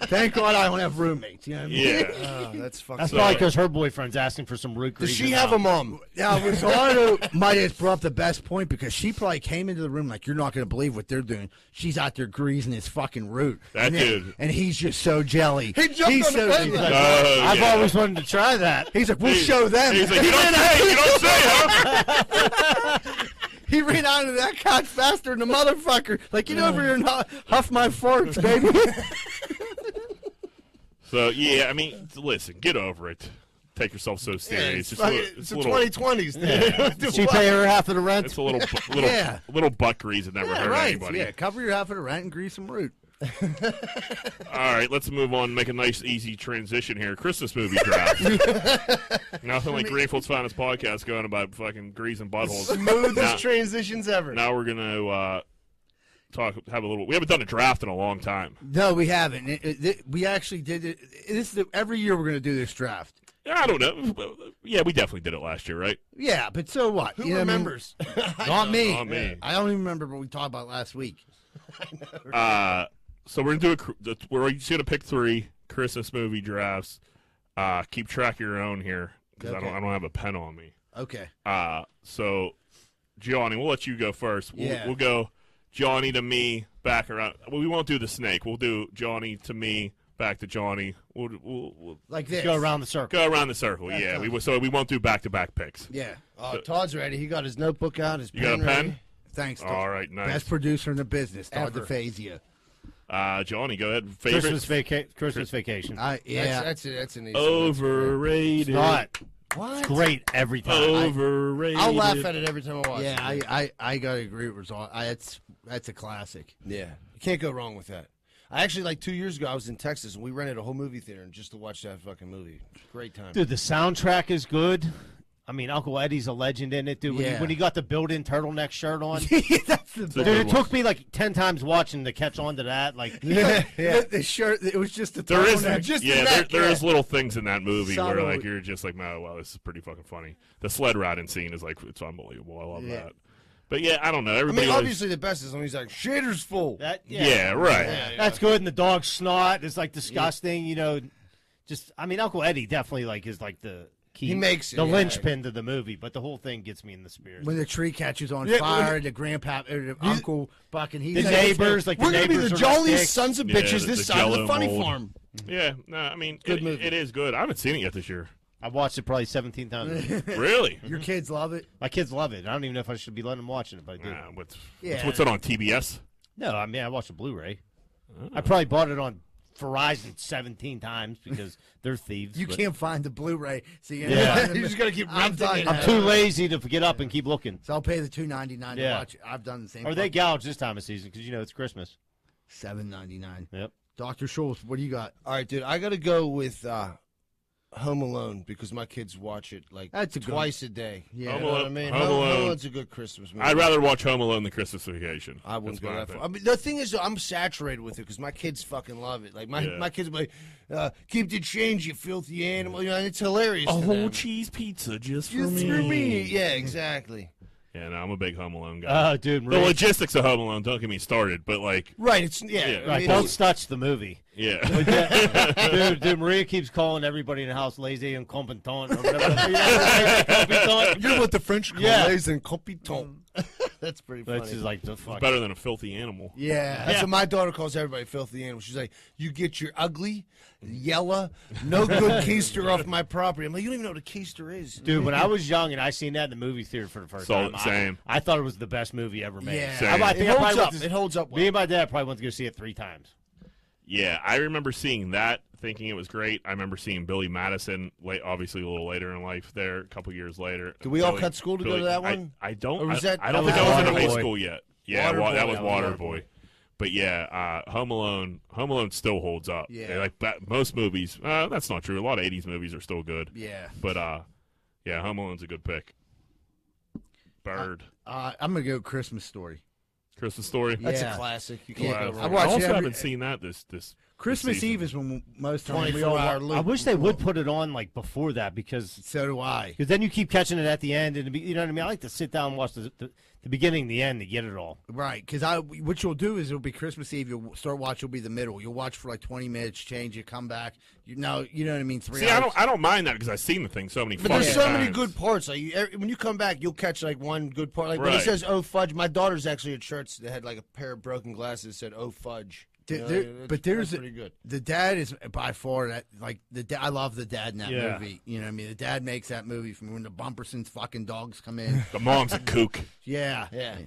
B: Thank God I don't have roommates. You know what I mean?
A: Yeah.
C: Oh, that's fucking.
D: That's probably because her boyfriend's asking for some root
C: Does
D: grease
C: she
D: and
C: have a
D: not-
C: mom?
B: Now, Rosario might have brought up the best point because she probably came into the room like, you're not going to believe what they're doing. She's out there greasing his fucking root.
A: That
B: and then-
A: dude.
B: And he's just so jelly.
C: He jumped
B: he's
C: on the bed
B: he's
C: like-
B: like,
A: Oh,
D: I've
A: yeah.
D: always wanted to try that.
B: he's like, we'll show them.
A: He's like, you don't say, you don't say, huh?
B: he ran onto that couch faster than the motherfucker. Like, get over here and hu- huff my farts, baby.
A: So, yeah, I mean, listen, get over it. Take yourself so serious.
C: it's
A: Just
C: fucking-
A: li-
C: it's
A: it's
C: the
A: a little-
C: 2020s. dude. What the
D: Did she
C: fuck?
D: pay her half of the rent?
A: It's a little, bu- little,
B: Yeah.
A: little butt grease that never hurt anybody.
B: Yeah, cover your half of the rent and grease some root.
A: All right, let's move on. Make a nice, easy transition here. Christmas movie draft. Nothing like Greenfield's finest podcast going about fucking grease and buttholes.
C: Smoothest
A: Nah.
C: transitions ever.
A: Now we're gonna uh, talk. Have a little. We haven't done a draft in a long time.
B: No, we haven't. It- it- it- we actually did it. This is the, every year we're going to do this draft.
A: I don't know. Yeah, we definitely did it last year, right?
B: Yeah, but so what?
C: Who
B: You know what I mean?
C: remembers?
B: Not me.
A: Not me.
B: I don't even remember what we talked about last week.
A: Uh, so we're gonna do a. cr- the- We're just gonna pick three Christmas movie drafts. Uh, keep track of your own here because I don't.
B: Okay.
A: I don't have a pen on me.
B: Okay.
A: Uh, so, Gianni, we'll let you go first. We'll,
B: Yeah.
A: we'll go Johnny to me, back around. Well, we won't do the snake. We'll do Johnny to me, back to Johnny. We'll, we'll, we'll
B: Like this.
D: Go around the circle.
A: go around the circle. yeah, we will- so we won't do back to back picks.
B: Yeah.
C: Oh, Todd's ready. He got his notebook out. His
A: You got a
C: ready.
A: pen?
B: Thanks. Todd.
A: All right, nice.
B: Best producer in the business, Todd
C: Ever.
B: DeFazio.
A: Uh, Johnny, go ahead.
D: Christmas
A: Favorite
D: vaca- Christmas vacation.
C: Uh,
B: I yeah.
C: That's, that's, a, that's an easy
A: overrated.
D: Not
C: What?
D: great every time.
C: Oh.
A: Overrated.
C: I'll laugh at it every time I watch
B: yeah,
C: it.
B: I, I, I gotta agree with Rizal. I That's that's a classic.
C: Yeah. You can't go wrong with that. I actually, like two years ago, I was in Texas and we rented a whole movie theater and just to watch that fucking movie. Great time.
D: Dude, the soundtrack is good. I mean, Uncle Eddie's a legend in it, dude. When, he,
B: Yeah.
D: when he got the built-in turtleneck shirt on,
B: That's the
A: a
D: dude,
A: good
D: it took me like ten times watching to catch on to that. Like,
C: yeah,
B: The, the shirt. It was just the
A: There is,
B: turtleneck.
C: just
A: yeah,
C: the
A: there,
C: neck,
A: there
C: yeah.
A: is little things in that movie where
B: Subtle.
A: like you're just like, man, wow, this is pretty fucking funny. The sled riding scene is like, it's unbelievable. I love
B: Yeah.
A: that. But yeah, I don't know.
C: I
A: Everybody,
C: mean,
A: always-
C: obviously the best is when he's like, "Shader's full."
D: that, yeah,
A: yeah. right.
D: that's good. And the dog snot is like disgusting. You know, just I mean, Uncle Eddie definitely like is like the key.
C: He makes it,
D: the
C: yeah.
D: linchpin to the movie, but the whole thing gets me in the spirit.
B: When the tree catches on
C: Yeah,
B: fire, the grandpa, or the uncle, fucking he's like,
D: the neighbors, like
C: We're
D: the
C: gonna be
D: neighbors
C: the
D: are like
C: jolliest
D: dicks.
C: sons of
A: Yeah,
C: bitches
A: the-
C: this
A: the
C: side of the
A: Jell-O
C: funny
A: mold.
C: farm.
A: Yeah, no, I mean,
C: good
A: it-
C: movie.
A: it is good. I haven't seen it yet this year.
D: I watched it probably seventeen times.
A: Really?
B: Your kids love it.
D: My kids love it. I don't even know if I should be letting them watch it, but I do.
A: Nah, what's,
B: Yeah.
A: what's it on TBS?
D: No, I mean I watched a Blu-ray. I probably bought it on Verizon seventeen times because they're thieves.
B: You
D: but
B: can't find the Blu-ray, so you
D: Yeah.
C: you just gotta keep
B: I'm
C: renting
B: dying.
C: it.
D: I'm too lazy to get up and keep looking.
B: So I'll pay the two ninety nine to
D: Yeah.
B: watch it. I've done the same.
D: Or they gouged this time of season because you know it's Christmas.
B: seven ninety nine.
D: Yep.
B: Doctor Schultz, what do you got?
C: All right, dude, I gotta go with uh, Home Alone because my kids watch it like
B: That's a good-
C: twice a day.
B: Yeah.
C: You
A: Home
C: know what I
A: Alone-
C: mean?
A: Home Alone.
C: Alone's a good Christmas movie.
A: I'd rather watch Home Alone than Christmas Vacation.
C: I wouldn't
A: That's
C: go
A: my
C: that far. I
A: opinion.
C: mean, the thing is, though, I'm saturated with it because my kids fucking love it. Like my
A: Yeah.
C: my kids, be like, uh, keep the change, you filthy animal. You know, and it's hilarious.
A: A
C: to
A: whole
C: them.
A: cheese pizza just for
C: It's
A: me.
C: for me. Yeah, Uh, exactly.
A: Yeah, no, I'm a big Home Alone guy.
D: Oh, dude,
A: the
D: Maria,
A: logistics of Home Alone don't get me started, but like,
C: Right. It's yeah.
A: Yeah.
C: I
D: right,
C: mean,
D: don't
C: it's-
D: touch the movie.
A: yeah.
D: dude, dude, Maria keeps calling everybody in the house lazy and competent or whatever. You know, lazy, competent.
C: You're what the French call
D: Yeah.
C: les incompetents. That's pretty funny.
D: That's just like the fuck.
A: Better than a filthy animal.
B: Yeah.
C: That's what my daughter calls everybody filthy animal. She's like, "You get your ugly, yellow, no good keister off my property." I'm like, "You don't even know what a keister is."
D: Dude, when I was young and I seen that in the movie theater for the first
A: So-
D: time, I-
A: same.
D: I, thought it was the best movie ever made.
B: Yeah.
A: Same.
D: I, I
C: It
D: think I
C: holds
D: probably
C: up.
D: went to-
C: It holds up. Well.
D: Me and my dad probably went to go see it three times.
A: Yeah, I remember seeing that, thinking it was great. I remember seeing Billy Madison, late, obviously a little later in life, there a couple years later.
C: Did we all
A: Billy-
C: cut school to go to that
A: I-
C: one?
A: I, don't.
C: Or was
A: I,
C: that-
A: I don't
C: that
A: think I
D: was
A: was in high
D: Waterboy?
A: school yet. Yeah, wa-
C: Waterboy,
A: that was
C: that was
A: Waterboy. But yeah, uh, Home Alone. Home Alone still holds up.
B: Yeah.
A: And, like ba- most movies. Uh, that's not true. A lot of '80s movies are still good.
B: Yeah.
A: But uh, yeah, Home Alone's a good pick. Bird,
B: Uh, I'm gonna go Christmas story.
A: Christmas Story.
C: That's
B: Yeah.
C: a classic. You
A: Wow.
C: can't go
B: I
A: I,
C: wrong.
B: watch
A: also
B: every-
A: haven't seen that this this
B: Christmas
A: season.
B: Eve is when most time we all
C: 24 hour
B: watch.
C: loop.
D: I wish they would put it on like before that because
B: So do I.
D: because then you keep catching it at the end and it'd be- you know what I mean. I like to sit down and watch the the, the beginning, and the end to get it all.
B: Right, because I what you'll do is it'll be Christmas Eve. You'll start watch. You'll be the middle. You'll watch for like twenty minutes. Change. You come back. You know. You know what I mean. Three.
A: See,
B: hours.
A: I don't I don't mind that because I've seen the thing so many.
C: But there's
A: fucking
C: so many
A: times.
C: good parts. Like you, every, when you come back, you'll catch like one good part. Like when it
A: Right.
C: says "Oh fudge," my daughter's actually at church that had like a pair of broken glasses that said "Oh fudge."
B: There-
C: You know,
B: there-
C: that's-
B: but there's
C: that's pretty good.
B: the dad is by far that like the da- I love the dad in that
D: Yeah.
B: movie. You know what I mean? The dad makes that movie from when the Bumpersons fucking dogs come in.
A: The mom's a kook.
B: yeah,
C: Yeah.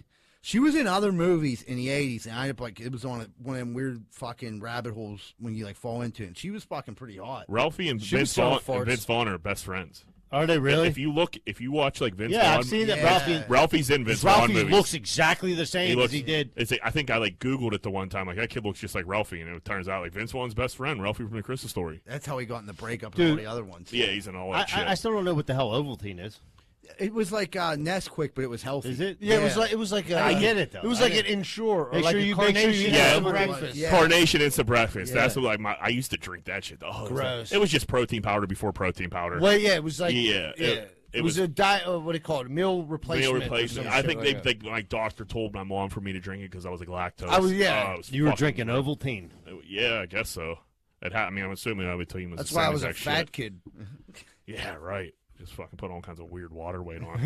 B: She was in other movies in the '80s, and I ended up like it was on a, one of them weird fucking rabbit holes when you like fall into it. And she was fucking pretty hot.
A: Ralphie and
C: She was
A: Vince,
C: selling
A: Vaughn,
C: farts.
A: and Vince Vaughn are best friends.
D: Are they really?
A: If you look, if you watch like Vince
D: yeah,
A: Vaughn,
D: I've seen that
B: Yeah.
D: Ralphie.
A: Ralphie's in Vince Vaughn
D: Ralphie
A: movies.
D: looks exactly the same
A: he looks.
D: as he did.
A: It's like- I think I like Googled it the one time. Like that kid looks just like Ralphie, and it turns out like Vince Vaughn's best friend, Ralphie from the Christmas Story.
B: That's how he got in the breakup of
D: Dude.
B: all the other ones.
A: Yeah, he's in all
D: I,
A: that
D: I, I
A: shit.
D: still don't know what the hell Ovaltine is.
B: It was like uh, Nesquik, but it was healthy.
D: Is it?
C: Yeah, it was like it was like a,
D: I get it, though.
C: It was
D: I
C: like
D: get-
C: an insure or
D: Make
C: like
D: sure
C: a
D: you- make sure
C: carnation
D: you-
A: Yeah,
C: for
A: it was-
C: breakfast.
B: yeah.
A: Carnation instant breakfast.
B: Yeah.
A: That's what like my. I used to drink that shit. Oh, it was like-
C: Gross.
A: It was just protein powder before protein powder.
C: Well, yeah, it was like
A: Yeah,
C: yeah. It, was,
A: was-
C: a diet. Uh, what do you call it? Meal replacement.
A: Meal
C: or
A: replacement.
C: some
A: I
C: shit
A: think
C: like
A: they,
C: that.
A: they like doctor told my mom for me to drink it because I was like lactose.
C: I was- yeah.
A: Oh, it was
D: You were
A: fucking-
D: drinking Ovaltine.
A: Yeah, I guess so. It ha- I mean, I'm assuming Ovaltine was.
C: That's
A: the
C: why I
A: same
C: was a
A: exact
C: fat
A: shit.
C: kid.
A: Yeah, right. Just fucking put all kinds of weird water weight on.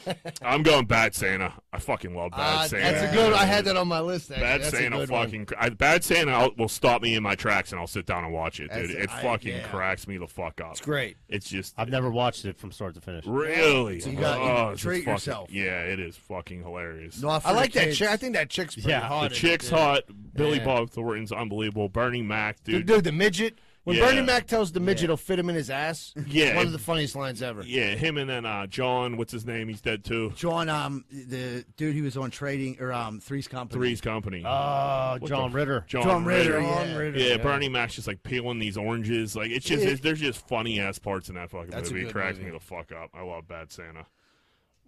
A: I'm going Bad Santa. I fucking love Bad
C: Ah,
A: Santa.
C: that's a good. I had that on my list. Actually.
A: Bad
C: that's a
A: Santa
C: good one.
A: fucking. cr- I, Bad Santa I'll- will stop me in my tracks and I'll sit down and watch it, dude.
B: That's-
A: it
B: I-
A: fucking
B: yeah.
A: cracks me the fuck up.
C: It's great.
A: It's just
D: I've never watched it from start to finish.
A: really.
B: you gotta
A: oh, it's just
B: treat
A: fucking-
B: yourself.
A: Yeah, it is fucking hilarious.
B: Not for
C: I
B: the
C: like that
B: kids.
C: chick. I think that chick's pretty
D: Yeah, the
C: hot.
A: The chick's
C: hot.
A: hot. Billy
C: Yeah.
A: Bob Thornton's unbelievable. Bernie Mac,
C: The
A: dude.
C: dude, the midget. When
A: Yeah.
C: Bernie Mac tells the midget he'll fit him in his ass,
A: Yeah.
C: one of the funniest lines ever.
A: Yeah, him and then uh, John, what's his name? He's dead too.
B: John, um, the dude he was on trading or um, Three's Company.
A: Three's Company.
D: Oh, John Ritter.
A: John,
B: John Ritter.
A: Ritter.
B: yeah.
A: Yeah, Bernie Mac's just like peeling these oranges. Like it's just it's, there's just funny ass parts in that fucking
C: That's a
A: movie. It
C: good
A: cracks
C: movie.
A: me the fuck up. I love Bad Santa.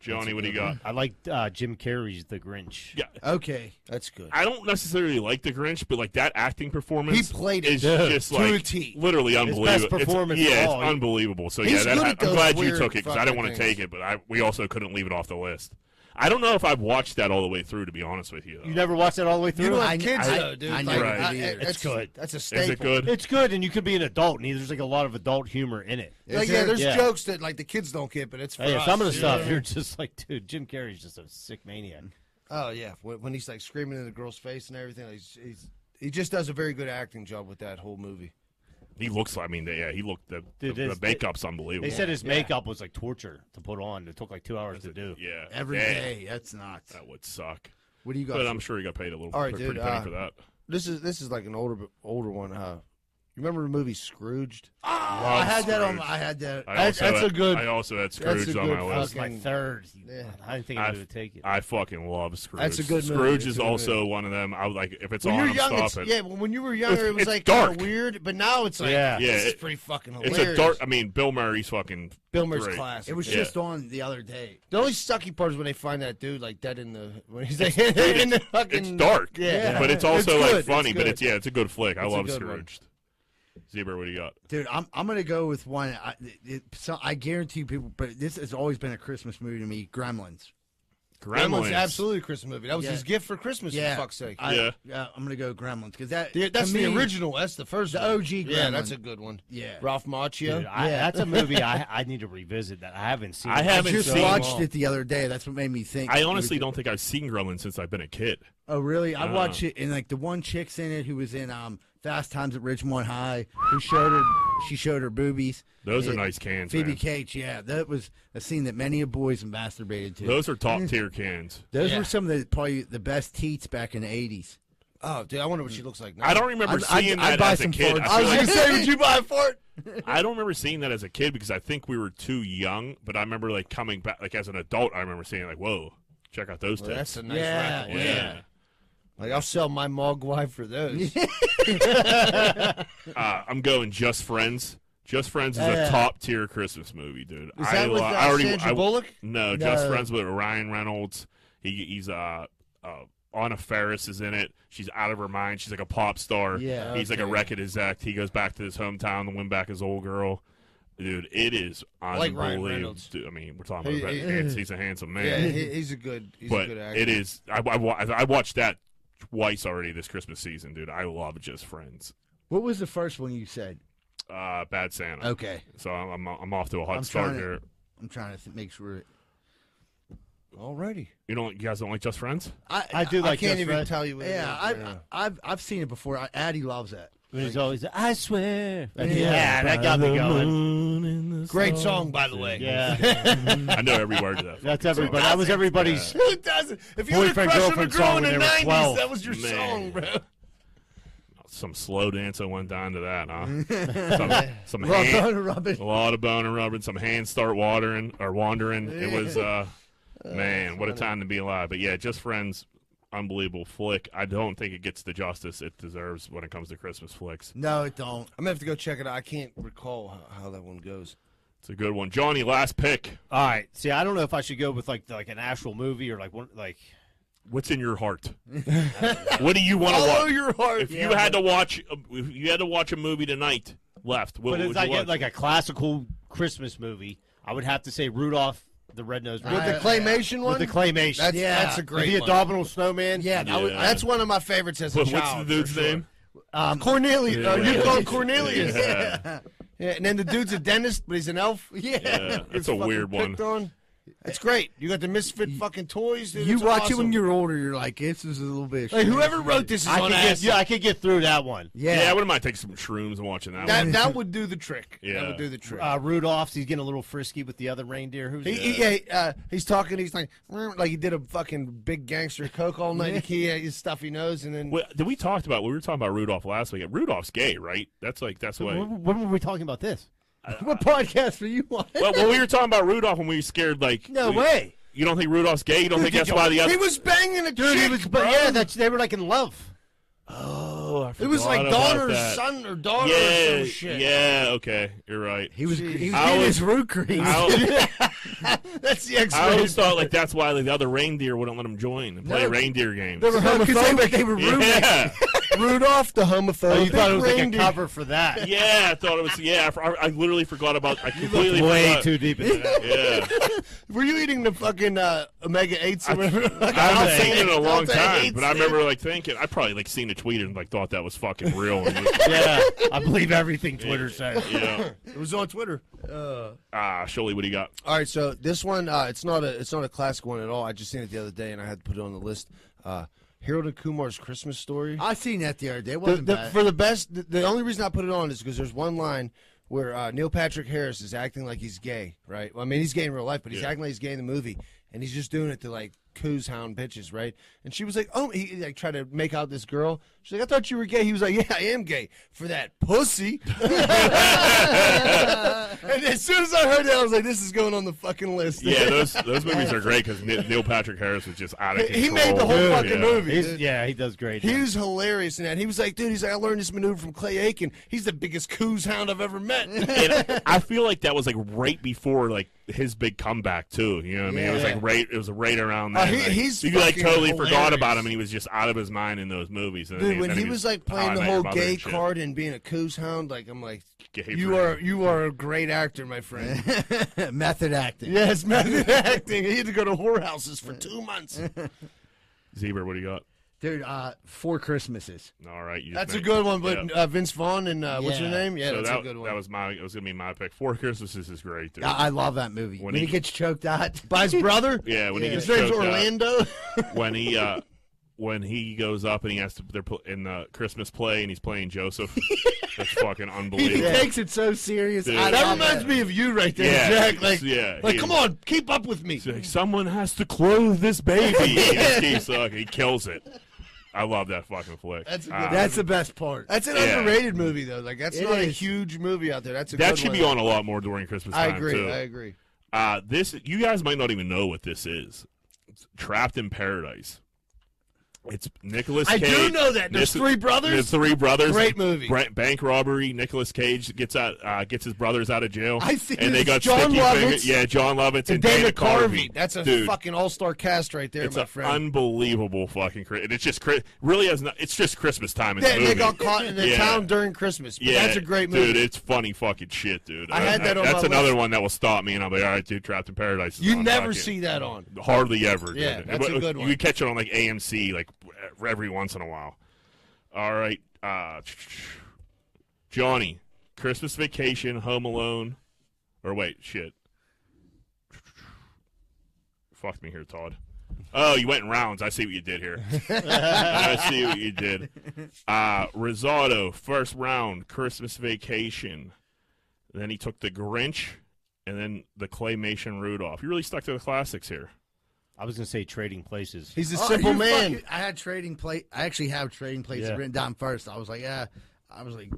A: Johnny, what do you got?
D: I like uh, Jim Carrey's The Grinch.
A: Yeah,
B: Okay.
C: That's good.
A: I don't necessarily like The Grinch, but like that acting performance,
C: He played it
A: is
C: to
A: just
C: a
A: like
C: T.
A: literally unbelievable. It's-
D: performance
A: yeah,
D: of
A: it's
D: all.
A: unbelievable. So
C: He's
A: yeah, that,
C: good at
A: I, am
C: those
A: glad you
C: weird
A: took it because I didn't want to
C: fucking
A: take it, but I, we also couldn't leave it off the list. I don't know if I've watched that all the way through. To be honest with you, though.
D: You never watched that all the way through?
C: You don't
B: I-
C: have kids
B: I-
C: though, dude.
B: I
C: Like,
A: never Right.
C: I-
B: did either.
C: that's
D: It's good.
C: That's a staple.
A: is it good?
D: it's good, and you could be an adult, and there's like a lot of adult humor in it.
C: Like,
B: Is
C: yeah,
B: it?
C: there's
D: Yeah.
C: jokes that like the kids don't get, but it's for
D: Hey,
C: us.
D: some of the
C: you know
D: stuff
C: what I
D: you're
C: mean?
D: just like, dude, Jim Carrey's just a sick maniac.
C: Oh yeah, when, when he's like screaming in the girl's face and everything, he's, he's he just does a very good acting job with that whole movie.
A: he looks. I mean, yeah, he looked. The,
D: Dude,
A: the, the
D: this-
A: makeup's unbelievable.
D: They said his makeup was like torture to put on. It took like two hours to do.
A: yeah,
B: every day.
A: yeah,
B: That's not.
A: That would suck.
B: What do you got?
A: But I'm sure he got paid a little
C: All right,
A: pretty
C: dude,
A: penny
C: uh,
A: for that.
C: This is this is like an older older one. Uh, you remember the movie Scrooged?
B: I had that on.
A: Scrooge.
B: I had that.
A: I
D: that's-
A: also
D: that's
A: had,
D: a good-
A: I also had
C: that's a
A: Scrooge on
C: good
A: my list.
D: That was my
C: Fucking-
D: third.
C: Yeah.
D: I didn't think
A: I
D: I
A: f-
D: would take it.
A: I fucking love Scrooge.
C: That's a good movie.
A: Scrooge
C: It's
A: is
C: a good
A: also one of them. I would like if it's
C: When
A: on,
C: you're
A: I'm
C: young, it's,
A: stopping.
C: yeah. When when you were younger, it was
A: it's
C: like
A: dark.
C: of weird, but now it's like
D: Yeah.
A: Yeah,
C: this is
A: it-
C: pretty fucking
A: it's
C: hilarious.
A: a dark. I mean, Bill Murray's fucking
C: Bilmer's
A: great.
C: class.
B: It was
A: Yeah.
B: just on the other day.
C: the only sucky part is when they find that dude like dead in the when he's like in the fucking
A: It's dark,
C: Yeah.
A: but it's also
C: It's
A: like
C: good, it's
A: funny. but
C: good.
A: it's yeah, it's a good flick. I
C: It's a
A: love
C: good one.
A: Scrooge. Zebra, what do you got?
B: Dude, I'm I'm gonna go with one. I, it, it, so I guarantee people, but this has always been a Christmas movie to me. Gremlins.
C: Gremlins, absolutely a Christmas movie. That was
B: Yeah.
C: his gift for Christmas.
B: Yeah,
C: for fuck's sake.
B: I,
A: Yeah.
B: I'm gonna go Gremlins because that
C: The- that's
B: to me,
C: the original. That's the first.
B: The
C: one.
B: OG
C: Yeah,
B: Gremlin.
C: that's a good one.
B: Yeah.
C: Ralph Macchio.
D: Dude, I,
B: Yeah.
D: That's a movie I, I need to revisit that I haven't seen.
A: I
D: it.
A: haven't
B: I just
A: seen it.
B: watched it the other day. That's what made me think.
A: I honestly don't think I've seen Gremlins since I've been a kid.
B: Oh, really? I
A: Uh.
B: watched it, and like the one chick's in it who was in um Fast Times at Ridgemont High, who showed her she showed her boobies.
A: Those are
B: It-
A: nice cans,
B: Phoebe
A: man.
B: Cates, yeah, that was a scene that many of boys masturbated to.
A: Those are
C: Mm.
A: top tier cans.
B: Those
C: Yeah.
B: were some of the probably the best teats back in the eighties.
C: oh, dude, I wonder what she looks like now.
A: I don't remember
B: I-
A: seeing
B: I
A: that
B: buy
A: as a
B: some
A: kid.
B: farts.
A: I, feel
B: I
A: like-
B: was
C: say, would you buy a fart?
A: I don't remember seeing that as a kid because I think we were too young. But I remember like coming back, like as an adult, I remember seeing like, "Whoa, check out those tits."
C: That's a nice
B: Yeah,
C: raffle.
A: yeah.
C: Like I'll sell my mogwai for those.
A: Uh, I'm going Just Friends. Just Friends is
B: Yeah.
A: a top tier Christmas movie, dude.
C: Is that with
A: lo-
C: uh, Sandra Bullock?
A: No,
B: No.
A: Just Friends with Ryan Reynolds. He, he's uh, uh, Anna Ferris is in it. She's out of her mind. She's like a pop star.
B: Yeah.
A: he's like a
C: Okay.
A: wreck at his act. He goes back to his hometown to win back his old girl. Dude, it is
C: like Ryan
A: unbelievable.
C: Reynolds.
A: Dude, I mean, we're talking about
C: He- he-
A: hands- he's a handsome man
C: yeah, he, he's a good. He's a
A: but
C: good actor.
A: it is. I, I, wa- I watched that twice already this Christmas season, dude. I love Just Friends.
B: What was the first one you said?
A: Uh, Bad Santa.
B: Okay,
A: So I'm, I'm I'm off to a hot
B: I'm
A: start
B: trying to-
A: here.
B: I'm trying to th- make sure.
C: Alrighty.
A: You don't. You guys don't like Just Friends?
B: I
D: I do like
C: I can't
D: Just
C: even
D: Friends.
C: tell you. What it
B: Yeah,
C: is.
B: I, I've I've seen it before. I, Addie loves that.
D: When he's always, I swear. Yeah,
B: Yeah,
D: that got me going.
C: Great song, by the way.
D: Yeah,
A: I know every word of that.
D: that's
A: fucking
D: everybody.
A: song.
D: That was everybody's.
C: Who doesn't? If you
D: Boyfriend,
C: were crushing a
D: girlfriend
C: girl
D: song
C: in
D: when
C: the
D: they were
C: 90s,
D: 12.
C: that was your
A: Man.
C: song, bro.
A: Some slow dance I went down to that, huh? some some hand,
B: Robin.
A: a lot of bone and rubbing. Some hands start watering or wandering. It was uh, man, what a time to be alive. But yeah, Just Friends, unbelievable flick. I don't think it gets the justice it deserves when it comes to Christmas flicks.
B: No, it don't.
C: I'm gonna have to go check it out. I can't recall how, how that one goes.
A: It's a good one, Johnny. Last pick.
D: All right. See, I don't know if I should go with like like an actual movie or like one like.
A: What's in your heart? what do you want to
C: Follow
A: watch?
C: your heart.
A: If you had to watch, uh, if you had to watch a movie tonight, left. What
D: But
A: would
D: if
A: you
D: I
A: watch?
D: get like a classical Christmas movie, I would have to say Rudolph the Red-Nosed
C: With the
D: Reindeer.
C: claymation one,
D: With the claymation.
C: that's,
B: Yeah.
C: that's a great
D: the
C: one.
D: abominable snowman.
C: Yeah, that was-
A: Yeah.
C: that's one of my favorites as a
A: What- what's the
C: child.
A: dude's
C: for sure.
A: name?
B: Um,
C: Cornelius.
A: Yeah.
C: Uh, you call him Cornelius.
A: Yeah.
C: Yeah, and then the dude's a dentist, but he's an elf. Yeah,
A: Yeah, that's
C: Gets
A: a
C: fucking
A: weird one.
C: picked on. It's great. You got the misfit fucking toys. dude.
B: You
C: It's
B: watch it
C: awesome.
B: when you're older. You're like, this is a little bit. of
C: Like,
B: shit.
C: whoever wrote this is
D: I
C: on
D: could get,
C: acid.
D: yeah, I could get through that one.
A: Yeah, I
B: Yeah.
A: wouldn't mind taking some shrooms and watching that,
C: That that would do the trick.
A: Yeah.
C: That would do the trick.
D: Uh, Rudolph's, he's getting a little frisky with the other reindeer. Who's
C: He, he- yeah, he, uh, he's talking. He's like, "Mm," like he did a fucking big gangster coke all night. He had his stuffy nose, and then
A: one. Wait, Did we talked about? We were talking about Rudolph last week. Rudolph's gay, right? That's like that's what.
D: when, when were we talking about this?
B: What podcast were you on?
A: well, well, we were talking about Rudolph when we were scared. Like,
D: No
A: we-
D: way.
A: You don't think Rudolph's gay? You don't think that's why the other?
C: he was banging a
D: Dude,
C: chick.
D: he was, but
C: bro.
D: yeah, that's they were like in love.
A: oh, I
C: it was
A: forgot
C: like
A: about
C: daughter, or
A: that.
C: son, or daughter, or
A: Yeah,
C: some shit.
A: yeah. Okay, you're right.
B: He was he was
A: I
B: getting
A: was-
B: his root crease.
A: I always,
C: that's the X.
A: I always thought like that's why like, the other reindeer wouldn't let him join and play
B: No.
A: reindeer games.
B: They were homophobic. They, were roommates.
A: Yeah,
C: Rudolph the homophobe.
D: Oh, you thought it was like a cover for that?
A: yeah. I thought it was. Yeah, I, I literally forgot about. I completely
D: Way
A: forgot.
D: too deep into that.
A: Yeah,
C: Were you eating the fucking uh, omega eights or whatever? Like,
A: I haven't
D: Delta
A: seen it in a
C: eights,
A: long
C: Delta
A: time,
C: eights,
A: but I remember like thinking I probably like seen a tweet and like thought that was fucking real. And,
D: yeah, I believe everything Twitter says.
A: you know,
C: it was on Twitter. Uh,
A: ah, surely what he got.
C: All right, so this one, uh, it's not a it's not a classic one at all. I just seen it the other day, and I had to put it on the list. Uh, Harold and Kumar's Christmas Story.
B: I seen that the other day. It
C: The-
B: wasn't
C: the-
B: bad.
C: for the best, the, the only reason I put it on is because there's one line where uh, Neil Patrick Harris is acting like he's gay, right? Well, I mean, he's gay in real life, but he's
A: Yeah.
C: acting like he's gay in the movie, and he's just doing it to like coos hound bitches, right? And she was like, "Oh," he like tried to make out this girl. She's like, "I thought you were gay." He was like, "Yeah, I am gay for that pussy." and as soon as I heard that, I was like, "This is going on the fucking list."
A: Yeah, those those movies are great because Neil Patrick Harris was just out of
C: He-
A: control.
C: he made the whole
A: Yeah.
C: fucking movie.
D: He's- yeah, he does great.
C: He was hilarious in that. He was like, dude, he's like, I learned this maneuver from Clay Aiken. He's the biggest coos hound I've ever met.
A: And I feel like that was like right before like his big comeback too. You know what I mean? It was
C: Yeah.
A: like right. It was right around
C: Uh,
A: that.
C: he-
A: like,
C: he's
A: you like
C: fucking
A: totally forgot
C: hilarious.
A: about him, and he was just out of his mind in those movies. And then
C: Dude, when
A: then
C: he was like
A: How I
C: playing the
A: Met Your
C: whole
A: Mother
C: gay
A: and shit.
C: card and being a coos hound, like I'm like,
A: Gay
C: you
A: for-
C: are you are a great actor, my friend.
B: method acting.
C: yes, method acting. He had to go to whorehouses for two months.
A: Zebra, what do you got?
B: Dude, uh, four Christmases.
A: All right, you just
C: That's a
A: made-
C: good one. But
A: Yeah.
C: uh, Vince Vaughn and uh, what's her
B: Yeah.
C: name? Yeah,
A: So
C: that's
A: that,
C: a good one.
A: that was my. It was gonna be my pick. Four Christmases is great. Dude.
B: I, I love that movie. When,
A: he-
B: he gets choked out.
C: by his brother.
A: yeah, when he
C: His
A: gets
C: name's
A: choked up.
C: Orlando.
A: when he uh when he goes up and he has to they're pl- in the Christmas play and he's playing Joseph. That's fucking
B: He
A: unbelievable.
B: takes it so serious.
A: Dude.
B: I
A: That
B: love
C: that reminds
B: it.
C: me of you right there,
A: Yeah,
C: Jack. Like,
A: yeah,
C: like
A: he-
C: come on, keep up with me.
A: He's like, Someone has to clothe this baby. He just keeps sucking. He kills it. I love that fucking flick.
C: That's a good-
A: Ah,
B: That's the best part.
C: That's an
A: Yeah.
C: underrated movie though. Like that's
B: It
C: not a
B: is.
C: huge movie out there. That's a
A: that
C: good
A: should
C: one.
A: be on a lot more during Christmas
C: I
A: time
C: agree.
A: too.
C: I agree.
A: Uh, this you guys might not even know what this is. It's Trapped in Paradise. It's Nicholas
C: I
A: Cage.
C: do know that. There's
A: This-
C: three brothers.
A: There's three brothers.
C: Great movie.
A: Bra- bank robbery. Nicholas Cage gets out, uh, gets his brothers out of jail.
B: I see
A: And they
B: this.
A: got
C: John
A: sticky
C: Lovitz
A: fingers. Yeah, John Lovitz and,
C: And David
A: Dana
C: Carvey. That's a
A: Dude,
C: fucking all-star cast right there,
A: It's
C: my
A: an
C: friend.
A: unbelievable fucking. Cri- and it's just cri- really has not. It's just Christmas time in
C: they,
A: the
C: they
A: movie.
C: got caught in the
A: Yeah.
C: town during Christmas. But
A: yeah,
C: that's a great movie.
A: dude. It's funny fucking shit, dude. Uh,
C: I had that on
A: That's
C: my
A: another
C: list.
A: one that will stop me, and I'll be all right, dude. Trapped in Paradise. is
C: you
A: on
C: never
A: fucking-
C: see that on.
A: Hardly ever.
C: Yeah,
A: dude.
C: that's a
A: But
C: good
A: You
C: one.
A: catch it on like AMC, like every once in a while. All right, uh, Johnny, Christmas Vacation, Home Alone, or wait, shit, fucked me here, Todd. Oh, you went in rounds. I see what you did here. I see what you did. Uh, Risotto, first round, Christmas Vacation. Then he took the Grinch, and then the claymation Rudolph. You really stuck to the classics here.
D: I was gonna say trading places.
C: He's a
B: Oh,
C: simple
B: you
C: man.
B: fucking- I had trading place. I actually have trading places
D: Yeah.
B: written down first. I was like, yeah. I was like,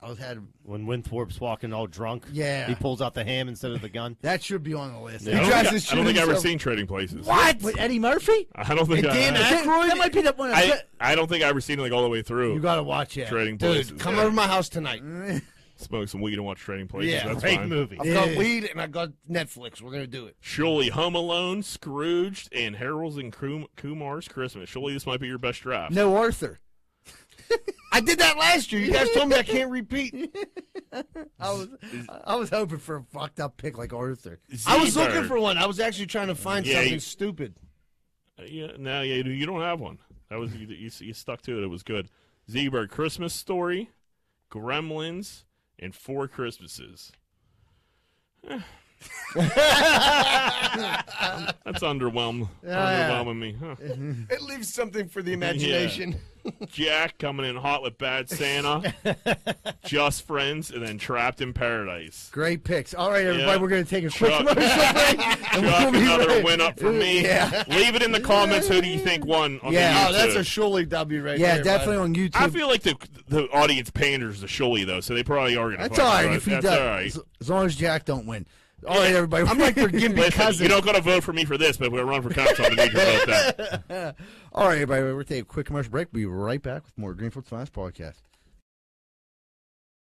B: I was had
D: When Winthorpe's walking all drunk,
B: Yeah.
D: he pulls out the ham instead of the gun.
B: that should be on the list.
A: I
D: He
A: don't think, I,
D: tries to
A: I don't
D: shoot
A: think I've ever
D: himself.
A: seen Trading Places.
B: What with Eddie Murphy?
A: I don't think I,
C: Dan
A: I,
C: Aykroyd?
B: That might be the one. I,
A: I, I don't think I've ever seen it like all the way through.
B: you gotta watch it.
A: Trading Places.
C: Dude, come
A: yeah.
C: over to my house tonight.
A: Smoke some weed and watch Trading Places.
C: Yeah,
A: That's
D: Great
A: fine.
D: movie.
C: I've
B: Yeah.
C: got weed and I got Netflix. We're gonna do it.
A: Surely Home Alone, Scrooged, and Harold's and Kum- Kumar's Christmas. Surely this might be your best draft.
B: No Arthur.
C: I did that last year. You guys told me I can't repeat.
B: I was I was hoping for a fucked up pick like Arthur.
C: I was looking
A: Zebird.
C: for one. I was actually trying to find
A: Yeah,
C: something
A: you-
C: stupid.
A: Uh, Yeah, no, yeah, you- you don't have one. That was you, you, you stuck to it. It was good. Zebra Christmas Story, Gremlins, and Four Christmases. That's underwhelmed,
B: Yeah.
A: underwhelming me. Huh.
C: It leaves something for the
A: imagination. Jack coming in hot with Bad Santa, Just Friends, and then Trapped in Paradise.
B: Great picks. All right, everybody,
A: Yeah.
B: we're going to take a quick
A: Chuck.
B: commercial break. and
A: Chuck,
B: we'll be
A: another
B: right-
A: win up for me.
B: Yeah.
A: Leave it in the comments. Who do you think won? On the
B: Yeah.
C: Oh, that's
A: YouTube.
C: a surely W right
B: Yeah,
C: there.
B: definitely on YouTube.
A: I feel like the the audience panders the Shuley though, so they probably are gonna.
B: That's
A: fuck
B: all right
A: with us.
B: if he
A: That's
B: does.
A: all right.
B: As, as long as Jack don't win. All right, everybody. I'm like
A: Listen, you don't gotta vote for me for this, but we're run for cops. I'm gonna need your vote. That.
B: All right, everybody. We're going to take a quick commercial break. We'll be right back with more Greenfield Finance Podcast.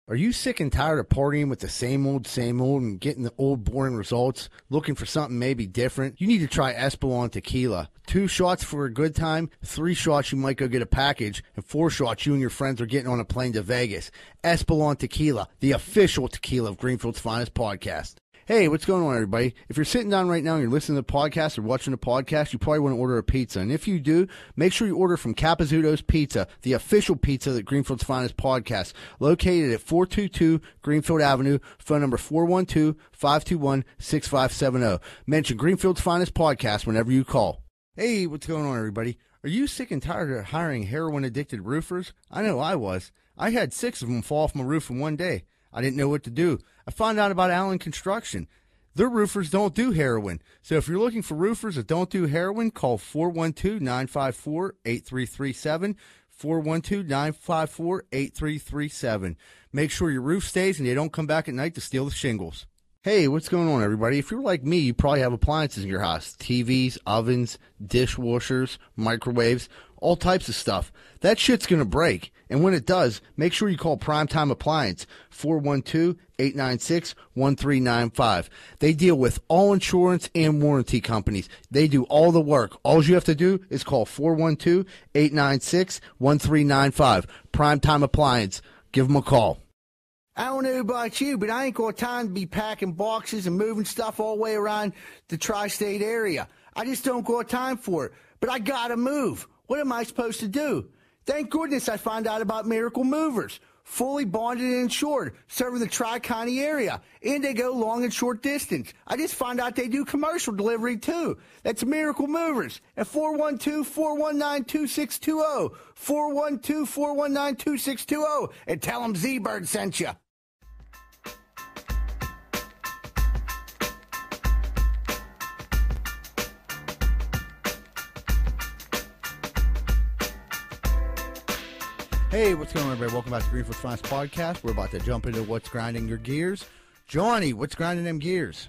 B: Are you sick and tired of partying with the same old, same old and getting the old, boring results? Looking for something maybe different? You need to try Espolon Tequila. Two shots for a good time, three shots you might go get a package, and four shots you and your friends are getting on a plane to Vegas. Espolon Tequila, the official tequila of Greenfield's Finest Podcast. Hey, what's going on, everybody? If you're sitting down right now and you're listening to the podcast or watching the podcast, you probably want to order a pizza. And if you do, make sure you order from Capizuto's Pizza, the official pizza that Greenfield's Finest Podcast, located at 422 Greenfield Avenue, phone number 412 521 6570. Mention Greenfield's Finest Podcast whenever you call. Hey, what's going on, everybody? Are you sick and tired of hiring heroin addicted roofers? I know I was. I had six of them fall off my roof in one day. I didn't know what to do. I found out about Allen Construction. Their roofers don't do heroin. So if you're looking for roofers that don't do heroin, call 412 954 8337. 412 954 8337. Make sure your roof stays and they don't come back at night to steal the shingles. Hey, what's going on, everybody? If you're like me, you probably have appliances in your house TVs, ovens, dishwashers, microwaves, all types of stuff. That shit's going to break. And when it does, make sure you call Primetime Appliance 412 896 1395. They deal with all insurance and warranty companies. They do all the work. All you have to do is call 412 896 1395. Primetime Appliance. Give them a call. I don't know about you, but I ain't got time to be packing boxes and moving stuff all the way around the tri state area. I just don't got time for it. But I gotta move. What am I supposed to do? Thank goodness I found out about Miracle Movers. Fully bonded and insured, serving the Tri County area, and they go long and short distance. I just found out they do commercial delivery too. That's Miracle Movers at 412 419 2620. 412 419 2620, oh. and tell them Z Bird sent you. Hey, what's going on, everybody? Welcome back to Greenfield Finance Podcast. We're about to jump into what's grinding your gears. Johnny, what's grinding them gears?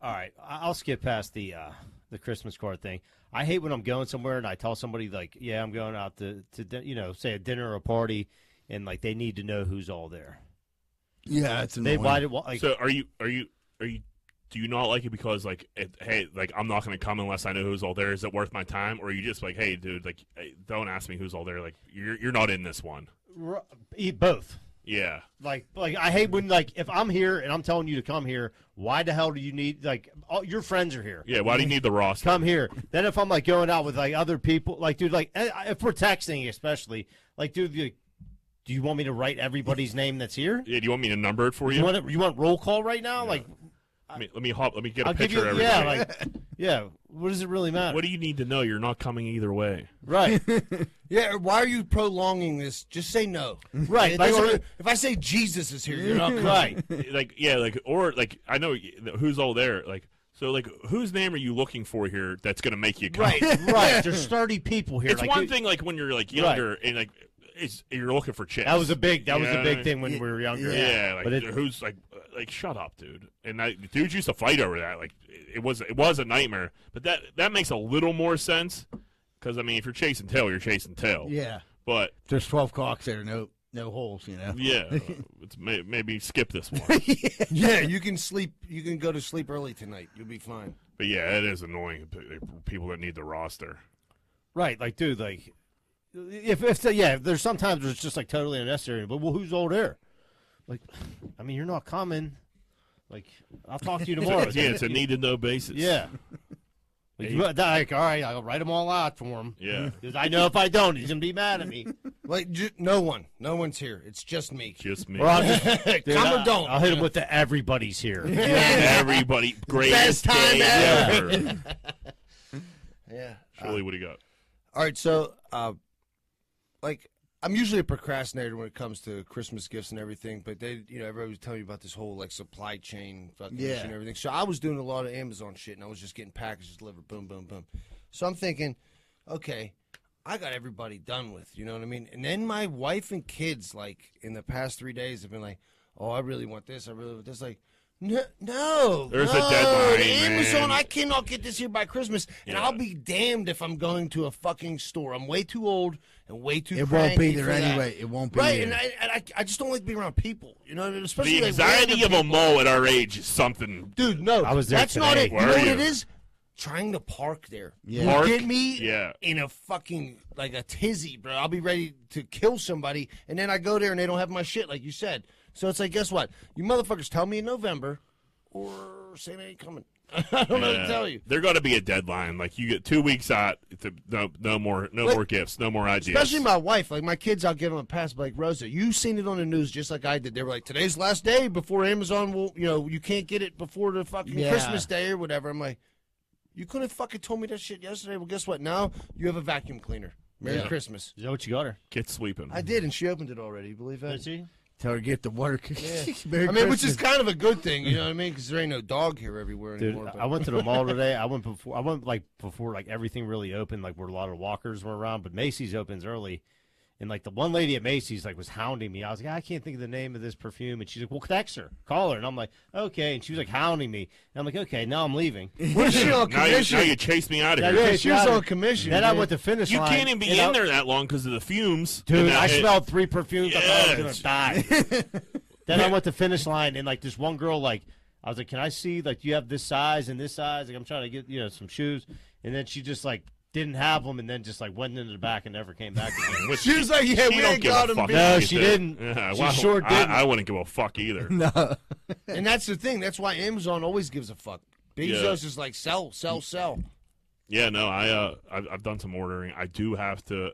D: All right, I- I'll skip past the uh, the Christmas card thing. I hate when I'm going somewhere and I tell somebody like, "Yeah, I'm going out to to di- you know, say a dinner or a party," and like they need to know who's all there.
B: Yeah, it's
D: They why did why- like
A: So are you are you are you do you not like it because like it, hey like I'm not gonna come unless I know who's all there. Is it worth my time? Or are you just like hey dude like hey, don't ask me who's all there. Like you're you're not in this one.
D: r- eat e, both.
A: Yeah.
D: Like like I hate when like if I'm here and I'm telling you to come here, why the hell do you need like all your friends are here?
A: Yeah. Why do you need the roster?
D: Come here. Then if I'm like going out with like other people, like dude, like eh, if we're texting especially, like dude, you, do you want me to write everybody's name that's here?
A: Yeah, do you want me to number it for you?
D: You want it, you want roll call right now? Like
A: let, me, let me hop. Let me get a
D: I'll give
A: picture.
D: you,
A: of
D: yeah,
A: everybody.
D: like, yeah. What does it really matter?
A: what do you need to know? You're not coming either way.
D: right,
C: Yeah, why are you prolonging this? Just say no.
D: Right,
C: It
D: like-
C: doesn't- if I say Jesus is here, you're not coming.
D: right.
A: like yeah, like or like I know y- who's all there. Like so, like whose name are you looking for here? That's gonna make you come.
D: Right, right. There's 30 people here.
A: It's
D: like,
A: one
D: dude,
A: thing like when you're like younger and like it's, you're looking for chicks.
D: That was a big. That was
A: Yeah.
D: a big thing when we were younger.
A: Yeah, like
D: but it,
A: who's like like shut up, dude. And I, dudes used to fight over that. Like it was it was a nightmare. But that that makes a little more sense because I mean, if you're chasing tail, you're chasing tail.
B: Yeah,
A: But
B: there's 12 cocks there, no no holes, you know.
A: yeah, it's may, maybe skip this one.
C: Yeah, you can sleep. You can go to sleep early tonight. You'll be fine.
A: but yeah, it is annoying. p- People that need the roster.
D: right, like dude, like if if the, yeah, there's sometimes where it's just like totally unnecessary. But well, who's all there? Like, I mean, you're not coming. Like, I'll talk to you tomorrow.
A: yeah, it's a need to know basis.
D: Yeah. Like, you- like, all right, I'll write them all out for him.
A: yeah.
C: Mm-hmm.
D: Because I know if I don't, he's gonna be mad at me.
C: Like, ju- no one. No one's here. It's just me.
A: Just me.
D: Or I'll just- dude,
C: Come
D: I-
C: or don't.
D: I'll hit him with the everybody's here.
A: Everybody, greatest
C: time
A: day
C: ever.
A: ever.
C: Yeah.
A: Surely, what do you got?
C: All right, so uh, like I'm usually a procrastinator when it comes to Christmas gifts and everything, but they, you know, everybody was telling me about this whole like supply chain fucking
B: Yeah.
C: issue and everything. So I was doing a lot of Amazon shit, and I was just getting packages delivered, boom, boom, boom. So I'm thinking, okay, I got everybody done with, you know what I mean? And then my wife and kids, like in the past three days, have been like, oh, I really want this, I really want this, like. No, no.
A: There's a
C: no,
A: deadline,
C: Amazon,
A: man.
C: I cannot get this here by Christmas, and
A: Yeah.
C: I'll be damned if I'm going to a fucking store. I'm way too old and way too.
B: It won't be
C: cranky
B: there
C: for that.
B: anyway. It won't be
C: Right,
B: there.
C: and, I, and I, I just don't like being around people. You know, especially
A: The
C: like,
A: anxiety
C: random
A: of a mole at our age is something.
C: people. dude. No,
D: I was there
C: That's not
D: today.
C: it. You
A: Were
C: know what
A: you?
C: it is? Trying to park there.
B: Yeah.
C: You
A: Park?
C: get me
A: Yeah.
C: in a fucking like a tizzy, bro. I'll be ready to kill somebody, and then I go there and they don't have my shit, like you said. So it's like, guess what? You motherfuckers tell me in November, or Santa ain't coming. I don't know what
A: Yeah.
C: to tell you.
A: uh, There got to be a deadline. Like you get two weeks out. To, no, no more, no
C: Like-
A: more gifts, no more ideas.
C: Especially my wife. Like my kids, I'll give them a pass. But like Rosa, you seen it on the news just like I did. They were like, "Today's last day before Amazon will, you know, you can't get it before the fucking
B: Yeah.
C: Christmas day or whatever." I'm like, "You couldn't fucking told me that shit yesterday." Well, guess what? Now you have a vacuum cleaner. Merry
B: Yeah.
C: Christmas.
D: Is that what you got her?
A: get sweeping.
C: I did, and she opened it already. You believe that?
B: Tell her to get to work. Merry
C: I mean, which
B: Christmas.
C: is kind of a good thing, you know what I mean? Because there ain't no dog here everywhere
D: Dude,
C: anymore. but-
D: I went to the mall today. I went before. I went like before, like everything really opened. Like where a lot of walkers were around, but Macy's opens early. And like the one lady at Macy's like was hounding me. I was like, I can't think of the name of this perfume. And she's like, Well, text her, call her. And I'm like, Okay. And she was like hounding me. And I'm like, Okay, now I'm leaving.
C: What is she on
A: now, you, now
C: commission?
A: you chase me out of
D: Yeah,
A: here.
C: yeah, she was
D: Got it.
C: on commission.
D: then I
C: man.
D: went to finish
A: You
D: line,
A: can't even be
D: and
A: in
D: I-
A: there that long because of the fumes.
D: Dude,
A: And that-
D: I
A: it-
D: smelled three perfumes. I thought I
A: Yes.
D: was gonna die. then I went to finish line, and like this one girl, like I was like, "Can I see like you have this size and this size?" Like I'm trying to get you know some shoes, and then she just like didn't have them, and then just like went into the back and never came back again.
A: Which-
C: She was like, "Yeah,
A: she
C: we
A: don't
C: ain't
A: give a
C: got him."
A: fuck
C: bitch.
D: No,
A: what you
D: she
A: did.
D: didn't.
A: Yeah,
D: She
A: well,
D: sure
A: I-
D: didn't.
A: I, wouldn't give a fuck either. No.
C: And that's the thing. That's why Amazon always gives a fuck. Bezos
A: Yeah.
C: is like sell, sell, sell.
A: Yeah, no, I uh, I've, I've done some ordering. I do have to,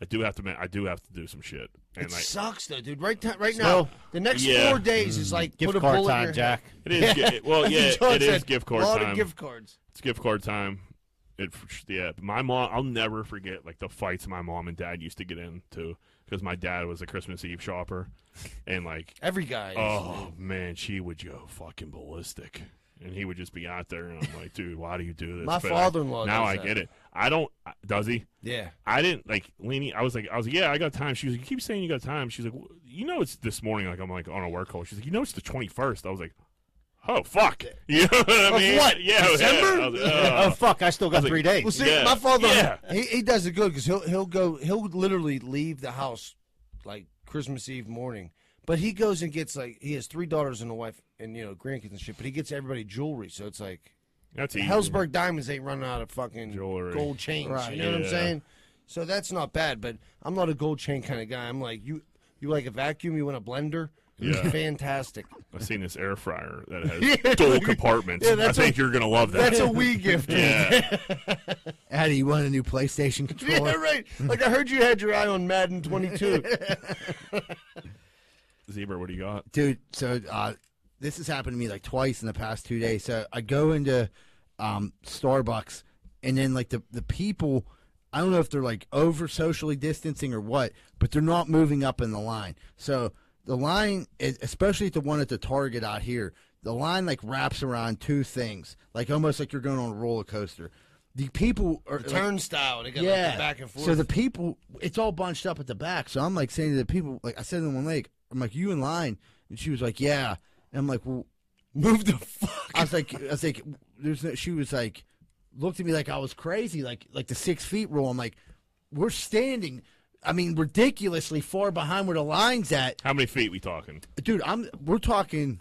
A: I do have to, ma- I do have to do some shit. And
C: it
A: like,
C: sucks though, dude. Right, ta- right now,
D: Still-
C: the next
A: Yeah.
C: four days is like
D: Gift
C: put a
D: card
C: bullet in
D: time,
C: your
D: Jack.
A: it is, gi- well, yeah,
C: John
A: it is
C: said,
A: gift card
C: A lot
A: time.
C: of gift cards.
A: It's gift card time. It, yeah, my mom. I'll never forget like the fights my mom and dad used to get into because my dad was a Christmas Eve shopper, and like,
C: Every guy. is.
A: oh man, she would go fucking ballistic, and he would just be out there, and I'm like, dude, why do you do this?
C: My
A: But I-
C: father-in-law
A: Now
C: does
A: I
C: that.
A: get it. I don't. Does he?
C: yeah.
A: I didn't like Lenny. I was like, I was like, yeah, I got time. She was like, you keep saying you got time. She's like, "Well, you know, it's this morning. Like, I'm like on a work call. She's like, you know, it's the 21st. I was like, oh fuck. You know what I
C: Of
A: mean?
C: what?
A: Yeah. I was-
C: December?
A: I was like,
D: oh
A: "Ugh."
D: fuck! I still got
A: like,
D: three days.
C: Well, see,
A: Yeah.
C: my father,
A: Yeah.
C: he, he does it good because he'll he'll go he'll literally leave the house like Christmas Eve morning, but he goes and gets like he has three daughters and a wife and you know grandkids and shit, but he gets everybody jewelry, so it's like
A: That's
C: The
A: easy.
C: Hellsberg Diamonds ain't running out of fucking
A: Jewelry.
C: gold chains.
B: Right.
C: You know what I'm
A: Yeah.
C: saying? So that's not bad, but I'm not a gold chain kind of guy. I'm like you. You like a vacuum? You want a blender?
A: Yeah.
C: Fantastic.
A: I've seen this air fryer that has dual compartments.
C: Yeah,
A: I
C: that's
A: think you're gonna love that.
C: That's a wee gift.
A: yeah.
B: Addy, you want a new PlayStation controller?
C: Yeah, right. Like I heard you had your eye on Madden 22.
A: Zebra, what do you got?
B: dude. So uh, this has happened to me like twice in the past two days. So I go into um, Starbucks, and then like the the people, I don't know if they're like over socially distancing or what, but they're not moving up in the line. So the line, is, especially at the one at the Target out here, the line like wraps around two things, like almost like you're going on a roller coaster. The people are like,
C: Turnstile. They got like, the back and forth.
B: so the people, it's all bunched up at the back. So I'm like saying to the people, like I said to one lady, I'm like, "You in line?" And she was like, "Yeah." And I'm like, well,
C: move the fuck.
B: I was like, I was like, there's no, she was like, looked at me like I was crazy, like like the six feet rule. I'm like, we're standing. I mean, ridiculously far behind where the line's at,
A: How many feet we talking?
B: dude. I'm we're talking.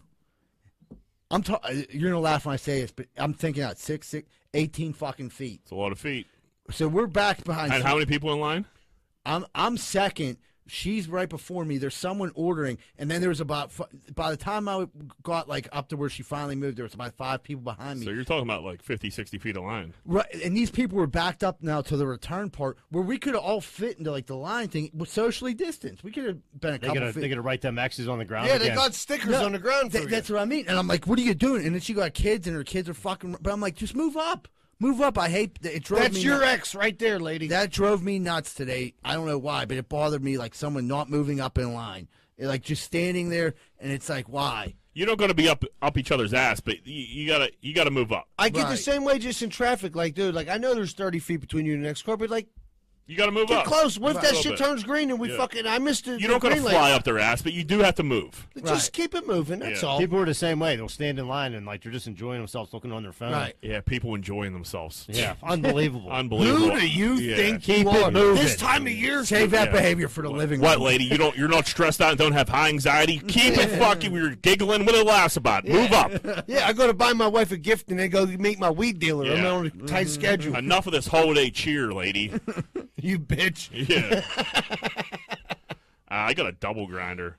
B: I'm talking. You're gonna laugh when I say this, but I'm thinking out six, six, 18 fucking feet.
A: It's a lot of feet.
B: So we're back behind.
A: And how many people in line?
B: I'm I'm second, She's right before me. There's someone ordering, and then there was about f- by the time I got like up to where she finally moved, there was about five people behind me.
A: So you're talking about like 50, 60 feet of line.
B: Right, and these people were backed up now to the return part where we could have all fit into like the line thing, but socially distanced. We could have been a
D: They
B: couple
D: gotta,
B: feet.
D: they gotta write them X's on the ground.
C: Yeah, they
D: again.
C: got stickers
B: No,
C: on the ground for
B: Th-
C: you.
B: that's what I mean. And I'm like, what are you doing? And then she got kids, and her kids are fucking. But I'm like, just move up, move up. I hate that. It drove
C: That's
B: me.
C: your
B: nuts.
C: ex right there, lady.
B: That drove me nuts today. I don't know why, but it bothered me like someone not moving up in line, It, like just standing there, and it's like, why?
A: You're not going to be up up each other's ass, but you, you gotta you gotta move up.
C: I get the
B: Right.
C: same way just in traffic. Like, dude, like I know there's 30 feet between you and the next car, but like,
A: You gotta move
C: get
A: up.
C: close. What if
A: Right.
C: that
A: A
C: shit
A: little bit.
C: turns green and we
A: Yeah.
C: fucking? I missed it.
A: You don't gotta
C: green light.
A: fly up their ass, but you do have to move.
C: Just
B: Right.
C: keep it moving. That's
A: Yeah.
C: all.
D: People are the same way. They'll stand in line and like they're just enjoying themselves, looking on their phone.
B: Right.
A: Yeah, people enjoying themselves.
D: Yeah, unbelievable.
A: unbelievable.
C: Who do you
A: Yeah.
C: think
D: Keep
C: you
D: it
C: are?
D: moving.
C: This time of year,
B: Save that
A: Yeah.
B: behavior for the living
A: What,
B: room.
A: lady? You don't. You're not stressed out and don't have high anxiety. Keep it fucking. We were giggling. What a laughs about. Move up.
C: yeah, I go to buy my wife a gift and then go meet my weed dealer. I'm
A: Yeah. Mm-hmm.
C: on a tight schedule.
A: Enough of this holiday cheer, lady.
C: you bitch.
A: Yeah. uh, I got a double grinder.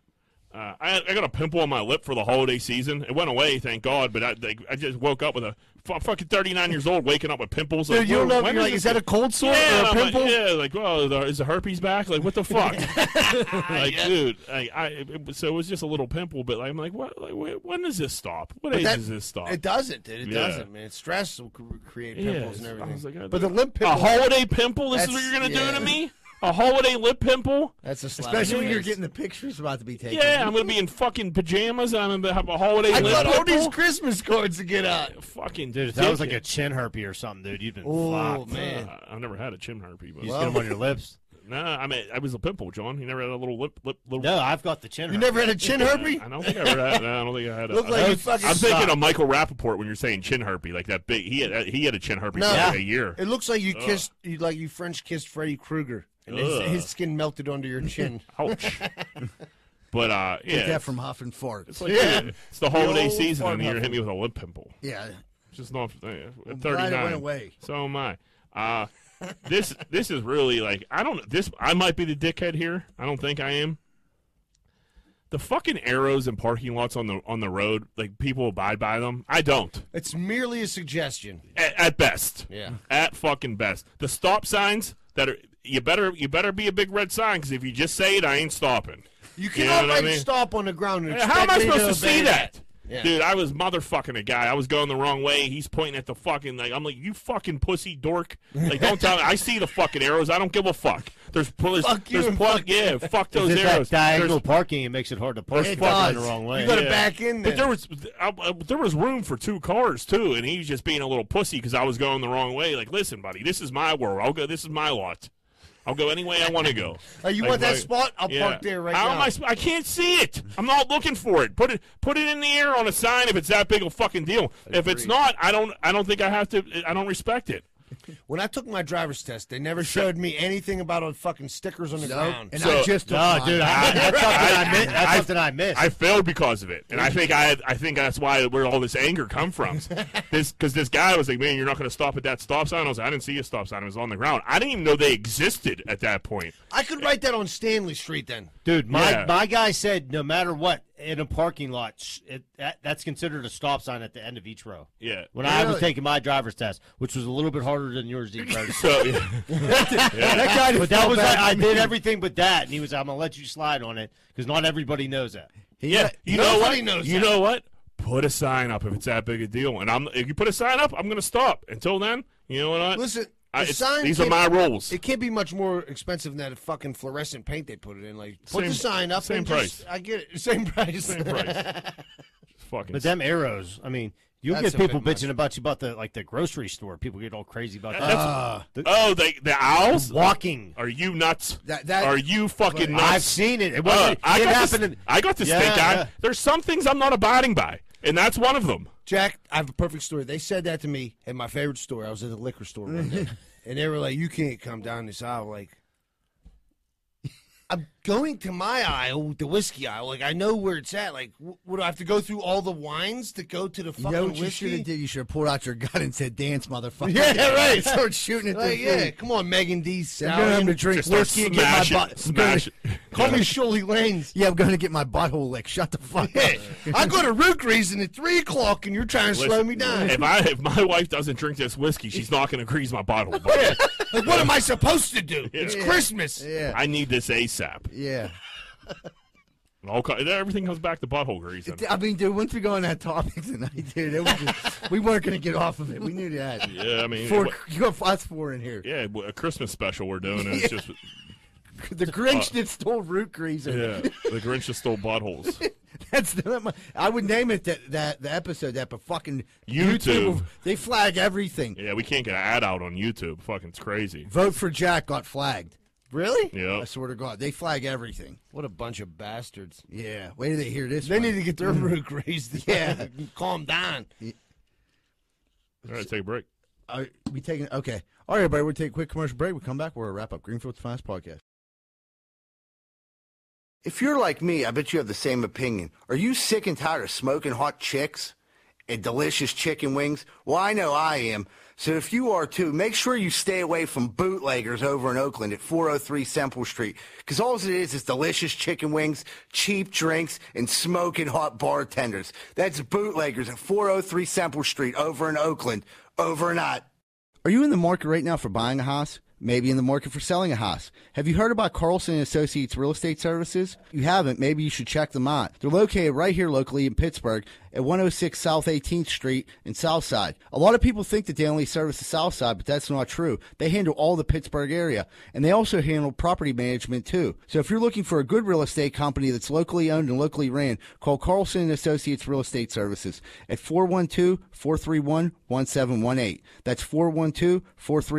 A: Uh, I, I got a pimple on my lip for the holiday season. It went away, thank God. But I, like, I just woke up with a am fucking 39 years old, waking up with pimples.
C: Dude, you don't know.
A: when
C: You're like,
A: this-
C: is that a cold sore
A: yeah,
C: or a
A: and I'm like,
C: pimple?
A: yeah, like, well, the, is the herpes back? Like, what the fuck? like, dude, I, I, it, was- so it was just a little pimple, but I'm like, what? Like, wh- when does this stop? What age
C: that-
A: does this stop?
C: It doesn't, dude. It
A: Yeah.
C: doesn't, man. Stress will cr- create
A: Yeah,
C: pimples
A: it's-
C: and
A: I
C: everything.
A: was like, I-
C: but the lip
A: a
C: pimple,
A: holiday pimple? This is what
C: That's-
A: you're gonna
C: yeah.
A: do to me? A holiday lip pimple?
C: that's a slap. in the
B: Especially when you're
C: face.
B: getting the pictures about to be taken.
A: Yeah, I'm gonna be in fucking pajamas and I'm gonna have a holiday
C: I
A: lip
C: got all
A: pimple?
C: these Christmas cards to get out.
A: fucking
D: Dude, if that was like a
A: dickhead.
D: chin herpy or something, dude, you'd been
C: Oh
D: fucked.
C: man,
A: Uh, I've never had a chin herpy, but
D: You just get 'em on your lips.
A: nah, I mean, I was a pimple, John. You never had a little lip, lip, little.
D: No, I've got the chin.
C: you
D: herpy.
C: never had a chin herpy?
A: I don't think I ever had. No, I don't think I had. A,
C: Look
A: I-
C: like you fucking.
A: I'm
C: suck.
A: thinking of Michael Rappaport when you're saying chin herpy, like that big. He had uh, he had a chin herpy
C: No.
A: for like
D: Yeah.
A: a year.
C: It looks like you kissed, you, like you French kissed Freddy Krueger, and his,
A: Ugh.
C: his skin melted under your chin.
A: Ouch. but uh, yeah,
B: Get that from Huff and Fart.
A: it's like
C: Yeah.
A: dude, it's the holiday
C: old
A: season, and
C: Pornhub.
A: you're gonna hit me with a lip pimple.
B: yeah.
A: It's just not. Uh, at
B: glad
A: 39,
B: it went away.
A: So am I. Uh, this this is really like I don't this I might be the dickhead here. I don't think I am. The fucking arrows and parking lots on the on the road, like people abide by them. I don't.
C: It's merely a suggestion.
A: at, at best.
C: Yeah.
A: At fucking best. The stop signs that are you better you better be a big red sign because if you just say it, I ain't stopping.
C: You
A: You know
C: cannot
A: what I
C: write
A: mean?
C: stop on the ground. And
A: How am I
C: expect me
A: supposed to
C: obey
A: see that?
C: Yeah.
A: Dude, I was motherfucking a guy. I was going the wrong way. He's pointing at the fucking like I'm like you fucking pussy dork. Like don't tell me. I see the fucking arrows. I don't give a fuck. There's there's,
C: Fuck you
A: there's
C: and
A: pl-
C: fuck-
A: yeah fuck
D: Is
A: those
D: it
A: arrows.
D: that diagonal
A: There's-
D: parking? It makes it hard to park.
A: It
D: if you're going
A: does.
D: the wrong way.
C: You gotta
A: Yeah.
C: back in there.
A: But there was I, I, there was room for two cars too, and he was just being a little pussy because I was going the wrong way. Like, listen, buddy, this is my world. I'll go. This is my lot. I'll go any way I want to go.
C: Uh, you
A: Like,
C: want that
A: like-
C: spot? I'll
A: yeah.
C: park there right
A: How
C: now.
A: Am I, sp- I can't see it. I'm not looking for it. Put it put it in the air on a sign if it's that big a fucking deal. If it's not, I don't I don't think I have to. I don't respect it.
C: when I took my driver's test, they never showed me anything about uh, fucking stickers on the ground.
B: And
A: So-
B: I just took
D: No,
B: mine.
D: dude, I, that's something I,
A: I-
D: missed. That's
A: I-
D: something I missed.
A: I failed because of it, and I think I I think that's why where all this anger come from. this because this guy was like, "Man, you're not going to stop at that stop sign." I was like, "I didn't see a stop sign. It was on the ground. I didn't even know they existed at that point."
C: I could write that on Stanley Street then.
D: Dude, my,
A: Yeah.
D: my guy said no matter what in a parking lot, sh- it, that, that's considered a stop sign at the end of each row.
A: Yeah.
D: When I was
B: Really?
D: taking my driver's test, which was a little bit harder than yours, d
A: So yeah.
D: that guy, but that
B: felt
D: was
B: bad
D: like, I
B: for
D: did
B: me.
D: everything but that, and he was, "I'm gonna let you slide on it because not everybody knows that."
A: Yeah, you know
C: Nobody
A: what?
C: knows
A: you
C: that.
A: know what? Put a sign up if it's that big a deal, and I'm if you put a sign up, I'm going to stop. Until then, you know what?
C: Listen,
A: I,
C: the
A: it's-
C: sign
A: these are
C: can't-
A: my rules.
C: It can't be much more expensive than that fucking fluorescent paint they put it in. Like, put
A: Same-
C: the sign up.
A: same
C: and just-
A: price.
C: I get it. Same price.
A: Same price. Fucking.
D: But them arrows, I mean, you'll
C: That's
D: get
C: a
D: people
C: bit
D: bitching about you about the like the grocery store. People get all crazy about
A: That's-
D: that. Uh,
A: oh, they, the owls.
D: walking.
A: Are you nuts?
B: That- that-
A: are you fucking nuts?
D: I've seen it. It
A: Uh,
D: wasn't.
A: I,
D: it
A: got
D: happened.
A: this,
D: in-
A: I got this
D: Yeah,
A: thing. I,
D: yeah.
A: There's some things I'm not abiding by, and that's one of them.
C: Jack, I have a perfect story. They said that to me at my favorite store. I was at the liquor store one day, and they were like, "You can't come down this aisle." Like, I'm going to my aisle, the whiskey aisle, like I know where it's at. Like, w- would I have to go through all the wines to go to the
B: You
C: fucking
B: know what you
C: whiskey?
B: should have did? You should have pulled out your gun and said, "Dance, motherfucker!"
C: Yeah, right.
B: Start shooting at
C: Like,
B: the
C: yeah,
B: food.
C: come on, Megan D.
B: I'm going
C: Stallion.
B: to drink
A: Just
B: whiskey and get
A: smash
B: my
A: it,
B: butt.
A: smash it.
C: Call me Shirley Lanes.
B: Yeah, I'm going to get my butthole licked. Shut the fuck up.
C: Yeah, I go to root greasing at three o'clock, and you're trying to slow
A: Listen,
C: me down.
A: If I if my wife doesn't drink this whiskey, she's not going to grease my bottle. But
C: Like, what am I supposed to do? It's
A: Yeah.
C: Christmas.
B: Yeah,
A: I need this ASAP.
B: yeah.
A: And All, co- everything comes back to butthole grease.
B: D- I mean, dude, once we go on that topic tonight, dude, it was just, we weren't going to get off of it. We knew that.
A: Yeah, I mean,
B: Four,
A: what-
B: you got us four in here.
A: yeah, a Christmas special we're doing. And It's just
B: The Grinch that stole root greaser.
A: yeah, the Grinch just stole buttholes.
B: That's the, I would name it that, that the episode that, but fucking
A: YouTube.
B: will- they flag everything.
A: Yeah, we can't get an ad out on YouTube. Fucking it's crazy.
B: Vote for Jack got flagged.
C: Really?
A: Yeah,
B: I swear to God, they flag everything.
C: What a bunch of bastards.
B: Yeah, wait till they hear this.
C: They
B: one.
C: need to get their root greased.
B: Yeah.
C: Calm down.
A: all right, take a break.
B: Are we taking? Okay, all right, everybody. We'll take a quick commercial break. We come back. We're gonna wrap up Greenfield's Finest Podcast. If you're like me, I bet you have the same opinion. Are you sick and tired of smoking hot chicks and delicious chicken wings? Well, I know I am. So if you are too, make sure you stay away from bootleggers over in Oakland at 403 Semple Street. Because all it is is delicious chicken wings, cheap drinks, and smoking hot bartenders. That's bootleggers at 403 Semple Street over in Oakland. Over and out. Are you in the market right now for buying a house? Maybe in the market for selling a house. Have you heard about Carlson and Associates Real Estate Services? If you haven't, maybe you should check them out. They're located right here locally in Pittsburgh at 106 South 18th Street in Southside. A lot of people think that they only service the Southside, but that's not true. They handle all the Pittsburgh area and they also handle property management too. So if you're looking for a good real estate company that's locally owned and locally ran, call Carlson and Associates Real Estate Services at 412-431-1718. That's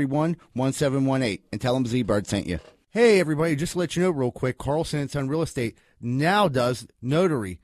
B: 412-431-1718 and tell them Z-Bird sent you. Hey everybody, just to let you know real quick, Carlson and Son Real Estate now does notary.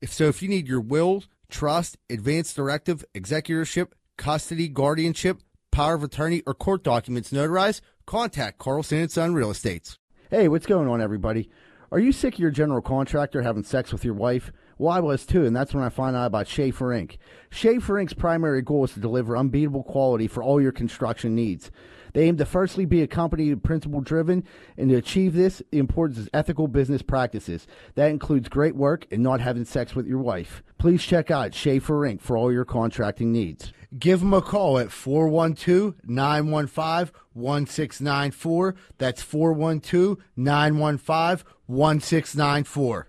B: If so, if you need your will, trust, advance directive, executorship, custody, guardianship, power of attorney, or court documents notarized, contact Carlson and Son Real Estates. Hey, what's going on, everybody? Are you sick of your general contractor having sex with your wife? Well, I was too, and that's when I found out about Schaefer Inc. Schaefer Inc.'s primary goal is to deliver unbeatable quality for all your construction needs. They aim to firstly be a company principle driven, and to achieve this, the importance is ethical business practices. That includes great work and not having sex with your wife. Please check out Schaefer Inc. for all your contracting needs. Give them a call at 412 915 1694. That's 412 915 1694.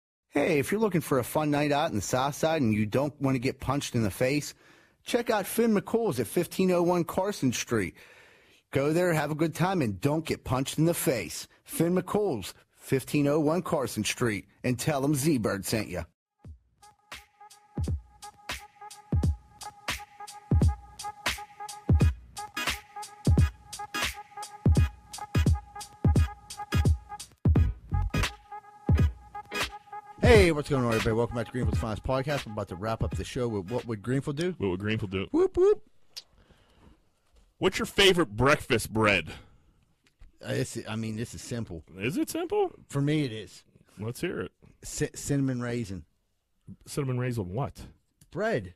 B: Hey, if you're looking for a fun night out in the South Side and you don't want to get punched in the face, check out Finn McCool's at 1501 Carson Street. Go there, have a good time, and don't get punched in the face. Finn McCool's, 1501 Carson Street, and tell them Z-Bird sent you. Hey, what's going on, everybody? Welcome back to Greenfield's Finest Podcast. I'm about to wrap up the show with What Would Greenfield Do?
A: What would Greenfield do?
B: Whoop, whoop.
A: What's your favorite breakfast bread?
B: Uh, it's, I mean, this is simple.
A: Is it simple?
B: For me, it is.
A: Let's hear it.
B: C- cinnamon raisin.
A: Cinnamon raisin what?
B: Bread.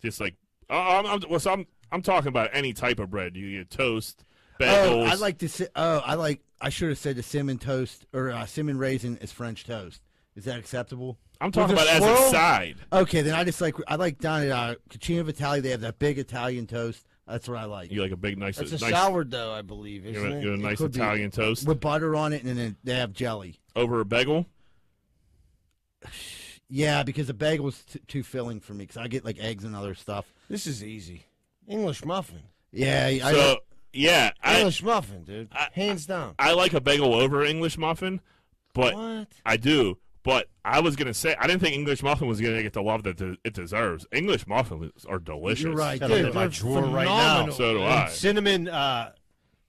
A: Just like oh, I'm, I'm, well, so I'm I'm talking about any type of bread. You get toast, bagels.
B: Oh, I like to say. Oh, I like. I should have said the cinnamon toast or uh, cinnamon raisin is French toast. Is that acceptable?
A: I'm talking
C: With
A: about
C: a
A: as
C: swirl?
A: a side.
B: Okay, then I just like I like down at uh, Cucina Vitale. They have that big Italian toast. That's what I like
A: You like a big nice,
C: That's a
A: nice
C: sourdough, I believe,
A: you know,
C: isn't it?
A: you know, a nice
B: could be.
A: Italian toast
B: with butter on it, and then they have jelly.
A: over a bagel.
B: Yeah, because the bagel's t- too filling for me because I get like eggs and other stuff.
C: This is easy. English muffin.
B: Yeah, I
A: So yeah, I
C: English muffin, dude. Hands down.
A: I like a bagel over English muffin, but
C: What?
A: I do. But I was gonna say I didn't think English muffin was gonna get the love that it deserves. English muffins are delicious.
B: you're right.
D: Shut up.
B: dude.
D: in my drawer right now.
C: phenomenal.
A: So do I.
D: Cinnamon. Uh,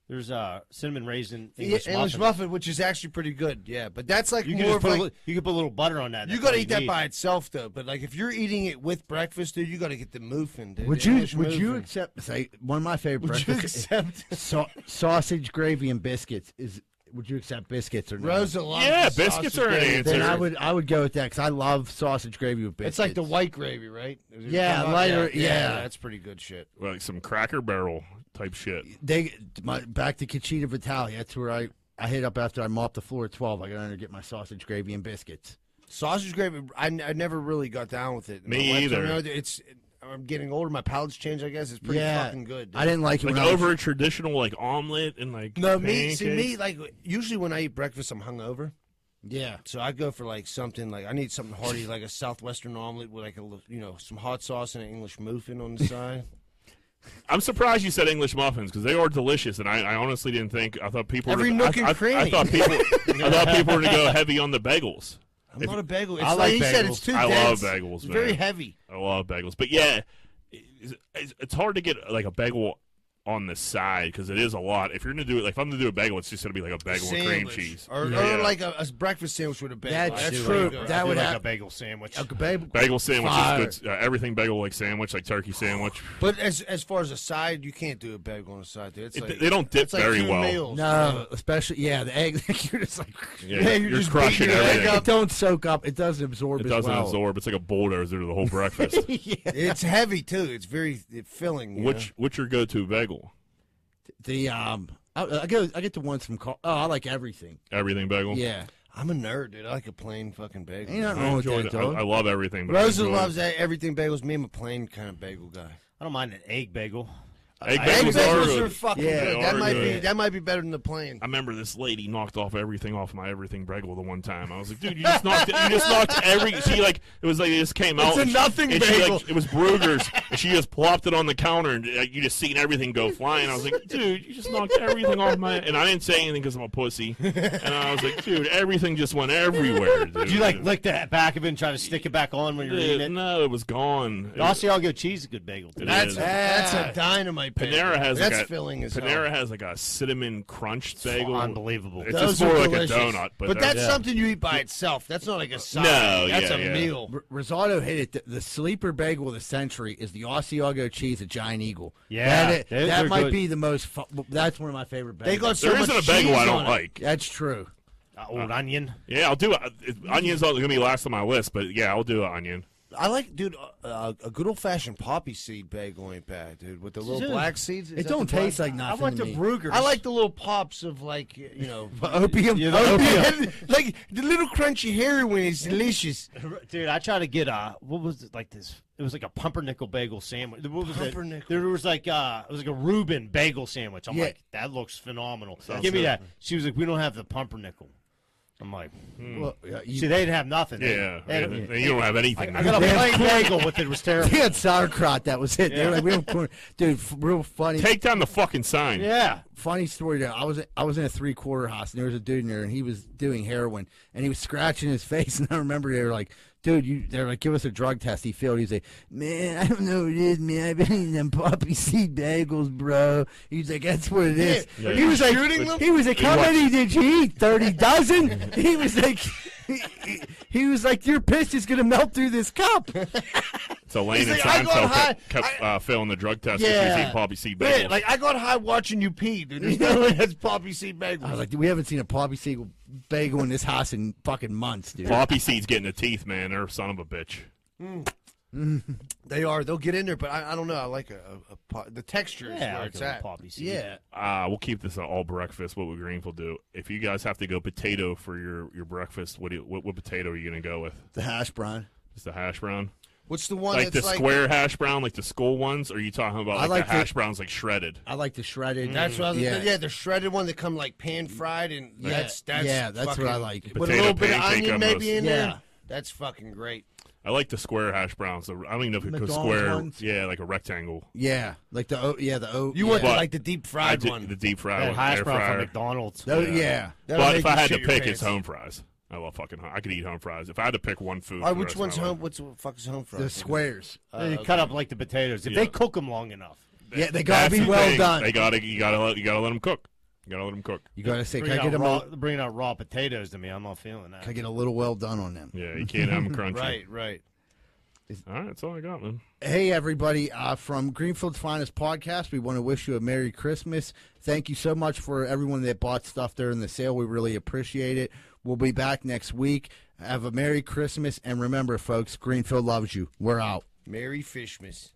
D: there's uh, cinnamon raisin English
C: English, English
D: muffin.
C: muffin. which is actually pretty good. Yeah, but that's like
D: You can just
C: more of
D: put a
C: like,
D: li- you can put a little butter on that.
C: you
D: That's
C: got
D: all
C: to eat that
D: need.
C: by itself though. But like if you're eating it with breakfast, dude, you got to get the muffin. Dude.
B: Would
C: The
B: you
C: English
B: would you
C: muffin.
B: accept say one of my favorite
C: Would you
B: breakfasts
C: accept
B: is sau- sausage gravy and biscuits is would you accept biscuits or no?
C: Rosa? loves
A: Yeah,
C: the
A: biscuits
C: sausage
A: are an
C: gravy.
A: answer.
B: Then I would I would go with that because I love sausage gravy with biscuits.
C: It's like the white gravy, right? Is it
B: Yeah,
C: come out?
B: lighter- yeah.
C: that's pretty good shit.
A: Like some Cracker Barrel type shit.
B: they my, back to Cachita Vitale. That's where I I hit up after I mopped the floor at twelve. I got under to get my sausage gravy and biscuits.
C: Sausage gravy, I, I never really got down with it.
A: Me
C: My wife-
A: either.
C: you know, it's I'm getting older. My palate's changed, I guess. It's pretty
B: yeah,
C: fucking good. dude.
B: I didn't like it
A: Like
B: when I was-
A: over a traditional like omelet and like
C: No, me. See,
A: pancakes.
C: me like usually when I eat breakfast, I'm hungover.
B: yeah.
C: So I go for like something like I need something hearty, like a southwestern omelet with like a li- you know some hot sauce and an English muffin on the side.
A: I'm surprised you said English muffins because they are delicious, and I, I honestly didn't think. I thought people
C: Every
A: were,
C: nook
A: I,
C: and
A: I- I,
C: cranny.
A: thought people. I thought people were gonna go heavy on the bagels.
C: I'm not a bagel. It's
B: I like
C: he said, it's
B: bagels.
C: too
A: I
C: dense.
A: love bagels,
C: It's very
A: man.
C: heavy.
A: I love bagels, but yeah, it's, it's- it's hard to get like a bagel on the side because it is a lot. If you're gonna do it, like if I'm gonna do a bagel, it's just gonna be like a bagel and cream
C: Sandwich.
A: cheese
C: or,
A: Yeah.
C: or like a, a breakfast sandwich with a bagel.
B: That's
D: do
B: true.
D: like a- I
B: That
D: do
B: would
D: like
B: hap-
D: a bagel sandwich.
B: Okay, babe.
A: bagel sandwich
B: Fire.
A: is good. Uh, everything bagel like sandwich, like turkey sandwich.
C: But as as far as a side, you can't do a bagel on a side. Dude. It's
A: It-
C: like,
A: they don't dip
C: it's like
A: very
C: two
A: well.
C: meals.
B: No, especially yeah, the eggs. you're just like
A: Yeah,
C: Yeah, you're
A: you're,
C: just
A: crushing
C: beating your egg
A: everything.
B: it don't soak up. It doesn't absorb.
A: It
B: as
A: doesn't
B: well.
A: absorb. It's like a bulldozer to the whole breakfast.
C: it's heavy too. It's very filling. you
A: Which what's your go-to bagel?
B: The um, I, I go. I get the ones from. Car- oh, I like everything.
A: Everything bagel.
B: Yeah,
C: know? I'm a nerd, dude. I like a plain fucking bagel.
B: ain't nothing
A: I,
B: wrong with
A: enjoy
B: that,
A: it. I, I
B: dog.
A: love everything. But I
C: Rosa
A: enjoy it.
C: loves that everything bagels. Me, I'm a plain kind of bagel guy.
D: I don't mind an egg bagel.
A: Egg
C: Egg
A: bagels, are,
C: bagels
A: good.
C: are fucking
A: They
C: good.
A: are
C: That might
A: good.
C: be that might be better than the plain.
A: I remember this lady knocked off everything off my everything bagel the one time. I was like, dude, you just knocked, you just knocked every. She like it was like it just came out.
C: a
A: and she-
C: nothing
A: and she, like,
C: bagel.
A: it was Brugger's, and she just plopped it on the counter, and like, you just seen everything go flying. I was like, dude, you just knocked everything off my. And I didn't say anything because I'm a pussy. And I was like, dude, everything just went everywhere. Dude.
D: Do you like lick the back of it and try to stick it back on when you're
A: Dude,
D: eating it?
A: No, it was gone. It was-
D: Also, I'll go cheese is a good bagel. Too.
A: It
C: That's
A: is.
C: that's a dynamite. bagel.
A: Panera has
C: that's
A: like a,
C: filling as hell.
A: Panera has like a cinnamon crunch bagel.
D: unbelievable.
A: It's
C: Those
A: just more
C: are
A: like
C: delicious.
A: a donut, but, they're-
C: that's something you eat by itself. That's not like a side.
A: No,
C: that's
A: oh, yeah,
C: a
A: yeah.
C: meal.
B: R- Rosado hit it. The, the sleeper bagel of the century is the Osceola cheese at Giant Eagle.
D: Yeah,
B: that,
D: they're-
B: that
D: they're
B: might
D: good.
B: be the most. Fu- that's one of my favorite. Bagels.
C: They got so
A: there
C: much
A: isn't a bagel
C: cheese
A: I don't
C: on it.
A: like.
B: That's true.
D: Uh, old onion.
A: Yeah, I'll do it. It- Onion's not gonna be last on my list, but yeah, I'll do an onion.
C: I like, dude, uh, uh, a good old fashioned poppy seed bagel ain't bad, dude. With the little
D: Dude,
C: black seeds, Is
B: It
C: that
B: don't
C: the black-
B: taste like nothing. to me.
D: Brugger's.
C: I like the little pops of like you know
B: opium.
D: Yeah,
B: Oh,
D: opium.
C: like the little crunchy heroin is delicious.
D: Dude, I tried to get uh, what was it like this? It was like a pumpernickel bagel sandwich. What was it?
C: Pumpernickel.
D: There was like uh, it was like a Reuben bagel sandwich. I'm
B: Yeah.
D: like, that looks phenomenal.
A: Sounds
D: Give me
A: good.
D: that. She was like, we don't have the pumpernickel. I'm like,
B: well, yeah, you-
D: see, they didn't have nothing. They-
A: Yeah,
D: they had-
A: and- and you don't have anything.
D: I
A: there.
D: got a
B: They had
D: plain
B: corn.
D: bagel with it. It was terrible.
B: They had sauerkraut. That was it. They were like, we don't, corn- dude, f- real funny,
A: Take down the fucking sign.
D: yeah.
B: funny story. There, I was I was in a three quarter house, and there was a dude in there, and he was doing heroin, and he was scratching his face. And I remember they were like, "Dude, you," they're like, "Give us a drug test." He failed. He's like, "Man, I don't know what it is, man. I've been eating them poppy seed bagels, bro." He's like, "That's what it is."
A: Yeah.
B: He was like,
C: Shooting them?
B: "He was like, how
A: He wa-
B: many did you eat? Thirty dozen?" he was like. He, he was like, "Your piss is gonna melt through this cup."
A: So Lane
C: He's
A: and
C: like, I got
A: Seinfeld
C: high-
A: kept, kept uh, failing the drug test because
B: Yeah.
A: she's eating poppy seed bagels.
C: Man, like I got high watching you pee, dude. There's no way that's poppy seed bagel.
B: I was like, "Dude, we haven't seen a poppy seed bagel in this house in fucking months, dude.
A: poppy seeds getting the teeth, man. They're a son of a bitch.
C: They are. They'll get in there, but I, I don't know. I like a, a, a po- the texture is
D: Yeah,
C: where
D: like a
C: it's
D: little
C: at.
D: poppy seed.
B: Yeah.
A: Ah, we'll keep this an all breakfast. What would Greenville do? If you guys have to go potato for your, your breakfast, what, do you, what what potato are you gonna go with?
B: The hash brown.
A: Just the hash brown,
C: What's the one
A: like the
C: that's like
A: square hash brown, like the school ones? Or are you talking about
B: I
A: like,
B: like
A: the
B: the-
A: hash browns like shredded?
B: I like the shredded.
C: Mm. That's what I was
B: yeah.
C: yeah. yeah, the shredded one that come like pan fried and
B: Yeah,
C: that's that's
B: yeah, that's what I
C: fucking-
B: like.
C: With a
A: Potato
C: little bit of
A: pancake
C: onion maybe
A: almost.
C: in
B: Yeah.
C: there. That's fucking great.
A: I like the square hash browns. The, I don't even know if it's
B: McDonald's
A: square.
B: ones?
A: Yeah, like a rectangle.
B: Yeah, like the o- yeah the o-
C: You
B: yeah.
C: want the,
A: But
C: like the deep
A: I
C: fried
A: did
C: one.
A: the deep fried
D: That
A: one,
D: hash
A: air
D: brown from
A: fryer.
D: McDonald's.
B: Those-
A: Yeah.
B: yeah.
C: That'll
A: but
C: make
A: if
C: you
A: I had
C: shit
A: to
C: your
A: pick,
C: pants.
A: it's home fries. I love fucking. Home. I could eat home fries. If I had to pick one food,
C: All right,
A: for the
C: which
A: rest of
C: one's
A: my
C: home?
A: life-
C: What's what fuck's home fries?
B: the squares. Uh,
D: They cut up like the potatoes. If
A: Yeah.
D: they cook them long enough,
B: Yeah, they
A: That's
B: gotta be
A: the
B: well
A: thing.
B: done.
A: They gotta you gotta let, you gotta let them cook. You gotta let them cook.
B: you gotta say, can
D: bringing
B: I
D: out,
B: get them?
D: raw,
B: A,
D: bringing out raw potatoes to me, I'm not feeling that.
B: can I get a little well done on them?
A: Yeah, you can't have them crunchy.
C: Right, right.
A: All right, that's all I got, man.
B: Hey, everybody, uh, from Greenfield's Finest Podcast, we want to wish you a Merry Christmas. Thank you so much for everyone that bought stuff during the sale. We really appreciate it. We'll be back next week. Have a Merry Christmas. And remember, folks, Greenfield loves you. We're out.
C: Merry Fishmas.